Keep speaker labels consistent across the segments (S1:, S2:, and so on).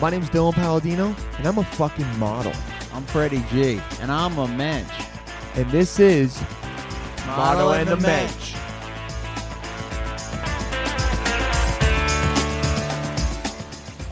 S1: My name's Dylan Palladino, and I'm a fucking model.
S2: I'm Freddie G, and I'm a mensch.
S1: And this is Model and the
S2: Mensch.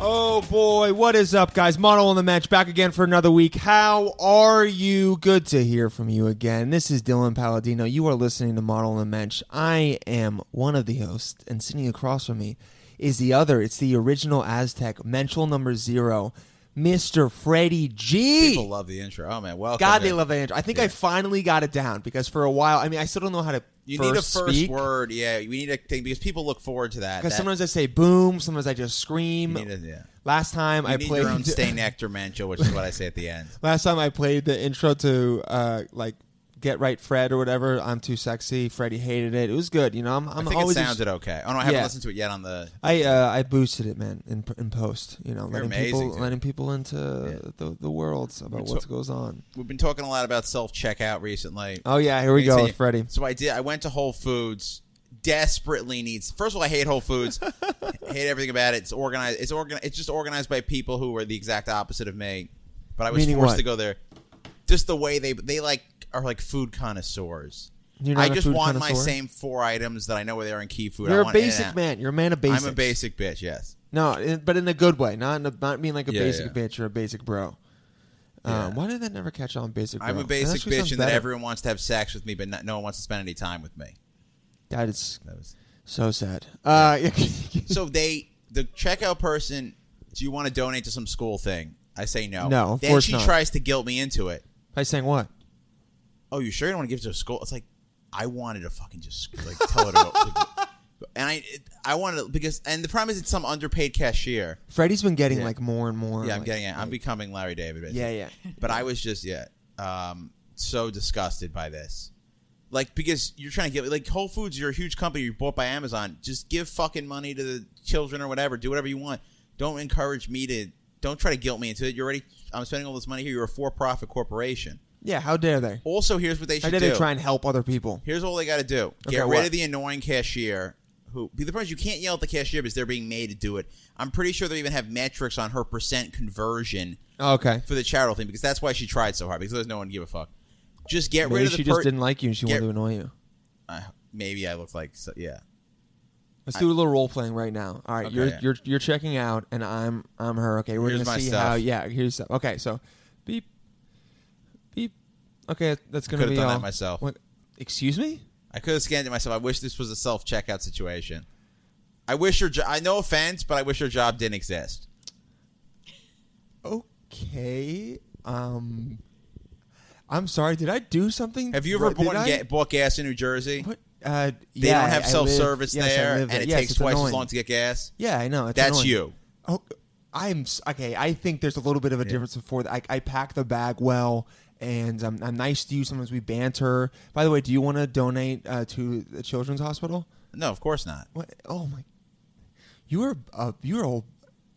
S3: Oh boy, what is up, guys? Mono on the match back again for another week. How are you? Good to hear from you again. This is Dylan Palladino. You are listening to Model on the Match. I am one of the hosts, and sitting across from me is the other. It's the original Aztec, Mental number zero, Mr. Freddie G.
S2: People love the intro. Oh man, welcome.
S3: God, they
S2: in.
S3: love that intro. I think I
S2: Yeah.
S3: finally got it down because for a while, I mean, I still don't know how to.
S2: You
S3: first
S2: need a first
S3: speak.
S2: word. Yeah, we need a thing because people look forward to that.
S3: Because
S2: That-
S3: sometimes I say boom, sometimes I just scream.
S2: you need, a, yeah.
S3: Last time
S2: you
S3: I
S2: need
S3: played
S2: your own stain actor mention, which is what I say at the end.
S3: Last time I played the intro to uh, like "Get Right, Fred" or whatever. I'm too sexy. Freddie hated it. It was good. You know, I'm,
S2: I
S3: I'm
S2: think it
S3: always.
S2: sounded okay. Oh no, I haven't
S3: Yeah.
S2: listened to it yet on the.
S3: I uh, I boosted it, man, in in post. You know, letting
S2: amazing,
S3: people
S2: dude.
S3: letting people into the the worlds about what goes on.
S2: We've been talking a lot about self checkout recently.
S3: Oh yeah, here we
S2: Seen
S3: go,
S2: it.
S3: with Freddie.
S2: So I did. I went to Whole Foods. Desperately needs. First of all, I hate Whole Foods. hate everything about it. It's organized. It's organ. It's just organized by people who are the exact opposite of me. But I was
S3: Meaning
S2: forced
S3: what?
S2: to go there. Just the way they they like are like food connoisseurs.
S3: You're not
S2: I
S3: a
S2: just
S3: food
S2: want my
S3: connoisseur?
S2: same four items that I know where they are in key food. I
S3: You're a
S2: want in and
S3: basic
S2: out.
S3: man. You're a man of basics.
S2: I'm a basic bitch. Yes.
S3: No, in, but in a good way. Not in a, not being like a
S2: Yeah,
S3: basic
S2: yeah.
S3: bitch or a basic bro.
S2: Yeah.
S3: Um, why did that never catch on? Basic. Bro?
S2: I'm a
S3: That
S2: basic
S3: actually sounds
S2: bitch, and that
S3: better.
S2: everyone wants to have sex with me, but not, no one wants to spend any time with me.
S3: That is
S2: That was.
S3: so sad. Uh,
S2: so they the checkout person do you want to donate to some school thing i say no
S3: No, of
S2: then
S3: course
S2: she
S3: not.
S2: tries to guilt me into it
S3: by saying what?
S2: oh you sure you don't want to give it to a school it's like i wanted to fucking just like tell her to go like, and i it, i wanted to because and the problem is it's some underpaid cashier
S3: Freddie's been getting
S2: Yeah.
S3: like more and more.
S2: yeah i'm
S3: like-
S2: getting it i'm
S3: like-
S2: becoming larry david basically.
S3: yeah, yeah.
S2: but i was just yeah um so disgusted by this like because you're trying to get like Whole Foods, you're a huge company, you're bought by Amazon. Just give fucking money to the children or whatever. Do whatever you want. Don't encourage me to. Don't try to guilt me into it. You're already. I'm spending all this money here. You're a for-profit corporation.
S3: Yeah, how dare they?
S2: Also, here's what they
S3: How
S2: should
S3: dare
S2: do.
S3: they try and help other people?
S2: here's all they got to do. Get
S3: Okay,
S2: rid
S3: what?
S2: of the annoying cashier. Who the problem is you can't yell at the cashier because they're being made to do it. I'm pretty sure they even have metrics on her percent conversion
S3: Oh, okay.
S2: for the charitable thing because that's why she tried so hard because there's no one to give a fuck. Just get rid
S3: Maybe
S2: of the
S3: she just
S2: per-
S3: didn't like you and she
S2: get-
S3: wanted to annoy you.
S2: uh, maybe I look like so, yeah.
S3: Let's do a little role playing right now. All right,
S2: Okay,
S3: you're
S2: yeah.
S3: you're you're checking out, and I'm I'm her. Okay, we're
S2: Here's
S3: gonna
S2: my
S3: see
S2: stuff.
S3: how. Yeah, here's stuff. Okay, so beep, beep. Okay, that's gonna
S2: Could've
S3: be
S2: done that
S3: all.
S2: myself.
S3: What? Excuse me?
S2: I could have scanned it myself. I wish this was a self checkout situation. I wish your jo- I no offense, but I wish your job didn't exist.
S3: Okay. Um, I'm sorry. Did I do something?
S2: Have you ever
S3: Wha- did
S2: bought,
S3: I-
S2: ga- bought gas in New Jersey?
S3: What? Uh,
S2: They
S3: yeah,
S2: don't have
S3: I- I
S2: self service
S3: live- yes, I
S2: there,
S3: live
S2: and
S3: there.
S2: it
S3: Yes,
S2: takes
S3: it's
S2: twice as
S3: annoying.
S2: long to get gas.
S3: Yeah, I know. It's
S2: That's
S3: annoying.
S2: you.
S3: Oh, I'm s- okay. I think there's a little bit of a difference before that. I, I pack the bag well, and um, I'm, I'm nice to you. Sometimes we banter. By the way, do you want to donate uh, to the children's hospital?
S2: No, of course not.
S3: What? Oh my! You're uh, you're old.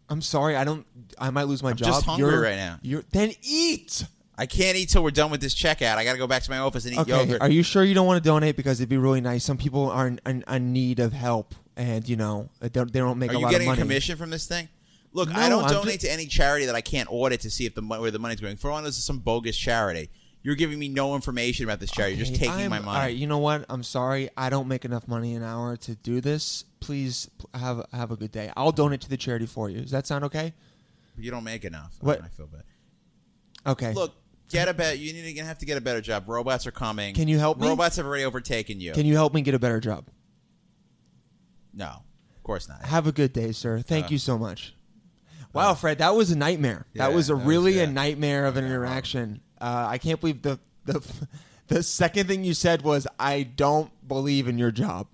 S3: I'm sorry. I don't. I might lose my job.
S2: just hungry
S3: You're-
S2: right now.
S3: You're then eat.
S2: I can't eat till we're done with this checkout. I got to go back to my office and eat
S3: Okay.
S2: yogurt.
S3: Are you sure you don't want to donate because it'd be really nice? Some people are in, in, in need of help, and you know they don't, they don't make
S2: Are
S3: a
S2: you
S3: lot
S2: getting
S3: of
S2: a
S3: money.
S2: commission from this thing? Look,
S3: No,
S2: I don't
S3: I'm
S2: donate
S3: ju-
S2: to any charity that I can't audit to see if the mon- where the money's going. For one, this is some bogus charity. You're giving me no information about this charity. You're just
S3: Hey,
S2: taking
S3: I'm-
S2: my money.
S3: All right, you know what? I'm sorry. I don't make enough money an hour to do this. Please p- have have a good day. I'll donate to the charity for you. Does that sound okay?
S2: You don't make enough.
S3: What-
S2: I feel bad.
S3: Okay.
S2: Look, get a better. You need to gonna have to get a better job. Robots are coming.
S3: Can you help me?
S2: Robots have already overtaken you.
S3: can you help me get a better job?
S2: no, of course not.
S3: Have a good day, sir. Thank you so much. Wow, Fred, that was a nightmare. that
S2: Yeah,
S3: was a
S2: that was-
S3: really a
S2: yeah.
S3: nightmare of an interaction. Uh, I can't believe the the the second thing you said was, "I don't believe in your job."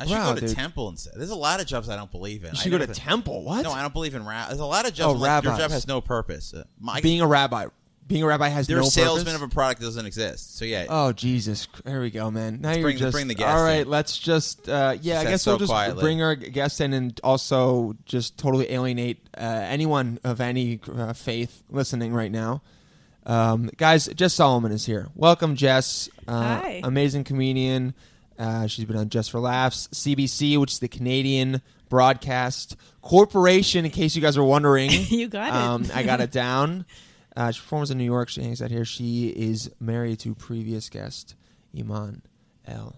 S2: I should
S3: Wow,
S2: go to
S3: dude.
S2: temple instead. There's a lot of jobs I don't believe in.
S3: You
S2: I
S3: should go to
S2: never-
S3: temple. What?
S2: No, I don't believe in. Ra- There's a lot of jobs.
S3: Oh,
S2: like, your
S3: rabbis.
S2: job has no purpose. Uh, my,
S3: Being a rabbi, being a rabbi has
S2: they're
S3: no
S2: a salesman
S3: purpose?
S2: of a product that doesn't exist. So yeah,
S3: Oh Jesus! There we go, man. Now you're
S2: bring the-
S3: just
S2: bring the guest
S3: all right.
S2: in.
S3: Let's just uh, yeah.
S2: Just
S3: I
S2: that
S3: guess
S2: so
S3: we'll just
S2: quietly.
S3: bring our guest in and also just totally alienate uh, anyone of any uh, faith listening right now. Um, guys, Jess Solomon is here. Welcome, Jess. Uh,
S4: Hi.
S3: Amazing comedian. Uh, she's been on Just for Laughs, CBC, which is the Canadian Broadcast Corporation. In case you guys were wondering,
S4: You got it.
S3: Um, I got it down. Uh, she performs in New York. She hangs out here. She is married to previous guest Iman El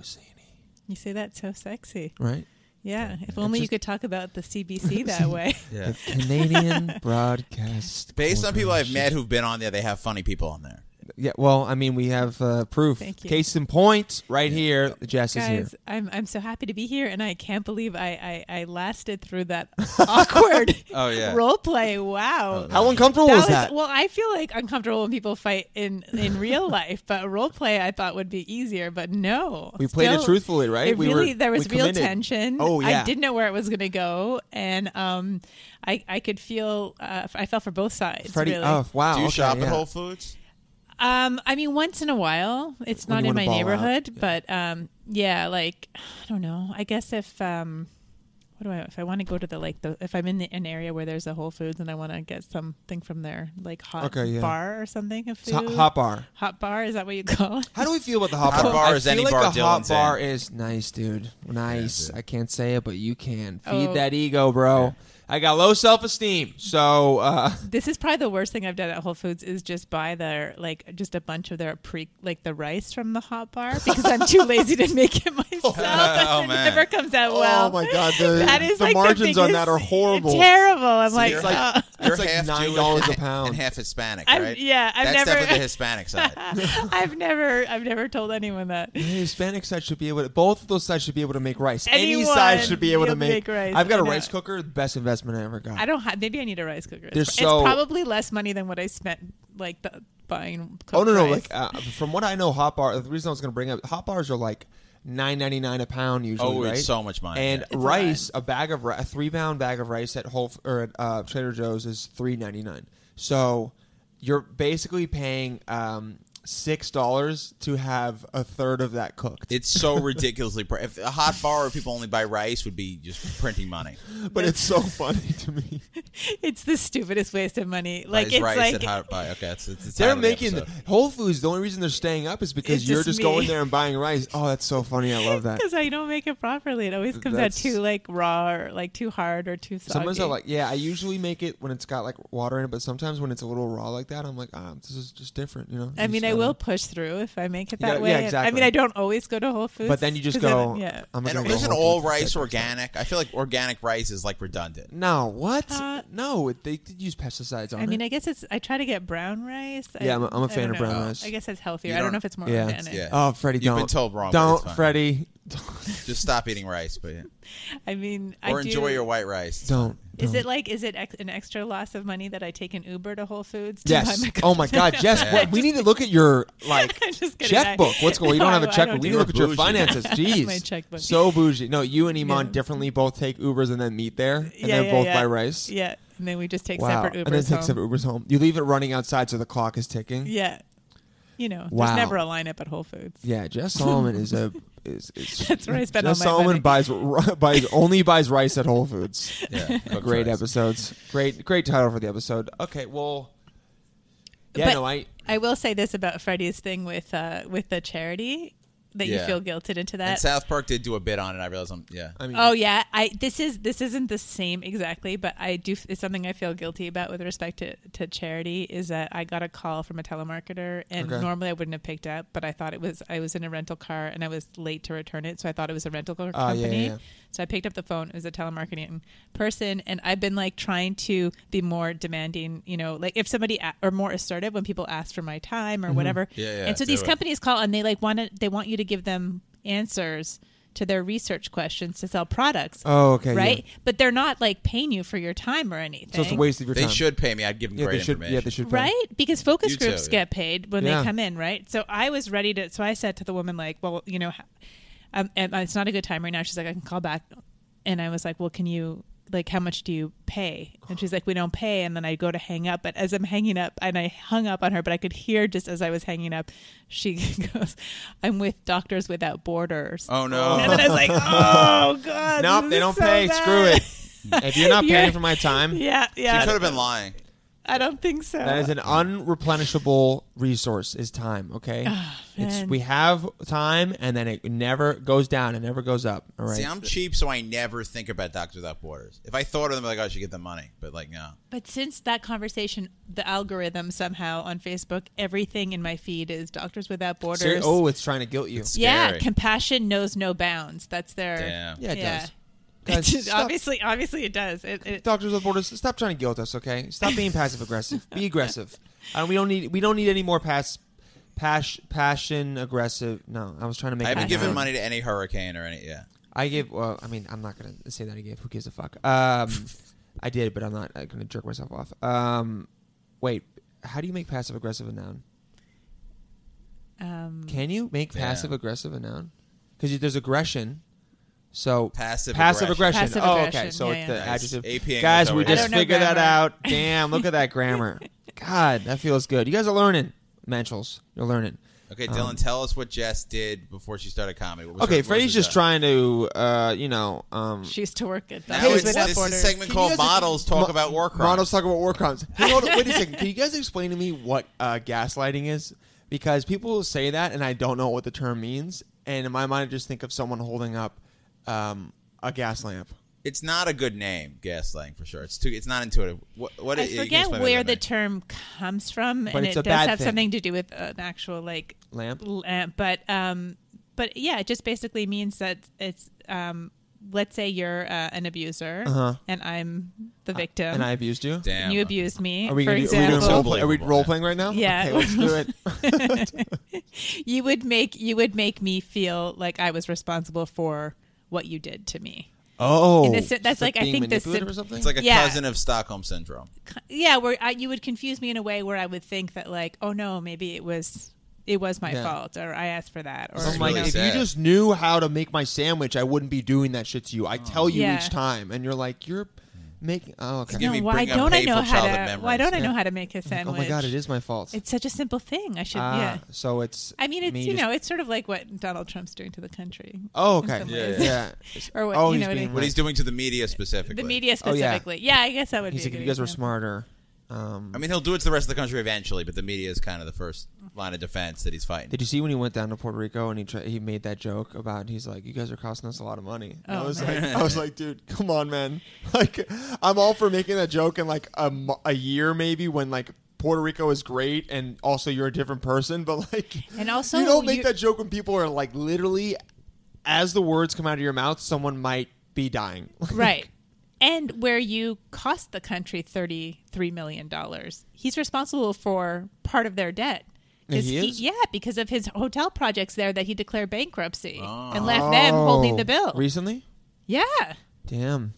S3: Husseini.
S4: You say that so sexy.
S3: Right,
S4: Yeah. If only you
S3: just-
S4: could talk about the CBC that way.
S2: Yeah.
S3: the Canadian Broadcast.
S2: Based on people I've
S3: Corporation.
S2: met who've been on there, they have funny people on there.
S3: Yeah, well, I mean, we have uh, proof.
S4: Thank you.
S3: Case in point, right here. Jess is here.
S4: Guys, I'm I'm so happy to be here, and I can't believe I I, I lasted through that awkward
S2: Oh, yeah.
S4: role play. Wow.
S3: How uncomfortable
S4: That
S3: was
S4: was,
S3: Oh, that?
S4: well. I feel like uncomfortable when people fight in in real life, but role play I thought would be easier. But no,
S3: we played it
S4: Still,
S3: truthfully, right?
S4: It
S3: we
S4: really there was
S3: we
S4: real
S3: committed.
S4: tension.
S3: Oh yeah,
S4: I didn't know where it was going to go, and um, I I could feel uh, I felt for both sides.
S3: Freddie.
S4: really.
S3: Oh wow.
S2: Do you
S3: okay,
S2: shop
S3: yeah.
S2: at Whole Foods?
S4: Um, I mean, once in a while, it's
S3: When
S4: not
S3: you
S4: in
S3: wanna
S4: my
S3: ball out,
S4: neighborhood,
S3: yeah.
S4: but um, yeah, like I don't know. I guess if um, what do I if I want to go to the like the if I'm in the, an area where there's a Whole Foods and I want to get something from their like hot
S3: Okay, yeah.
S4: bar or something, a
S3: It's
S4: food
S3: hot, hot bar.
S4: hot bar is that what you call it?
S3: How do we feel about the hot,
S2: Hot
S3: bar?
S2: bar
S3: I
S2: is
S3: feel
S2: any
S3: like
S2: bar
S3: the hot
S2: Dylan's
S3: bar
S2: in.
S3: is nice, dude. Nice.
S2: Yeah,
S3: I can't say it, but you can feed
S4: Oh.
S3: that ego, bro. I got low self esteem, so uh,
S4: This is probably the worst thing I've done at Whole Foods is just buy their like just a bunch of their pre like the rice from the hot bar because I'm too lazy to make it myself.
S2: Oh,
S4: it
S2: man.
S4: never comes out well.
S3: Oh, god, the,
S4: That is like the biggest- Terrible. I'm like,
S2: you're
S4: oh.
S3: like-
S2: You're
S3: It's like
S2: half
S3: $9
S2: Jewish
S3: a
S2: and-
S3: pound.
S2: and half Hispanic,
S4: I'm-
S2: right?
S4: yeah, I've
S2: That's
S4: never-
S2: definitely the Hispanic side.
S4: I've never, I've never told anyone that.
S3: The Hispanic side should be able to. Both of those sides should be able to make rice. Any
S4: Anyone
S3: side should be able to
S4: will
S3: make,
S4: make rice.
S3: I've got a
S4: I know.
S3: rice cooker. The best investment I ever got.
S4: I don't have. Maybe I need a rice cooker.
S3: They're
S4: It's,
S3: so-
S4: it's probably less money than what I spent like the, buying.
S3: Oh
S4: cooked
S3: no, no. Like
S4: rice.
S3: uh, from what I know, hot bar. The reason I was going to bring up hot bars are like nine ninety nine a pound usually.
S2: Oh, it's
S3: right?
S2: so much money,
S3: And
S2: yeah.
S4: a
S3: rice, a bag of ri- a three pound bag of rice at Whole or at uh, Trader Joe's is three ninety nine. So you're basically paying um, six dollars to have a third of that cooked.
S2: It's so ridiculously. Pr- if a hot bar where people only buy rice would be just printing money.
S3: but it's so funny to me.
S4: it's the stupidest waste of money. Like
S2: rice,
S4: it's
S2: rice
S4: like
S2: and hot bar. Okay, it's, it's the
S3: They're
S2: title of the
S3: making
S2: episode.
S3: Whole Foods. The only reason they're staying up is because
S4: It's
S3: you're
S4: just
S3: just
S4: me.
S3: going there and buying rice. Oh, that's so funny. I love that.
S4: because I don't make it properly. It always comes
S3: That's-
S4: out too like raw or like too hard or too soggy.
S3: Sometimes I like, yeah, I usually make it when it's got like water in it, but sometimes when it's a little raw like that, I'm like, ah, this is just different, you know.
S4: I
S3: You
S4: mean,
S3: just
S4: I
S3: gotta-
S4: will push through if I make it
S3: You
S4: that
S3: gotta-
S4: way.
S3: yeah,
S4: And- I
S3: exactly.
S4: mean, I don't always go to Whole Foods,
S3: But then you just
S4: 'cause I
S3: go,
S4: don't- yeah.
S3: I'm gonna
S2: And
S3: go
S2: isn't
S3: Whole
S2: all
S3: Foods
S2: rice
S3: instead.
S2: organic? I feel like organic rice is like redundant.
S3: No, what?
S4: Uh,
S3: no, it, they did use pesticides on
S4: I mean,
S3: it.
S4: I guess it's. I try to get brown rice. I-
S3: Yeah, I'm a- I'm a
S4: I
S3: fan
S4: don't
S3: of brown
S4: know.
S3: rice.
S4: I guess that's healthier.
S2: You
S4: I
S2: don't-
S4: don't know if it's more
S3: Yeah.
S4: organic.
S2: Yeah.
S3: oh, Freddie,
S2: You've
S3: don't.
S2: been told wrong, but it's
S3: Don't,
S2: fine.
S3: Freddie.
S2: Just stop eating rice, but
S4: I mean,
S2: or
S4: I do,
S2: enjoy your white rice.
S3: Don't.
S4: Is
S3: don't.
S4: it like is it ex- an extra loss of money that I take an Uber to Whole Foods? To
S3: Yes.
S4: Buy my
S3: oh my God, Jess,
S2: Yeah.
S3: what, we need to look at your like
S4: I'm just kidding. I-
S3: checkbook. What's going? You don't
S4: No,
S3: have a
S4: I
S3: checkbook.
S4: don't
S3: We need to
S4: do
S2: it.
S3: look at your
S2: Bougie.
S3: finances. Jeez,
S4: My checkbook.
S3: So bougie. No, you and Iman
S4: Yeah.
S3: definitely both take Ubers and then meet there, and
S4: yeah,
S3: then
S4: yeah,
S3: both
S4: yeah.
S3: buy rice.
S4: Yeah, and then we just take separate Ubers
S3: and then
S4: home.
S3: take separate Ubers home. You leave it running outside so the clock is ticking. Yeah,
S4: Yeah, you know,
S3: Wow.
S4: there's never a lineup at Whole Foods.
S3: Jess Solomon is a. Is, is,
S4: That's where I spend all
S3: Jess
S4: my money.
S3: Solomon buys ri- buys only buys rice at Whole Foods.
S2: Yeah, cooked
S3: Great
S2: rice.
S3: episodes. Great great title for the episode. Okay, well, yeah,
S4: But-
S3: no, I
S4: I will say this about Freddie's thing with uh, with the charity that
S2: Yeah.
S4: you feel guilted into that.
S2: And South Park did do a bit on it. I realized. I'm, yeah,
S3: I mean,
S4: Oh yeah, I this is this isn't the same exactly, but I do it's something I feel guilty about with respect to, to charity is that I got a call from a telemarketer and
S3: Okay.
S4: normally I wouldn't have picked up, but I thought it was I was in a rental car and I was late to return it, so I thought it was a rental car
S3: Ah, yeah, yeah,
S4: company.
S3: yeah.
S4: So I picked up the phone. It was a telemarketing person, and I've been like trying to be more demanding. You know, like if somebody a- or more assertive when people ask for my time
S3: Mm-hmm.
S4: or whatever.
S2: Yeah, yeah,
S4: and so
S2: do
S4: these
S2: it.
S4: companies call and they like want to they want you to give them answers to their research questions to sell products.
S3: Oh, okay, yeah.
S4: right. But they're not like paying you for your time or anything.
S3: so it's a waste of your
S2: they
S3: time.
S2: should pay me. I'd give them
S3: Yeah,
S2: great
S3: they should.
S2: information.
S3: Yeah, they should. pay.
S4: Right? Because focus
S2: You too,
S4: groups
S2: yeah.
S4: get paid when
S3: Yeah.
S4: they come in, right? So I was ready to. So I said to the woman, like, well, you know, um, and it's not a good time right now. She's like, I can call back. And I was like, well, can you, like, how much do you pay? And she's like, we don't pay. And then I go to hang up. But as I'm hanging up, and I hung up on her, but I could hear just as I was hanging up, she goes, I'm with Doctors Without Borders.
S2: Oh no.
S4: And then I was like, oh, God.
S3: Nope,
S4: this
S3: they
S4: is
S3: don't
S4: so
S3: pay.
S4: bad."
S3: Screw it. If you're not
S4: You're-
S3: paying for my time,
S4: Yeah,
S2: She
S4: yeah.
S2: could have been lying.
S4: I don't think so.
S3: That is an unreplenishable resource is time, okay? it's
S4: man.
S3: we have time and then it never goes down, it never goes up. All right.
S2: See, I'm cheap, so I never think about Doctors Without Borders. If I thought of them, like oh, I should get the money, but like no.
S4: but since that conversation, the algorithm somehow on Facebook, everything in my feed is Doctors Without Borders.
S3: Ser- oh, it's trying to guilt you.
S4: yeah,
S2: Scary.
S4: compassion knows no bounds. That's their
S2: Damn.
S3: Yeah, it
S4: yeah.
S3: does. Guys,
S4: It just-
S3: stop-
S4: obviously, obviously, it does. It, it,
S3: Doctors Without Borders, stop trying to guilt us, okay? Stop being passive aggressive. Be aggressive. Uh, we don't need we don't need any more pass pass passion aggressive. No, I was trying to make
S2: I haven't
S3: it
S2: given
S3: sound-
S2: money to any hurricane or any. Yeah,
S3: I gave. Well, I mean, I'm not gonna say that I gave. Who gives a fuck? Um, I did, but I'm not uh, gonna jerk myself off. Um, wait, how do you make passive aggressive a noun?
S4: um,
S3: Can you make
S2: Yeah.
S3: passive aggressive a noun? Because there's aggression. So
S2: Passive
S3: passive
S2: aggression.
S3: aggression.
S4: Passive
S3: oh, okay.
S4: aggression,
S3: So
S4: yeah,
S3: it's the
S4: yeah.
S2: Nice.
S3: adjective.
S2: AP English
S3: Guys, we
S2: over here.
S3: just
S4: I don't know
S3: figured that
S4: grammar.
S3: out. Damn, look at that grammar. God, that feels good. You guys are learning, Menschels. You're learning. Um,
S2: Okay, Dylan, tell us what Jess did before she started comedy. What was her-
S3: Okay,
S2: what was
S3: Freddie's
S2: her
S3: just
S2: job?
S3: trying to, uh, you know, um,
S4: she used to work at
S2: Now
S3: Hey,
S4: Doctors
S2: it's,
S4: Without
S2: this is a
S4: Borders.
S2: segment
S3: Can
S2: called
S3: you guys-
S2: Models Talk
S3: Mo-
S2: About War Crimes.
S3: Models talk about war crimes. Hey, hold on, wait a second. Can you guys explain to me what uh, gaslighting is? Because people say that, and I don't know what the term means. And in my mind, I just think of someone holding up um, a gas lamp.
S2: It's not a good name, gaslighting for sure. It's too. It's not intuitive. What? what
S4: I
S2: you can
S4: forget
S2: explain
S4: where
S2: better
S4: the
S2: than
S4: term comes from, and
S3: it's
S4: it
S3: a
S4: does
S3: bad
S4: have
S3: thing.
S4: something to do with uh, an actual like
S3: Lamp?
S4: lamp. But um, but yeah, it just basically means that it's um, let's say you're uh, an abuser,
S3: Uh-huh.
S4: and I'm the victim,
S3: And I abused you.
S2: me. Damn.
S4: and you abused me.
S3: Are we,
S4: for
S3: gonna, do- are we
S4: example,
S3: doing role play? Are we
S2: Unbelievable.
S3: role playing right now?
S4: Yeah.
S3: Okay, let's do it.
S4: you would make you would make me feel like I was responsible for what you did to me.
S3: Oh.
S4: And this- that's like, I
S3: being
S4: think this
S3: manipulated
S4: sim-
S3: or something?
S2: It's like a
S4: Yeah.
S2: cousin of Stockholm syndrome.
S4: yeah where I, you would confuse me in a way where i would think that like oh no maybe it was it was my
S3: Yeah.
S4: fault or i asked for that or
S3: I'm
S2: It's
S3: like,
S2: really
S3: if
S2: sad.
S3: you just knew how to make my sandwich, I wouldn't be doing that shit to you. I tell you
S4: Yeah.
S3: each time, and you're like, you're making. Oh, okay.
S2: Give
S4: no,
S2: me-
S4: why
S2: bring up
S4: don't i
S2: painful
S4: know how to
S2: childhood memories.
S4: why don't i know
S3: Yeah.
S4: how to make a
S3: oh
S4: sandwich
S3: my god, it is my fault.
S4: it's such a simple thing i should
S3: Ah,
S4: yeah
S3: So it's.
S4: i mean it's
S3: me
S4: you
S3: just-
S4: know it's sort of like what donald trump's doing to the country
S3: Oh,
S4: in
S3: okay.
S4: some
S2: Yeah,
S4: ways.
S2: yeah.
S4: or what
S3: Oh,
S4: you
S3: he's
S4: know what I-
S3: being
S2: What he's doing to the media specifically.
S4: the media
S3: Oh, yeah.
S4: specifically yeah. i guess that would
S3: He's
S4: be
S3: like,
S4: a
S3: if
S4: good
S3: you guys were
S4: example.
S3: smarter. Um,
S2: I mean, he'll do it to the rest of the country eventually, but the media is kind of the first line of defense that he's fighting.
S3: did you see when he went down to Puerto Rico and he tri- he made that joke about he's like, you guys are costing us a lot of money. And I
S4: Oh,
S3: was
S4: man.
S3: like, I was like, dude, come on, man. Like, I'm all for making that joke in like a, mo- a year maybe when like Puerto Rico is great and also you're a different person, but like,
S4: And also
S3: you don't make
S4: you-
S3: that joke when people are like literally, as the words come out of your mouth, someone might be dying.
S4: right and where you cost the country $33 million he's responsible for part of their debt 'Cause
S3: He is?
S4: yeah because of his hotel projects there that he declared bankruptcy
S2: Oh.
S4: and left them holding the
S3: Ah. Oh.
S4: bill
S3: Recently?
S4: yeah
S3: Damn.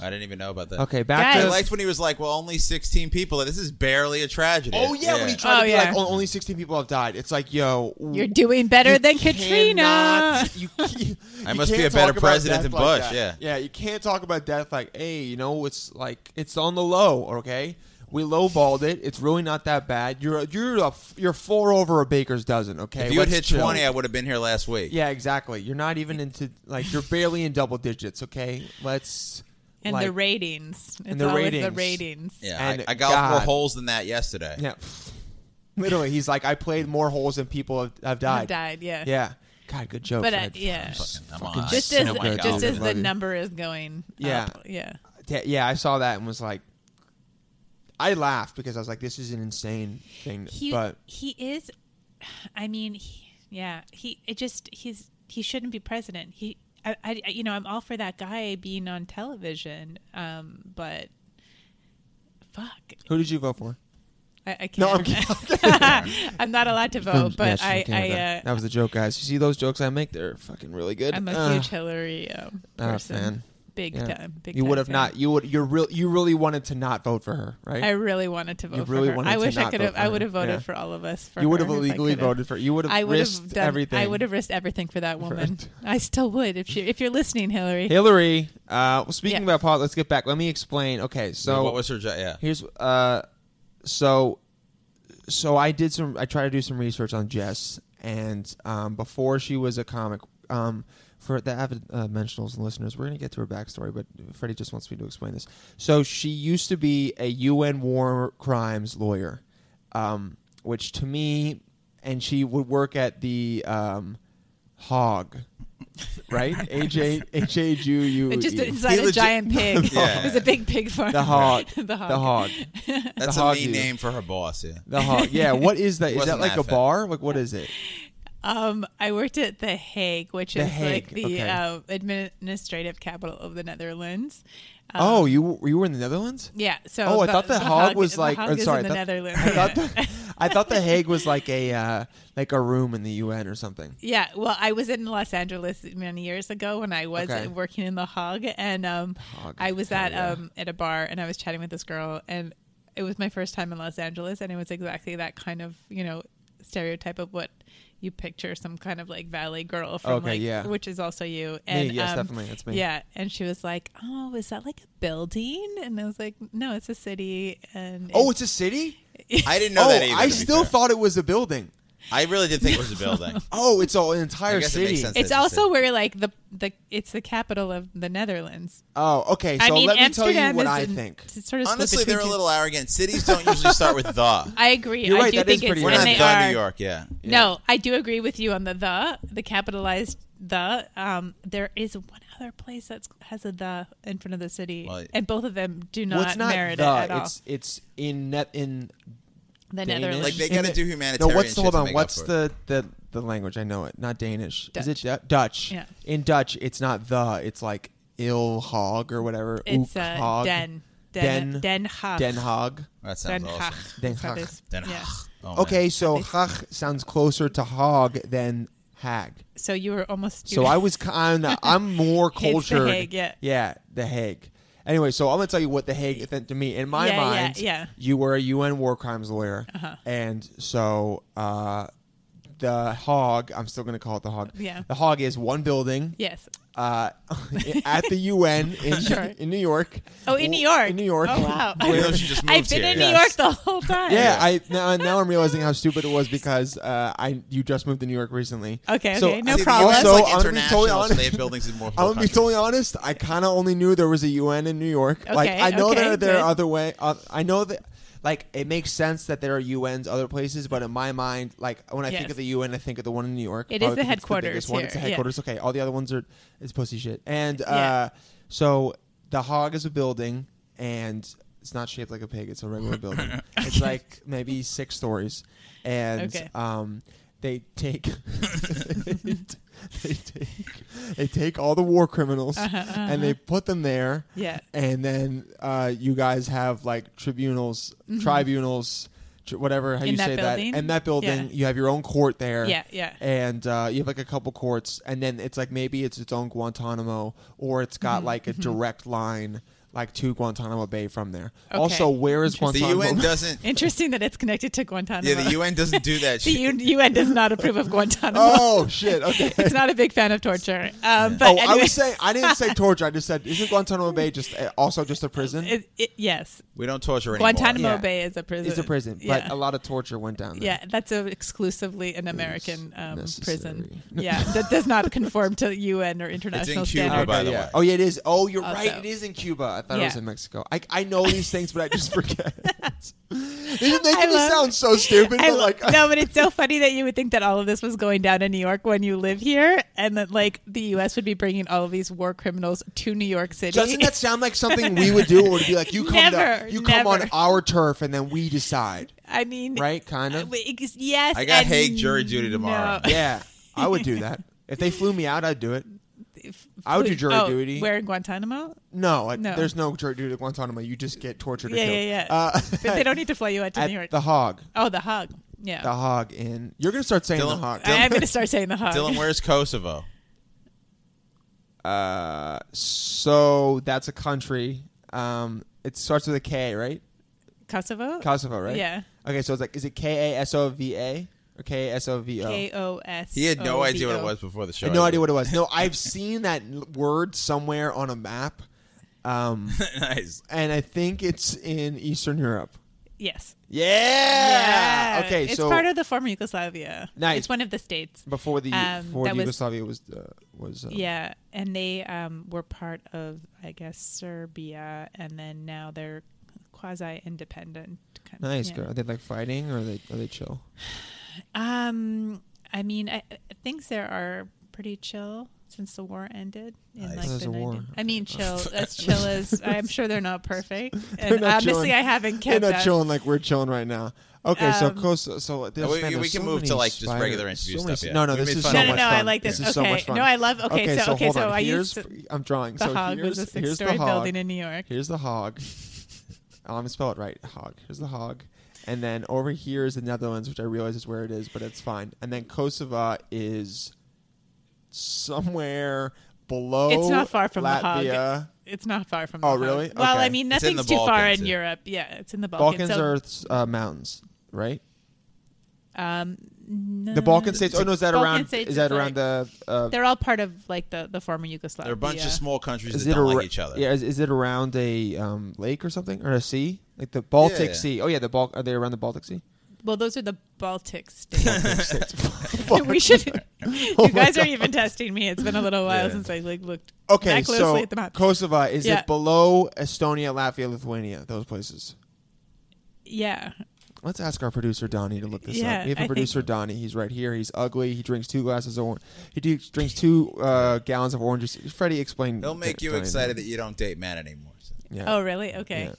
S2: I didn't even know about that.
S3: Okay, back
S4: Guys.
S2: I
S3: to
S2: liked when he was like, "Well, only 16 people. This is barely a tragedy."
S3: Oh yeah, when he tried
S4: Oh,
S3: to be
S4: yeah.
S3: like, "Oh, only 16 people have died. It's like, yo,
S4: you're doing better than katrina
S3: cannot- you, you,
S2: I
S3: you
S2: must be
S3: can't
S2: a
S3: talk
S2: better
S3: about
S2: president
S3: death
S2: than
S3: like
S2: Bush,
S3: that.
S2: yeah.
S3: yeah, you can't talk about death like, hey, you know, it's like it's on the low. Okay, we lowballed it. It's really not that bad. You're you're a, you're four over a baker's dozen. Okay,
S2: if you had
S3: Let's
S2: hit
S3: chill.
S2: 20, I would have been here last week.
S3: yeah, exactly. You're not even into like you're barely in double digits. Okay, let's
S4: and the
S3: like-
S4: ratings it's
S3: And the
S4: always the
S3: ratings.
S4: ratings
S2: Yeah,
S3: And
S2: I, I got more
S3: God.
S2: holes than that yesterday.
S3: yeah. Literally, he's like, I played more holes than people have, have died.
S4: Have died yeah
S3: Yeah. God, good joke.
S4: But, uh,
S3: Fred.
S4: yeah.
S3: I'm s-
S2: Fucking- I'm
S3: fucking
S2: on.
S4: just
S2: I
S4: as,
S2: know my
S4: just
S2: God.
S4: as the
S3: Love you.
S4: number is going
S3: Yeah.
S4: up. yeah
S3: Yeah, yeah, I saw that and was like, I laughed because I was like, this is an insane thing.
S4: he
S3: but
S4: he is i mean he, yeah he it just he's he shouldn't be president he I, I you know i'm all for that guy being on television um but fuck
S3: who did you vote for?
S4: i, I can't
S3: No, I'm
S4: I'm not allowed to vote but
S3: Yes,
S4: i
S3: okay,
S4: i
S3: that,
S4: uh,
S3: that was the joke, guys. You see those jokes I make? They're fucking really good.
S4: i'm a
S3: Uh,
S4: huge hillary um,
S3: uh,
S4: person
S3: fan.
S4: big
S3: yeah.
S4: time big
S3: You
S4: time
S3: would have
S4: fan.
S3: not. You would. You're real. You really wanted to not vote for her, right?
S4: I really wanted to vote
S3: really
S4: for her.
S3: wanted
S4: I
S3: to
S4: wish I
S3: not
S4: could
S3: vote
S4: have.
S3: for
S4: I
S3: her.
S4: would have voted
S3: Yeah.
S4: for all of us. For
S3: you would have
S4: her if I
S3: illegally
S4: could've.
S3: voted for. You would have.
S4: I would
S3: risked
S4: have done.
S3: everything.
S4: I would have risked everything for that woman.
S3: it.
S4: I still would if she. If you're listening, Hillary.
S3: Hillary. Uh, well, speaking
S4: Yeah.
S3: about Paul, let's get back. Let me explain. Okay, so
S2: what was her? jo- Yeah,
S3: Here's uh, so so I did some. I tried to do some research on Jess, and um, before she was a comic, um, for the avid uh, mentionals and listeners, we're going to get to her backstory, but Freddie just wants me to explain this. So she used to be a UN war crimes lawyer, um, which to me, and she would work at the um, Hog, right? H A H A G U U.
S4: It just
S3: E.
S4: inside
S2: He
S4: a
S2: legit-
S4: giant pig.
S2: Yeah.
S4: It was a big pig farm.
S3: the hog.
S4: the hog.
S3: The hog.
S2: That's
S3: The
S2: a
S3: hog
S2: mean
S3: dude.
S2: name for her boss. Yeah.
S3: The hog. Yeah. What is that? Is that
S2: Wasn't
S3: like
S2: that
S3: a
S2: fat.
S3: bar? Like what is it?
S4: Um, I worked at The Hague, which
S3: The
S4: is like
S3: Hague,
S4: the
S3: okay.
S4: uh, administrative capital of the Netherlands. Um,
S3: Oh, you you were in the Netherlands?
S4: yeah. So
S3: Oh, I thought the, hog was like.
S4: the
S3: or
S4: hog is
S3: sorry,
S4: in
S3: I
S4: the
S3: thought-
S4: Netherlands.
S3: I thought,
S4: yeah.
S3: the, I thought the Hague was like a uh, like a room in the UN or something.
S4: Yeah, well, I was in Los Angeles many years ago when I was
S3: Okay.
S4: uh working in the Hog, and um,
S3: Hog,
S4: I was
S3: hell
S4: at
S3: yeah.
S4: um, at a bar, and I was chatting with this girl, and it was my first time in Los Angeles, and it was exactly that kind of you know stereotype of what you picture some kind of like valley girl from
S3: Okay,
S4: like
S3: yeah.
S4: which is also you and
S3: yes,
S4: um,
S3: definitely, that's me.
S4: yeah and she was like oh is that like a building and i was like no it's a city and
S3: Oh, it's a city.
S2: I didn't know
S3: oh,
S2: that either.
S3: I
S2: to be
S3: still
S2: fair.
S3: thought it was a building.
S2: I really did think it was a building.
S3: Oh, it's all an entire
S2: I guess it
S3: city.
S2: makes sense.
S4: it's
S2: That's a
S4: also
S2: city.
S4: where like the the it's the capital of the netherlands
S3: Oh, okay. So
S4: I mean,
S3: let me
S4: Amsterdam
S3: tell you what
S4: is
S3: I
S4: in-
S3: think.
S4: it's sort of split
S2: Honestly,
S4: between
S2: they're a
S4: two-
S2: little arrogant. Cities don't usually start with the.
S4: I agree.
S3: You're
S4: I
S3: right,
S4: do
S3: that
S4: think
S3: is
S4: it's
S3: pretty
S2: We're
S4: and
S2: not
S4: they
S2: the
S4: are,
S2: New York. Yeah.
S4: No, I do agree with you on the the the capitalized the. Um, there is one other place that has a the in front of the city,
S2: Well,
S4: and both of them do not
S3: well, it's not
S4: merit
S3: the.
S4: it at all.
S3: it's it's in net in.
S4: the
S3: Danish?
S4: Netherlands,
S2: Like they
S3: Isn't
S2: gotta
S3: it-
S2: do humanitarian
S3: No, what's the, hold
S2: shit to
S3: on?
S2: make up
S3: What's
S2: for it.
S3: the, the the language? I know it. Not Danish. Is it
S4: Dutch.
S3: Du- Dutch?
S4: Yeah.
S3: In Dutch, it's not the. It's like ill hog or whatever.
S4: it's
S3: Ook
S4: uh,
S3: hog.
S4: Den Den
S3: Den-
S4: Den Haag
S3: Den hog.
S2: That sounds
S4: Den
S2: awesome.
S4: Haag.
S3: Den
S4: That's how
S3: Haag.
S4: this-
S2: Den
S4: yeah.
S2: Haag. Oh, man.
S3: Okay, so hach sounds closer to hog than hag.
S4: So you were almost.
S3: So I was kind of I'm more
S4: the
S3: cultured.
S4: Hague, yeah.
S3: yeah, the Hague. Anyway, so I'm gonna tell you what the Hague meant to me. In my
S4: Yeah, yeah,
S3: mind,
S4: yeah. Uh-huh.
S3: you were a UN war crimes lawyer, and so uh, the hog. I'm still gonna call it the hog.
S4: Yeah.
S3: the hog is one building
S4: yes.
S3: uh, at the UN in,
S4: Sure.
S3: in New York.
S4: Oh, in New
S3: Well,
S4: York.
S3: In New York.
S4: Oh wow.
S2: Even though she just moved
S4: I've been
S2: here.
S4: in
S3: Yes.
S4: New York the whole time.
S3: Yeah, I now, now I'm realizing how stupid it was because uh, I you just moved to New York recently.
S4: Okay,
S3: So
S4: okay, no
S2: See, the
S4: problem.
S2: US,
S3: Also,
S2: like,
S3: I'm gonna be totally
S2: international, so
S3: honest-
S2: They have buildings in multiple
S3: I'm gonna be
S2: countries.
S3: totally honest. I kind of only knew there was a UN in New York. like
S4: Okay,
S3: I know
S4: okay,
S3: there there
S4: good.
S3: are other way. Uh, I know that like it makes sense that there are UNs other places, but in my mind, like when I think
S4: Yes.
S3: of the UN, I think of the one in New York.
S4: It is
S3: Probably
S4: the
S3: because it's
S4: headquarters
S3: biggest one. It's the
S4: here, yeah.
S3: headquarters. Okay, all the other ones are it's pussy shit. And uh,
S4: Yeah.
S3: so the hog is a building, and it's not shaped like a pig. It's a regular building. It's like maybe six stories, and
S4: Okay.
S3: um, they take they take they take all the war criminals and they put them there.
S4: Uh-huh, Yeah.
S3: and then uh, you guys have like tribunals, tribunals. tr- Whatever, how
S4: Mm-hmm. In
S3: you
S4: that
S3: say
S4: building?
S3: that, in that building,
S4: Yeah.
S3: you have your own court there.
S4: Yeah, yeah.
S3: And uh, you have like a couple courts, and then it's like maybe it's its own Guantanamo, or it's
S4: Mm-hmm,
S3: got like a direct line, like to Guantanamo Bay from there.
S4: Okay.
S3: Also, where is
S2: The
S3: Guantanamo?
S2: UN
S3: Bay?
S2: doesn't.
S4: Interesting that it's connected to Guantanamo.
S2: Yeah, the UN doesn't do that.
S4: The
S2: shit.
S4: UN, does not approve of Guantanamo.
S3: oh shit! Okay.
S4: It's not a big fan of torture. Um, but
S3: Oh, I
S4: anyway-
S3: was saying I didn't say torture. I just said isn't Guantanamo Bay just uh, also just a prison?
S4: It- it- yes,
S2: We don't torture anymore.
S4: Guantanamo
S3: Yeah.
S4: Bay is a prison.
S3: it's a prison,
S4: yeah.
S3: but a lot of torture went down there.
S4: yeah, that's a exclusively an American um, prison.
S3: necessary.
S4: Yeah, that does not conform to UN or international
S3: Okay,
S2: Cuba, Oh,
S4: standards.
S2: by the
S3: yeah.
S2: way.
S3: Oh yeah, it is. Oh, you're
S4: Also.
S3: right. It is in Cuba. I thought it was
S4: Yeah.
S3: in Mexico. I, I know these things, but I just forget. They're making me
S4: love-
S3: sound so stupid.
S4: I
S3: but
S4: lo-
S3: like,
S4: no, but it's so funny that you would think that all of this was going down in New York when you live here, and that like the U.S. would be bringing all of these war criminals to New York City.
S3: Doesn't that sound like something we would do? It would be like you come
S4: Never,
S3: to, you come on
S4: never.
S3: our turf and then we decide,
S4: I mean,
S3: right? Kind of.
S4: Wait, ex- Yes.
S2: I got
S4: and
S2: Hague jury duty tomorrow.
S4: no.
S3: Yeah, I would do that. If they flew me out, I'd do it. I would do jury
S4: Oh,
S3: duty.
S4: We're in Guantanamo,
S3: No, I,
S4: No.
S3: there's no jury duty at Guantanamo. You just get tortured. or
S4: Yeah,
S3: killed.
S4: yeah, yeah.
S3: Uh,
S4: but they don't need to fly you out to New York.
S3: at the hog,
S4: oh, the hug. Yeah,
S3: the hog in. You're gonna start saying the
S2: Dylan-
S3: hog.
S4: I'm going to start saying the hug.
S2: Dylan, where's Kosovo?
S3: Uh, so that's a country. Um, it starts with a K, right?
S4: Kosovo.
S3: Kosovo, right?
S4: Yeah.
S3: Okay, so it's like, is it K A S O V A or K A S O V O?
S4: K O S.
S2: He had no idea what it was before the show.
S3: I had no idea what it was. No, I've seen that l- word somewhere on a map, um,
S2: nice.
S3: and I think it's in Eastern Europe.
S4: Yes.
S3: Yeah.
S4: Yeah.
S3: Okay,
S4: It's
S3: so
S4: part of the former Yugoslavia.
S3: Nice.
S4: It's one of the states.
S3: before the
S4: um,
S3: before
S4: that was-
S3: Yugoslavia was uh, was uh,
S4: Yeah, and they um, were part of, I guess, Serbia, and then now they're quasi-independent. Kind
S3: Nice
S4: yeah.
S3: girl. Are they like fighting or are they are they chill?
S4: Um, I mean, I, I- things there are pretty chill since the war ended. In
S2: Nice.
S4: like
S3: There's
S4: the
S3: a war.
S4: 90s. I mean, chill as chill as I'm sure they're not perfect. And
S3: not
S4: honestly,
S3: chilling.
S4: I haven't
S3: They're
S4: kept
S3: not
S4: up.
S3: chilling like we're chilling right now. Okay, so
S4: Um,
S3: close. So there's,
S2: we-
S3: man,
S2: we
S3: there's
S2: can
S3: so
S2: move to,
S3: many
S2: like, just
S3: spider-
S2: regular interview
S3: so many-
S2: stuff, yeah.
S3: No, no,
S2: We
S3: this
S2: made
S3: is
S2: fun
S3: so
S4: No,
S2: of
S4: no,
S3: much
S2: it.
S4: no!
S3: fun.
S4: I like this.
S3: This
S4: okay,
S3: is so much fun.
S4: no, I love. Okay, so,
S3: so
S4: okay,
S3: hold
S4: so
S3: on.
S4: I
S3: here's,
S4: used to,
S3: I'm drawing.
S4: the
S3: so
S4: hog
S3: here's,
S4: was a
S3: here's the
S4: six-story
S3: hog.
S4: building in New York.
S3: Here's the hog. I'm gonna spell it right. Hog. Here's the hog. And then over here is the Netherlands, which I realize is where it is, but it's fine. And then Kosovo is somewhere below.
S4: It's not far from the hog.
S3: Latvia.
S4: It's not far from.
S3: Oh,
S4: the hog.
S3: really?
S4: Well,
S3: Okay.
S4: I mean,
S2: It's in
S4: nothing's
S2: the
S4: too far
S2: Balkans,
S4: in
S2: it-
S4: Europe. Yeah, it's in the Balkans.
S3: Balkans are uh, mountains, right?
S4: are um, no,
S3: The Balkan states. Oh no, is that
S4: Balkan
S3: around?
S4: states
S3: Is that
S4: like-
S3: around the? Uh,
S4: They're all part of like the the former Yugoslavia.
S2: They're a bunch of small countries
S3: is
S2: that
S3: it
S2: don't
S3: ar-
S2: like each other.
S3: Yeah, is, is it around a um, lake or something or a sea? Like the Baltic
S2: Yeah.
S3: Sea. Oh yeah, the Bal- Are they around the Baltic Sea?
S4: Well, those are the Baltic states.
S3: Fuck.
S4: we should. you
S3: Oh my
S4: guys are even testing me. It's been a little while
S2: Yeah.
S4: since I like looked
S3: Okay,
S4: that closely
S3: so
S4: at the map.
S3: Kosovo is
S4: Yeah.
S3: it below Estonia, Latvia, Lithuania? Those places.
S4: yeah,
S3: Let's ask our producer Donnie to look this
S4: Yeah,
S3: up. We have
S4: I
S3: a
S4: think-
S3: producer Donnie. He's right here. He's ugly. He drinks two glasses of orange. He do- drinks two uh, gallons of oranges. Freddie, explain.
S2: They'll make you
S3: explain
S2: excited that you don't date men anymore. so.
S3: Yeah.
S4: Oh, really? Okay.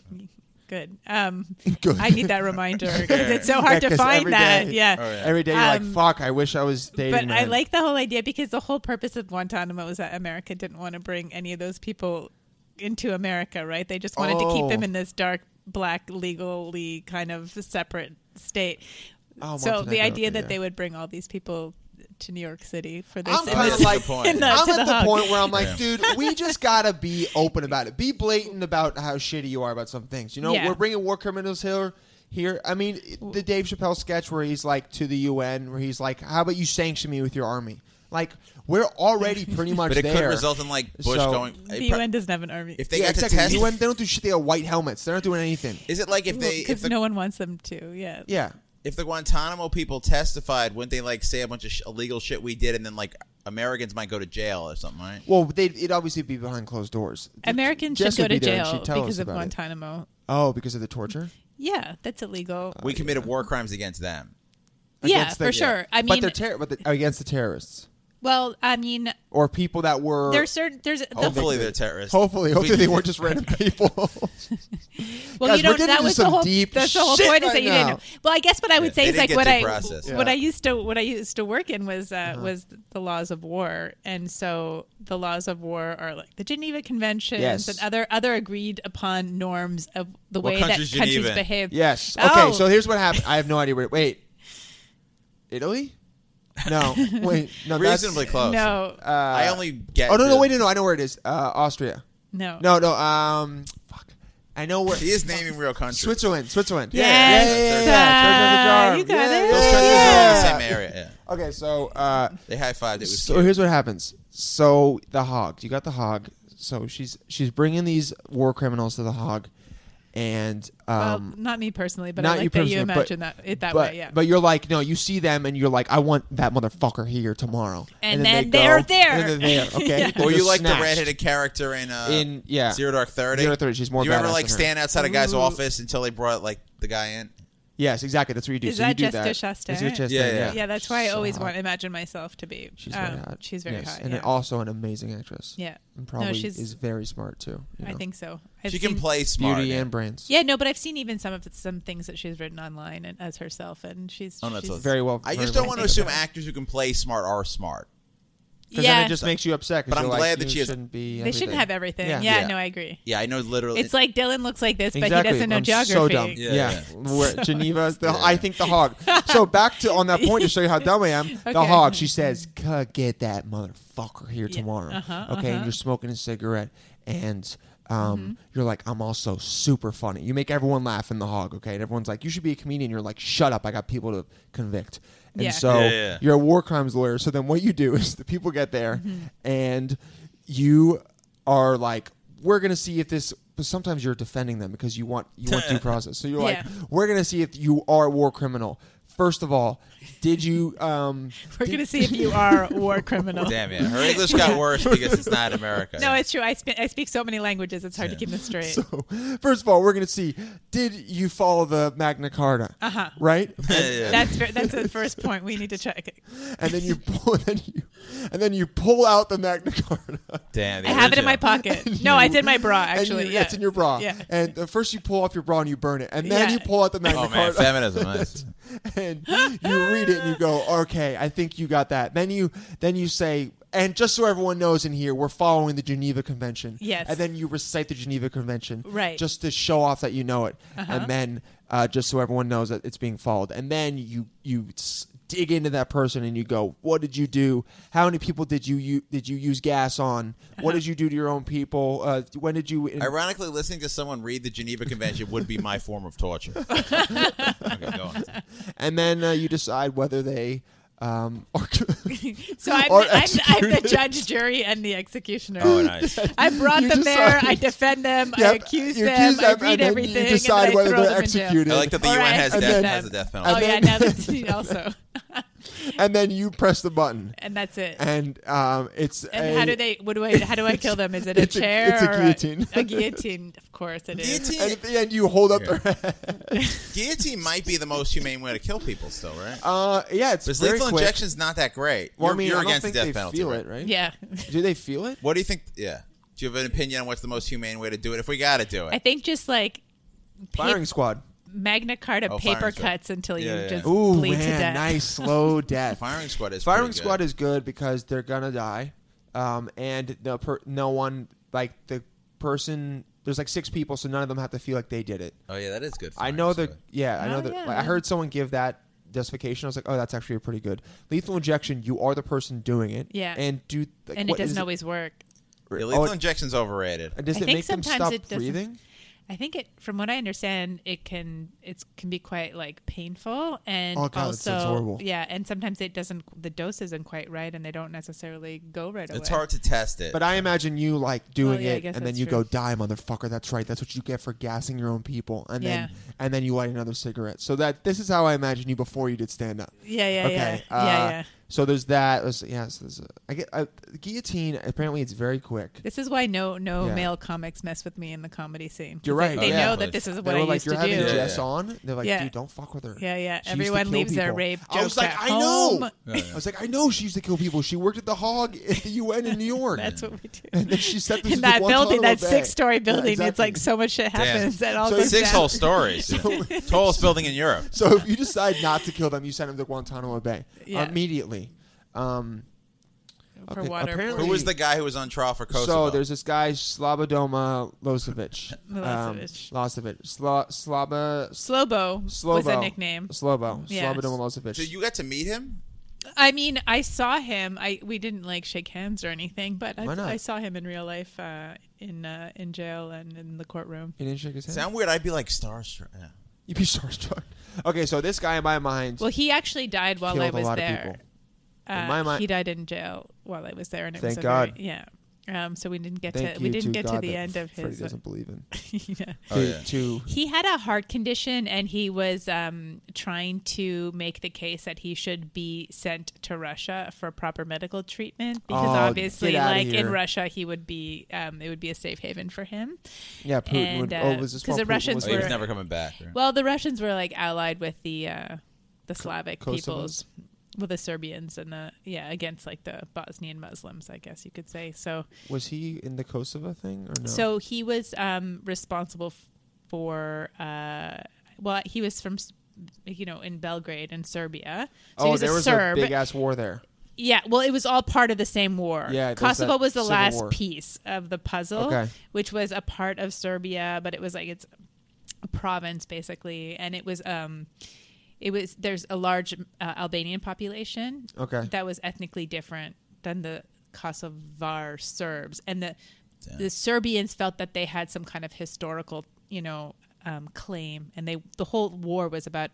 S4: Good. Um,
S3: Good.
S4: I need that reminder 'cause it's so
S3: Yeah,
S4: hard to
S3: 'cause
S4: find
S3: every
S4: that.
S3: day-
S4: Yeah.
S2: Oh, yeah.
S3: Every day you're
S4: Um,
S3: like, fuck. I wish I was dating.
S4: But I
S3: men."
S4: like the whole idea because the whole purpose of Guantanamo was that America didn't want to bring any of those people into America, right? They just wanted to keep them
S3: Oh.
S4: in this dark, black, legally kind of separate state.
S3: Oh,
S4: so the
S3: Montenegro,
S4: idea
S3: okay,
S4: that
S3: yeah.
S4: they would bring all these people to New York City for this.
S3: I'm
S4: and
S3: kind
S4: this-
S3: of like,
S2: Good point.
S4: and that-
S3: I'm
S4: to
S3: at the
S4: hug.
S3: point where I'm like,
S2: Yeah.
S3: dude, we just gotta be open about it. Be blatant about how shitty you are about some things. You know,
S4: Yeah.
S3: we're bringing war criminals here. Here, I mean, the Dave Chappelle sketch where he's like to the UN, where he's like, "How about you sanction me with your army?" Like, we're already pretty much
S2: But it
S3: there.
S2: could result in like Bush
S3: So-
S2: going.
S4: the UN doesn't have an army.
S2: If they
S3: yeah,
S2: got
S3: exactly.
S2: to test,
S3: The UN, they don't do shit. They have white helmets. They're not doing anything.
S2: is it like if they if
S4: because
S2: the,
S4: no one wants them to. Yeah.
S3: Yeah,
S2: if the Guantanamo people testified, wouldn't they like say a bunch of sh- illegal shit we did, and then like Americans might go to jail or something, right?
S3: well, they it'd obviously be behind closed doors.
S4: Americans
S3: Jess
S4: should go
S3: would
S4: to
S3: be there and
S4: jail
S3: she'd tell
S4: because
S3: us
S4: of
S3: about it.
S4: Guantanamo.
S3: Oh, because of the torture.
S4: Yeah, that's illegal.
S2: we committed war crimes against them.
S4: yeah,
S3: Against the-
S4: for sure. I
S3: but
S4: mean,
S3: they're ter- but the, against the terrorists
S4: well, I mean,
S3: or people that were
S4: there's certain there's the,
S2: Hopefully they're terrorists.
S3: Hopefully,
S2: We-
S3: hopefully they weren't just random people.
S4: well,
S3: Guys,
S4: you
S3: we're
S4: don't.
S3: getting
S4: That
S3: into
S4: was the
S3: some
S4: whole.
S3: deep
S4: That's the whole
S3: shit
S4: point is
S3: right
S4: that you
S3: now.
S4: didn't. know. Well, I guess what I would
S2: Yeah, they
S4: say is
S2: didn't
S4: like
S2: get
S4: what
S2: due
S4: I
S2: process.
S4: what
S3: Yeah.
S4: I used to what I used to work in was uh,
S3: Uh-huh.
S4: was the laws of war, and so the laws of war are like the Geneva Conventions
S3: Yes.
S4: and other other agreed upon norms of the
S2: What
S4: way that
S2: country's
S4: countries
S2: Geneva?
S4: behave.
S3: yes. Okay.
S4: Oh.
S3: So here's what happened. I have no idea where. Wait, Italy? No. Wait. No. that's-
S2: reasonably close.
S4: No,
S3: Uh,
S2: I only get.
S3: Oh no! No.
S2: the-
S3: Wait. No. no I know where it is. Uh, Austria.
S4: no,
S3: No. No. Um. Fuck. I know where.
S2: He is naming real countries.
S3: Switzerland. Switzerland.
S4: Yes,
S3: Yeah, yeah, yeah, yeah.
S4: uh,
S3: Third
S4: you
S3: of the jar.
S4: got
S3: Yeah,
S4: it.
S2: Those
S3: yeah,
S2: countries
S3: yeah.
S2: are in the same area. Yeah.
S3: Okay. So. Uh,
S2: They high fived. It was.
S3: so
S2: cute.
S3: here's what happens. So the hog, you got the hog. So she's she's bringing these war criminals to the hog, and
S4: Well,
S3: um,
S4: not me personally, but
S3: not
S4: I like
S3: you
S4: that you
S3: personally, but-
S4: imagine that it that
S3: but,
S4: way. Yeah.
S3: but you're like, no, you see them and you're like, I want that motherfucker here tomorrow.
S4: And then they're there.
S3: And then they're there. Okay.
S4: Yeah.
S3: They're
S2: or you
S3: just
S2: like
S3: snatched.
S2: the redheaded character in uh,
S3: in yeah.
S2: Zero Dark Thirty.
S3: Zero Thirty, she's more
S2: You ever
S3: badass
S2: like
S3: than her.
S2: stand outside a guy's
S4: Ooh.
S2: office until they brought like the guy in?
S3: Yes, exactly. That's what you do.
S4: Is
S3: so
S4: that
S3: you do
S4: Jessica
S3: that.
S4: Chastain?
S3: Jessica Chastain,
S2: Yeah,
S3: Yeah,
S2: yeah.
S4: yeah, that's why I
S3: So
S4: always
S3: hot.
S4: want to imagine myself to be.
S3: She's
S4: um,
S3: very hot.
S4: She's very
S3: Yes,
S4: hot.
S3: and
S4: yeah.
S3: also an amazing actress.
S4: Yeah.
S3: and probably
S4: no, she's.
S3: is very smart too. you
S4: I
S3: know.
S4: think so. I've
S2: she can
S4: seen-
S2: play smart.
S3: beauty
S2: yeah.
S3: and brains.
S4: Yeah, no, but I've seen even some of the, some things that she's written online and as herself, and she's.
S2: Oh, that's
S4: she's-
S2: awesome.
S3: very well.
S2: I
S3: very
S2: just
S3: well
S2: don't want to
S3: thought
S2: assume
S3: about.
S2: actors who can play smart are smart.
S3: Because
S4: yeah,
S3: then it just makes you upset. 'cause
S2: But I'm
S3: you're like,
S2: glad that
S3: you
S2: she has-
S3: shouldn't be.
S4: they shouldn't have everything. Yeah,
S2: Yeah.
S4: no, I agree.
S2: Yeah, I know. Literally,
S4: It's like Dylan looks like this, but
S3: Exactly.
S4: he doesn't know
S3: I'm
S4: geography.
S3: So dumb.
S2: Yeah,
S3: Yeah.
S2: yeah.
S3: Where Geneva is the I think the hog. So back to on that point to show you how dumb I am. The
S4: Okay.
S3: hog. She says, "C- "Get that motherfucker here tomorrow."
S4: Uh-huh,
S3: okay, and
S4: uh-huh. Mm-hmm.
S3: you're smoking a cigarette and. Um, You're like, I'm also super funny. You make everyone laugh in the hog, okay? And everyone's like, you should be a comedian. You're like, shut up. I got people to convict. And
S4: Yeah.
S3: so
S2: Yeah, yeah.
S3: you're a war crimes lawyer. So then what you do is the
S4: Mm-hmm.
S3: people get there and you are like, we're going to see if this but sometimes you're defending them because you want you want due process. So you're
S4: Yeah.
S3: like, we're gonna see if you are a war criminal. First of all, did you? Um,
S4: We're
S3: did-
S4: going to see if you are a war criminal.
S2: Damn it. Her English got worse because it's not America.
S4: No, it's true. I, spe- I speak so many languages, it's hard to keep them straight.
S3: So, first of all, we're going to see did you follow the Magna Carta?
S4: Uh-huh.
S3: Right?
S2: Yeah.
S4: that's ver- that's the first point we need to check.
S3: and then you pull and then you and then you pull out the Magna Carta.
S2: Damn. the
S4: I have it in my
S2: original.
S4: pocket. No, I did my bra
S3: And
S4: actually.
S3: you,
S4: yeah.
S3: It's in your bra.
S4: Yeah.
S3: And uh, first you pull off your bra and you burn it. And then
S4: Yeah.
S3: you pull out the Magna
S2: Oh,
S3: Carta
S2: man. Feminism. Nice.
S3: and you read it and you go, "Okay, I think you got that." Then you then you say and just so everyone knows in here, we're following the Geneva Convention.
S4: Yes.
S3: And then you recite the Geneva Convention.
S4: Right. Uh-huh.
S3: Just to show off that you know it. And then uh, just so everyone knows that it's being followed. And then you you s- dig into that person and you go, "What did you do? How many people did you, you did you use gas on? What
S4: Uh-huh.
S3: did you do to your own people? Uh, when did you in-
S2: Ironically, listening to someone read the Geneva Convention would be my form of torture. okay, go on.
S3: And then uh, you decide whether they um, are
S4: so I'm
S3: Or
S4: the, I'm, the- I'm the
S3: executed.
S4: judge, jury, and the executioner.
S2: Oh, nice.
S4: I brought
S3: You
S4: them there.
S3: decide-
S4: I defend them. I
S3: Yep,
S4: accuse
S3: you
S4: them.
S3: accuse
S4: I
S3: them,
S4: read
S3: and then
S4: everything.
S3: You
S4: and
S3: decide
S4: then I
S3: whether
S4: throw
S3: they're
S4: them in jail.
S3: executed.
S2: I like that the
S4: Or
S2: UN
S4: I
S2: has,
S4: execute
S2: death,
S4: them.
S2: has a death penalty.
S4: Oh
S3: And
S4: yeah,
S3: then-
S4: now that's also,
S3: and then you press the button,
S4: and that's it.
S3: and um, it's
S4: And
S3: a,
S4: how do they? What do I? How do I kill them? Is it a
S3: it's a-
S4: chair?
S3: it's a
S4: or
S3: guillotine.
S4: A, guillotine, of course it is.
S3: And
S2: Guillotine,
S3: at the end, you hold up
S2: Yeah.
S3: their head.
S2: guillotine might be the most humane way to kill people, still, right?
S3: Uh, yeah, it's
S2: Because
S3: very
S2: lethal
S3: quick.
S2: injection's not that great.
S3: Well,
S2: you're
S3: I mean,
S2: you're
S3: I don't
S2: against
S3: think
S2: the death
S3: they
S2: penalty.
S3: feel
S2: right?
S3: it, right?
S4: Yeah,
S3: Do they feel it?
S2: What do you think? Yeah. Do you have an opinion on what's the most humane way to do it? If we got to do it,
S4: I think just like pa-
S3: Firing squad.
S4: Magna Carta
S2: Oh,
S4: paper
S2: firing squad.
S4: cuts until you
S2: Yeah, yeah.
S4: just
S3: Ooh
S4: bleed to
S3: man,
S4: death.
S3: nice slow death.
S2: firing squad is
S3: Firing
S2: pretty
S3: squad
S2: good.
S3: is good because they're gonna die, um, and no per- no one like the person. There's like six people, so none of them have to feel like they did it.
S2: Oh yeah, that is good.
S3: I
S2: firing
S3: know the
S2: squad.
S3: yeah, I know
S4: Oh,
S3: that
S4: yeah,
S3: like, I
S4: yeah.
S3: heard someone give that justification. I was like, oh, that's actually pretty good. Lethal injection, you are the person doing it.
S4: Yeah.
S3: and do like,
S4: and it
S3: what is
S4: doesn't always work.
S2: Yeah,
S3: oh,
S2: lethal
S3: it-
S2: injection's overrated.
S3: and does
S4: I
S3: it
S4: think
S3: make them
S4: sometimes
S3: stop
S4: it doesn't-
S3: breathing?
S4: I think it, from what I understand, it can it can be quite like painful and
S3: Oh, God, that
S4: also
S3: sounds horrible.
S4: yeah, and sometimes it doesn't the dose isn't quite right and they don't necessarily go right away.
S2: It's hard to test it.
S3: But I imagine you like doing
S4: yeah, I
S3: it,
S4: guess
S3: and then
S4: that's
S3: you go,
S4: true.
S3: "Die, motherfucker!" That's right. That's what you get for gassing your own people, and then
S4: Yeah.
S3: and then you light another cigarette. So that this is how I imagine you before you did stand up.
S4: Yeah, yeah,
S3: okay,
S4: yeah,
S3: uh,
S4: yeah, yeah.
S3: So there's that. There's, yes, there's a, I get uh, guillotine. Apparently, it's very quick.
S4: This is why no no
S3: Yeah.
S4: male comics mess with me in the comedy scene.
S3: You're
S4: 'Cause they-
S3: right, Oh,
S4: They
S2: yeah.
S4: know that this is what
S3: they
S4: I
S3: were like,
S4: used
S3: "You're
S4: to
S3: having
S4: do.
S2: Yeah,
S3: Jess
S2: yeah.
S3: on." They're like,
S4: Yeah.
S3: "Dude, don't fuck with her."
S4: Yeah,
S3: She
S4: yeah.
S3: used to
S4: Everyone
S3: kill
S4: leaves their
S3: people.
S4: rape
S3: I was
S4: jokes
S3: like,
S4: at
S3: I
S4: home.
S3: know. I was like, I know she used to kill people. She worked at the Hog at the UN in New York.
S4: That's what we do.
S3: and then she set this
S4: in that building, that six
S3: six-story
S4: story building, it's like so much shit happens that all
S3: So
S4: goes
S2: Six
S4: down.
S2: whole stories. Tallest building in Europe.
S3: So if you decide not to kill them, you send them to Guantanamo Bay uh,
S4: Yeah.
S3: immediately. Um,
S4: for
S3: Okay,
S4: water.
S3: apparently-
S2: Who was the guy who was on trial for Kosovo?
S3: so there's this guy Slobodoma Losevic.
S4: Milosevic.
S3: Um, Losevic. Slo- Sloba.
S4: Slobo was a
S3: Slobo.
S4: nickname.
S3: Slobo.
S4: Yeah.
S3: Slobodoma Losevic.
S2: So you got to meet him?
S4: I mean, I saw him. I we didn't like shake hands or anything, but I,
S3: Why not?
S4: I saw him in real life uh, in uh, in jail and in the courtroom.
S3: He didn't shake his hand.
S2: Sound weird? I'd be like starstruck. Yeah. Oh,
S3: You'd be starstruck. Okay, so this guy in my mind
S4: Well, he actually died while
S3: killed
S4: I was
S3: a lot
S4: there.
S3: of people.
S4: Uh,
S3: In my mind-
S4: he died in jail while I was there, and it
S3: Thank
S4: was a
S3: God.
S4: Very, yeah. Um, so we didn't get
S3: Thank
S4: to
S3: you
S4: we didn't
S3: to
S4: get
S3: God
S4: to the
S3: that
S4: end of
S3: Freddie
S4: his. uh,
S3: doesn't believe in.
S4: yeah.
S2: Oh,
S3: to-
S2: yeah.
S3: to-
S4: He had a heart condition, and he was um, trying to make the case that he should be sent to Russia for proper medical treatment because
S3: Oh,
S4: obviously,
S3: get outta
S4: like in
S3: here.
S4: Russia, he would be um, it would be a safe haven for him.
S3: yeah, Putin
S4: And,
S3: would.
S4: uh,
S3: oh, was this
S4: 'cause
S3: while
S4: the
S3: Putin
S4: Russians
S3: was
S2: Oh, he was
S4: were-
S2: never coming back. right?
S4: Well, the Russians were like allied with the uh, the Slavic
S3: Kosovos?
S4: peoples, with the Serbians and the yeah against like the Bosnian Muslims, I guess you could say. So
S3: Was he in the Kosovo thing or no?
S4: So he was um, responsible f- for, uh, well, he was from, S- you know, in Belgrade in Serbia. So he
S3: oh,
S4: was
S3: there
S4: a
S3: was
S4: Serb.
S3: a big ass war there.
S4: yeah, well, it was all part of the same war.
S3: Yeah, there's
S4: Kosovo
S3: that
S4: was the
S3: civil
S4: last
S3: war.
S4: piece of the puzzle,
S3: Okay.
S4: which was a part of Serbia, but it was like it's a province basically, and it was. Um, it was there's a large uh, Albanian population
S3: Okay.
S4: that was ethnically different than the Kosovar Serbs, and the the Serbians felt that they had some kind of historical, you know, um, claim, and they the whole war was about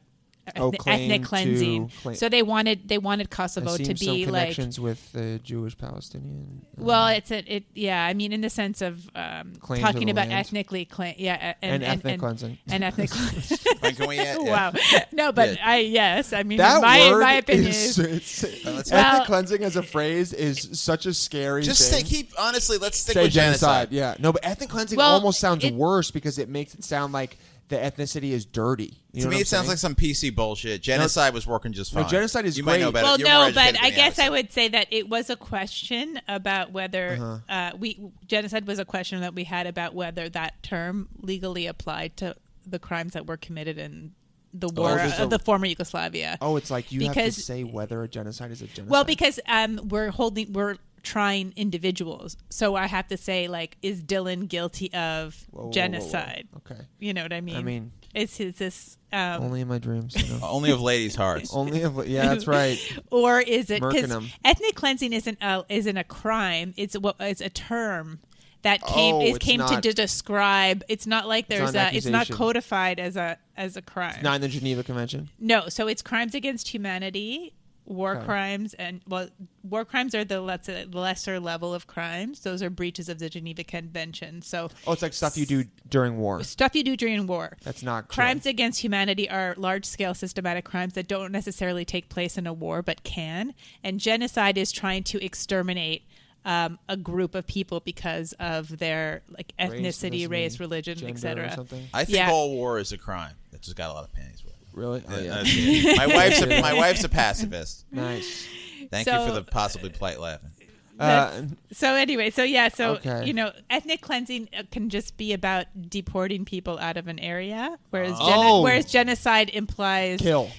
S3: Oh,
S4: ethnic,
S3: claim
S4: ethnic
S3: to-
S4: cleansing.
S3: claim-
S4: so they wanted they wanted Kosovo
S3: I
S4: to
S3: seen some
S4: be like
S3: connections with the Jewish Palestinian.
S4: well, it's a, it yeah. I mean, in the sense of um,
S3: Claim to
S4: talking
S3: the
S4: about
S3: land.
S4: ethnically clean, yeah, a-
S3: and,
S4: and,
S3: ethnic
S4: and,
S3: cleansing.
S4: and ethnic. clean-
S2: Like, can we, yeah, yeah.
S4: wow. No, but
S2: Yeah.
S4: I yes, I mean,
S3: That
S4: my
S3: word
S4: my opinion
S3: is,
S4: is
S3: it's- ethnic
S4: Well-
S3: cleansing as a phrase is such a scary.
S2: Just
S3: thing.
S2: stay, keep honestly. Let's stick
S3: say
S2: with genocide.
S3: genocide. Yeah, no, but ethnic cleansing
S4: Well,
S3: almost sounds
S4: it-
S3: worse because it makes it sound like the ethnicity is dirty. You know
S2: to me,
S3: what I'm
S2: it sounds
S3: saying?
S2: like some PC bullshit. Genocide was working just
S3: No,
S2: fine.
S3: genocide is
S2: you
S3: great.
S2: might know better.
S4: Well,
S2: You're more
S4: no, but
S2: educated
S4: I
S2: than
S4: guess
S2: am,
S4: I
S2: so-
S4: would say that it was a question about
S3: Uh-huh.
S4: whether uh, we genocide was a question that we had about whether that term legally applied to the crimes that were committed in the war
S3: there's
S4: of
S3: Oh, a-
S4: the former Yugoslavia.
S3: Oh, it's like you have to
S4: Because-
S3: say whether a genocide is a genocide.
S4: Well, because um, we're holding, we're trying individuals, so I have to say, like, is Dylan guilty of
S3: Whoa, whoa, whoa, whoa, whoa.
S4: genocide?
S3: Okay,
S4: You know what I mean?
S3: mean-
S4: is, is this um,
S3: only in my dreams. You know?
S2: only of ladies' hearts.
S3: only if, yeah, that's right.
S4: or is it
S3: Murking
S4: because
S3: 'em.
S4: ethnic cleansing isn't a, isn't a crime? It's what it's a term that came
S3: Oh,
S4: it
S3: it's
S4: came
S3: not-
S4: to, de- describe. It's not like there's
S3: not an
S4: a. It's not
S3: accusation.
S4: codified as a as a crime.
S3: Not in the Geneva Convention.
S4: no, so it's crimes against humanity, war
S3: Okay.
S4: crimes, and well, war crimes are the let's say, lesser level of crimes. Those are breaches of the Geneva Convention. So
S3: Oh, it's like stuff you do during war.
S4: stuff you do during war.
S3: That's not chill.
S4: Crimes against humanity are large scale systematic crimes that don't necessarily take place in a war but can. And genocide is trying to exterminate um, a group of people because of their like ethnicity, race, religion,
S3: gender, or
S4: etc.
S3: something?
S2: I think
S4: Yeah.
S2: all war is a crime. That just got a lot of panties with. it.
S3: Really? Oh, yeah.
S2: That's it. My wife's a,
S3: Yeah.
S2: my wife's a pacifist.
S3: nice.
S2: Thank
S4: So-
S2: you for the possibly polite laughing.
S3: Uh,
S4: So anyway, so yeah, so
S3: Okay.
S4: you know, ethnic cleansing uh, can just be about deporting people out of an area, whereas geno-
S3: Oh.
S4: whereas genocide implies
S3: kill.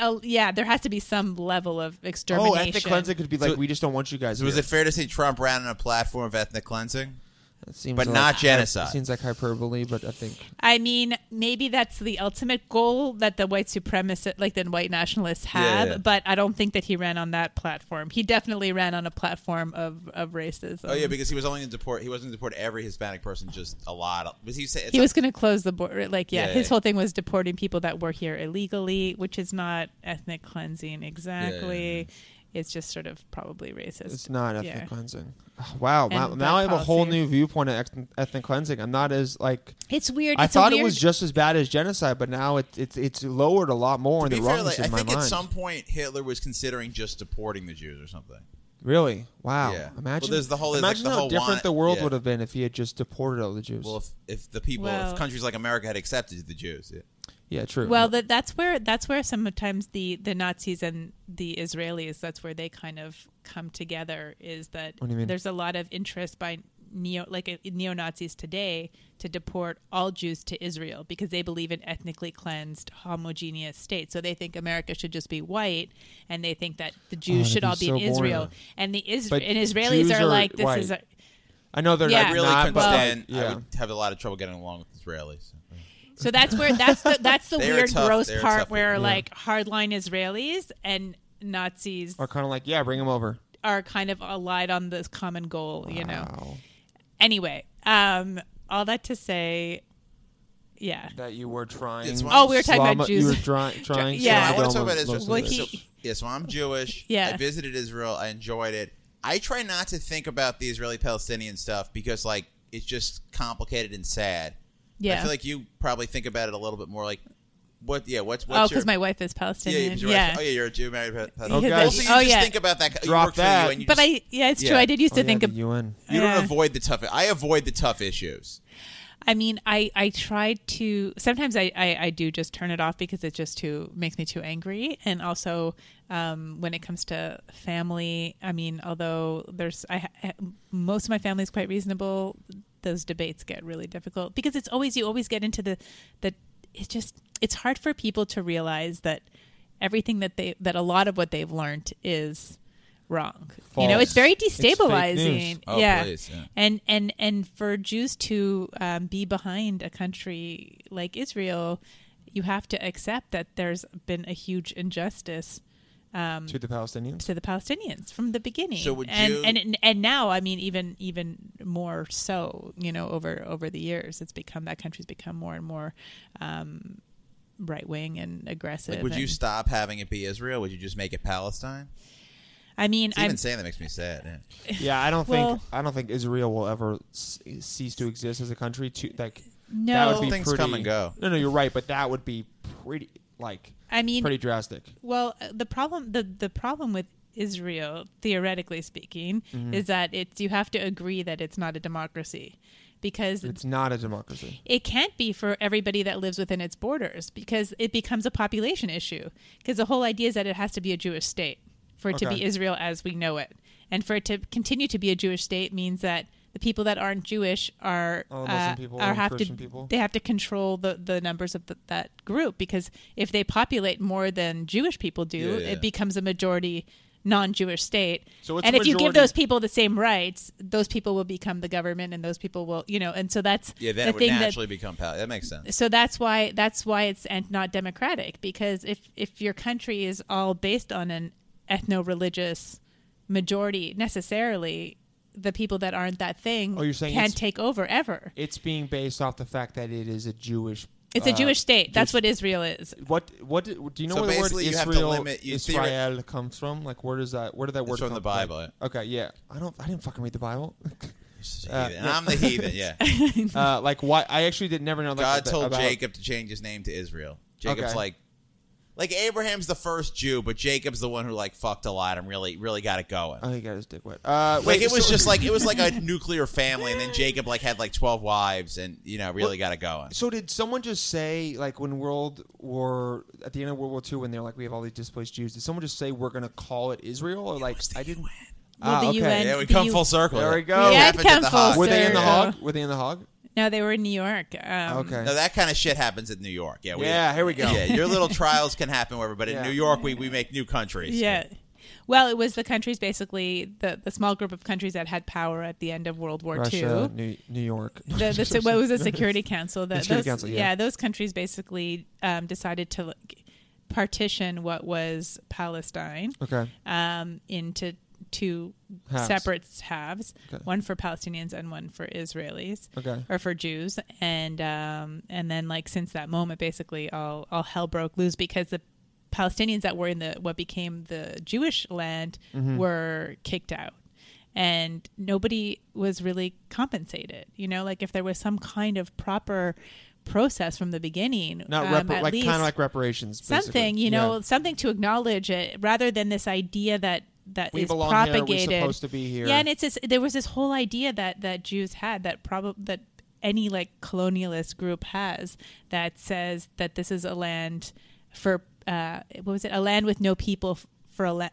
S4: Oh, yeah, there has to be some level of extermination.
S3: Oh, ethnic cleansing could be like
S2: So-
S3: we just don't want you guys.
S2: So was
S3: here.
S2: it fair to say Trump ran on a platform of ethnic cleansing?
S3: That seems
S2: but
S3: like-
S2: not
S3: that
S2: genocide.
S3: Seems like hyperbole, but I think
S4: I mean, maybe that's the ultimate goal that the white supremacist, like the white nationalists, have.
S2: yeah.
S4: But I don't think that he ran on that platform. He definitely ran on a platform of, of racism.
S2: Oh yeah,
S3: Um,
S2: because he was only going to deport. He wasn't going to deport every Hispanic person, just a lot. Was he say it's
S4: he was going to close the border. Like, yeah,
S2: Yeah,
S4: his
S2: yeah.
S4: whole thing was deporting people that were here illegally, which is not ethnic cleansing exactly. It's just sort of probably racist.
S3: it's not ethnic
S4: Yeah.
S3: cleansing. Wow, now,
S4: And
S3: now I
S4: that
S3: have a whole
S4: policy.
S3: new viewpoint of eth- ethnic cleansing. I'm not as like
S4: It's weird.
S3: I
S4: it's
S3: thought
S4: a weird,
S3: it was just as bad as genocide, but now it's it's it's lowered a lot more in
S2: To
S3: the
S2: be fair,
S3: wrongness
S2: like, I
S3: in my
S2: think
S3: mind.
S2: at some point Hitler was considering just deporting the Jews or something.
S3: really, wow.
S2: Yeah.
S3: Imagine
S2: Well, there's the whole- there's, like,
S3: imagine
S2: the
S3: how
S2: whole
S3: different
S2: want-
S3: the world
S2: yeah.
S3: would have been if he had just deported all the Jews.
S2: Well, if, if the people,
S4: Well-
S2: if countries like America had accepted the Jews, yeah.
S3: yeah, true.
S4: Well, that that's where that's where sometimes the the Nazis and the Israelis that's where they kind of come together is that
S3: do you mean?
S4: there's a lot of interest by neo like uh, neo-Nazis today to deport all Jews to Israel because they believe in ethnically cleansed homogeneous states. So they think America should just be white and they think that the
S3: that'd
S4: Jews should
S3: Oh, be
S4: all be
S3: so
S4: in Israel.
S3: boring.
S4: And the Isra-
S3: But
S4: and Israelis
S3: Jews
S4: are,
S3: are
S4: like this
S3: white.
S4: is a,
S3: I know they're
S4: Yeah.
S3: not
S2: I really
S4: Nah,
S2: couldn't
S3: but like,
S2: stand. I
S3: yeah.
S2: would have a lot of trouble getting along with Israelis.
S4: So that's where that's the that's the
S2: They are
S4: weird
S2: tough.
S4: gross
S2: They are
S4: part
S2: tough
S4: where
S2: people.
S4: like hardline Israelis and Nazis
S3: are kind of like yeah, bring him over.
S4: are kind of allied on this common goal, you know.
S3: Wow.
S4: Anyway, um all that to say yeah.
S3: that you were trying.
S2: It's one- Oh,
S4: we were talking about
S3: Slama- You were
S4: Jews.
S3: try- trying.
S4: Yeah.
S2: I
S4: I
S2: want
S3: Slama
S2: to talk about
S3: Doma-
S2: Israel.
S4: Well,
S2: so,
S4: he-
S2: yeah, so I'm Jewish.
S4: Yeah.
S2: I visited Israel. I enjoyed it. I try not to think about the Israeli-Palestinian stuff because, like, it's just complicated and sad. I
S4: Yeah.
S2: feel like you probably think about it a little bit more. Like, what? Yeah, what's
S4: oh,
S2: what's
S4: because
S2: your?
S4: my wife is
S2: yeah,
S4: Palestinian.
S2: you're
S4: Yeah.
S2: right. Oh yeah, you're a Jew married. to a Palestinian.
S4: Because
S3: Oh,
S4: I-
S3: guys.
S2: Also, you
S4: oh,
S2: just
S4: yeah.
S2: think about that. You
S3: Drop
S2: work for the
S3: that.
S2: UN, you
S4: But
S2: just-
S4: I yeah, it's
S2: Yeah.
S4: true. I did used
S3: Oh,
S4: to
S3: yeah,
S4: think
S3: the
S4: of
S3: UN.
S2: You don't
S4: Yeah.
S2: avoid the tough. I avoid the tough issues.
S4: I mean, I I try to sometimes I, I I do just turn it off because it just too makes me too angry, and also um, when it comes to family, I mean, although there's I ha- most of my family is quite reasonable, those debates get really difficult because it's always you always get into the the it's just it's hard for people to realize that everything that they that a lot of what they've learned is wrong. You know,
S3: False.
S4: it's very
S3: It's fake news.
S4: destabilizing.
S2: Oh,
S4: yeah.
S2: please, yeah.
S4: And and and for Jews to um, be behind a country like Israel, you have to accept that there's been a huge injustice
S3: to the Palestinians.
S4: to the Palestinians from the beginning.
S2: So would
S4: and,
S2: you-
S4: and and now, I mean, even even more so, you know, over over the years, it's become that country's become more and more um, right wing and aggressive.
S2: Like, would you
S4: and-
S2: stop having it be Israel? Would you just make it Palestine?
S4: I mean,
S2: It's
S4: I'm,
S2: even saying that makes me sad. Yeah.
S3: Yeah, I don't
S4: Well-
S3: think I don't think Israel will ever s- cease to exist as a country. To like,
S4: No.
S3: that would be
S2: Things
S3: pretty,
S2: come and go.
S3: No, no, you're right, but that would be pretty like
S4: I mean,
S3: pretty drastic.
S4: well, uh, the problem the the problem with Israel, theoretically speaking, is that it's you have to agree that it's not a democracy because
S3: It's not a democracy.
S4: it can't be for everybody that lives within its borders because it becomes a population issue. Because the whole idea is that it has to be a Jewish state for it to
S3: Okay.
S4: be Israel as we know it, and for it to continue to be a Jewish state means that the people that aren't Jewish are
S3: All Oh, the Muslim
S4: uh,
S3: people
S4: are
S3: and
S4: have
S3: Christian
S4: to
S3: people.
S4: they have to control the the numbers of the, that group because if they populate more than Jewish people do,
S2: Yeah, yeah, yeah.
S4: it becomes a majority non-Jewish state.
S3: So it's
S4: and
S3: a
S4: if you give
S3: majority-
S4: those people the same rights, those people will become the government, and those people will, you know, and so that's
S2: Yeah, then
S4: the
S2: it would
S4: thing that-
S2: naturally become Palestine. That makes sense.
S4: so that's why that's why it's and not democratic because if if your country is all based on an ethno-religious majority necessarily the people that aren't that thing
S3: Oh, you're saying
S4: can't
S3: it's-
S4: take over ever
S3: It's being based off the fact that it is a Jewish.
S4: it's a
S3: uh,
S4: jewish state that's
S3: Jewish-
S4: what israel is
S3: What what do do you know
S2: So
S3: where the word
S2: basically you have to
S3: Israel
S2: limit- you theori-
S3: Israel comes from? Like where does that where did that word
S2: It's from
S3: come
S2: the Bible.
S3: Like, okay, yeah. I don't I didn't fucking read the Bible.
S2: You're such a
S3: Uh,
S2: heathen.
S3: yeah.
S2: I'm the heathen. Yeah.
S3: uh, like why I actually did never know like,
S2: God
S3: about-
S2: told
S3: about-
S2: Jacob to change his name to Israel. Jacob's
S3: Okay.
S2: like, like Abraham's the first Jew, but Jacob's the one who like fucked a lot and really, really got it going.
S3: Oh, he got his dick wet. Uh,
S2: like
S3: wait,
S2: it was
S3: so-
S2: just like it was like a nuclear family, and then Jacob like had like twelve wives, and you know really got it going.
S3: So did someone just say like when World War at the end of World War II when they're like we have all these displaced Jews? Did someone just say we're gonna call it Israel or like I didn't?
S4: Well,
S3: Ah,
S4: the
S3: okay.
S4: UN
S2: Yeah, we
S4: the
S2: come
S4: U-
S2: full circle.
S3: There we go. We
S4: had
S2: Happened at
S4: come
S2: the
S4: full
S2: Hog.
S3: Were they in the
S4: Sir,
S3: hog? Were they in the hog?
S4: no they were in new york um,
S3: Okay.
S2: No, that kind of shit happens in New York. Yeah, we,
S3: Yeah, here we go.
S2: Yeah, your little trials can happen wherever, but in
S3: Yeah.
S2: New York, we, we make new countries.
S4: yeah well, it was the countries basically the, the small group of countries that had power at the end of World War II.
S3: Russia, New, New York.
S4: the, the, so what was the Security Council? The,
S3: Security
S4: those,
S3: Council, yeah.
S4: those countries basically um, decided to like, partition what was Palestine
S3: Okay.
S4: um, into two
S3: Halves.
S4: separate halves,
S3: Okay.
S4: one for Palestinians and one for Israelis
S3: Okay.
S4: or for Jews. And um, and then like since that moment, basically all all hell broke loose because the Palestinians that were in the what became the Jewish land
S3: Mm-hmm.
S4: were kicked out. And nobody was really compensated, you know. Like if there was some kind of proper process from the beginning,
S3: Not
S4: um,
S3: repar-
S4: at
S3: like kind
S4: least-
S3: of like reparations. basically.
S4: something you know something to acknowledge it rather than this idea that that is
S3: We belong here, we're
S4: propagated
S3: supposed to be here.
S4: yeah and it's this there was this whole idea that that jews had that probably that any like colonialist group has that says that this is a land for uh what was it a land with no people f- for a land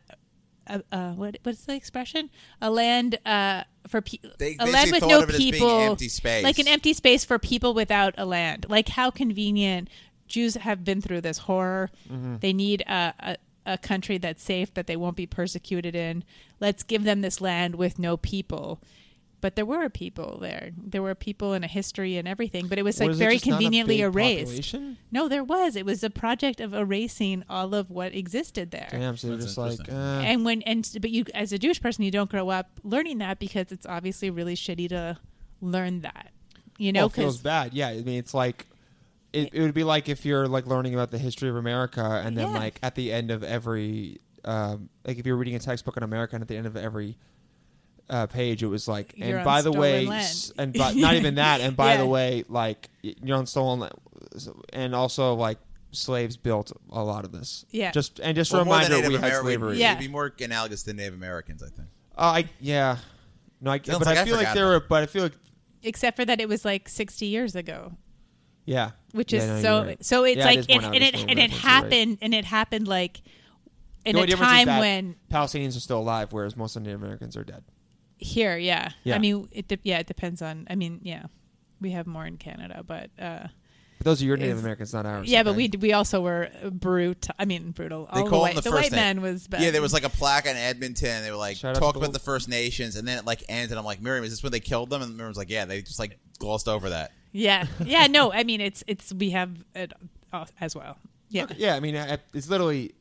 S4: uh, uh, what what's the expression? A land uh, for pe-
S2: They
S4: a land
S2: basically
S4: with
S2: thought
S4: no
S2: of it as being
S4: people,
S2: empty space.
S4: like an empty space for people without a land. Like how convenient. Jews have been through this horror.
S3: Mm-hmm.
S4: They need a, a a country that's safe that they won't be persecuted in. Let's give them this land with no people. But there were a people there. There were people and a history and everything. But it was like
S3: Was it
S4: very
S3: just not a
S4: conveniently
S3: big
S4: erased.
S3: population?
S4: No, there was. It was a project of erasing all of what existed there
S3: Damn, so they're
S2: That's
S3: just like
S2: interesting.
S3: uh,
S4: and when and but you as a Jewish person you don't grow up learning that because it's obviously really shitty to learn that you know
S3: well, Oh, it feels
S4: because
S3: bad. Yeah, I mean, it's like it, it would be like if you're like learning about the history of America, and then
S4: Yeah.
S3: like at the end of every, um, like if you're reading a textbook on America, and at the end of every uh, page, it was like,
S4: You're
S3: and
S4: on
S3: by the
S4: stolen
S3: way,
S4: land.
S3: s- and by, not even that, and by
S4: Yeah.
S3: the way, like y- you're on stolen, land. So- and also like slaves built a lot of this.
S4: Yeah.
S3: just and just a
S2: Well, more than
S3: reminder,
S2: Native
S3: we had
S2: Ameri-
S3: slavery.
S4: Yeah.
S2: It'd be more analogous to Native Americans, I think.
S3: Uh, I yeah. No, I, but
S2: Sounds like
S3: I
S2: I
S3: feel like
S2: forgot
S3: there were,
S2: about
S3: but I feel like
S4: except for that it was like 60 years ago
S3: yeah,
S4: which
S3: Yeah, no,
S4: is so
S3: you're right.
S4: so it's
S3: Yeah, it
S4: like
S3: is more
S4: and, and
S3: analogous
S4: it
S3: to
S4: and it
S3: Americans, you're right.
S4: happened and it happened like in
S3: The
S4: a
S3: only difference is
S4: time
S3: that
S4: when
S3: Palestinians are still alive, whereas most Native Americans are dead.
S4: here yeah.
S3: Yeah.
S4: I mean it de- yeah it depends on I mean yeah we have more in Canada but uh
S3: But those are your Native
S4: Is-
S3: Americans, not ours.
S4: yeah but
S3: Oh, okay?
S4: we we also were brute I mean brutal
S2: They
S4: all the
S2: call
S4: white
S2: them the
S4: white
S2: first name.
S4: man was bad.
S2: Yeah, there was like a plaque in Edmonton. They were like
S3: Shout out
S2: talk
S3: to
S2: about
S3: Gold-
S2: the First Nations, and then it like ends, and I'm like, Miriam, is this when they killed them? And Miriam's like, yeah, they just like glossed over that.
S4: Yeah, yeah. No, I mean it's it's we have it uh, as well. Yeah,
S3: Okay, yeah, I mean, I- it's literally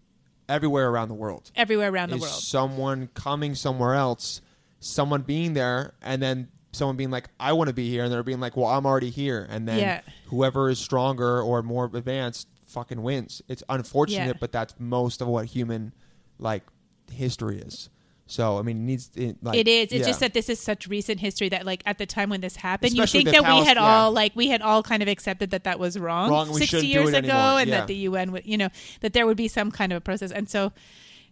S3: everywhere around the world.
S4: everywhere around the
S3: is
S4: world.
S3: someone coming somewhere else, someone being there, and then someone being like, "I want to be here," and they're being like, "Well, I'm already here," and then
S4: Yeah.
S3: whoever is stronger or more advanced fucking wins. It's unfortunate,
S4: Yeah.
S3: but that's most of what human like history is. So I mean, it needs it, like
S4: it is. It's
S3: yeah.
S4: just that this is such recent history that, like, at the time when this happened,
S3: Especially
S4: you
S3: the
S4: think that
S3: Palest-
S4: we had
S3: yeah.
S4: all, like, we had all kind of accepted that that was wrong,
S3: Wrong, we
S4: 60
S3: shouldn't do
S4: years
S3: it
S4: ago,
S3: anymore,
S4: and
S3: yeah.
S4: that the UN would, you know, that there would be some kind of a process. And so,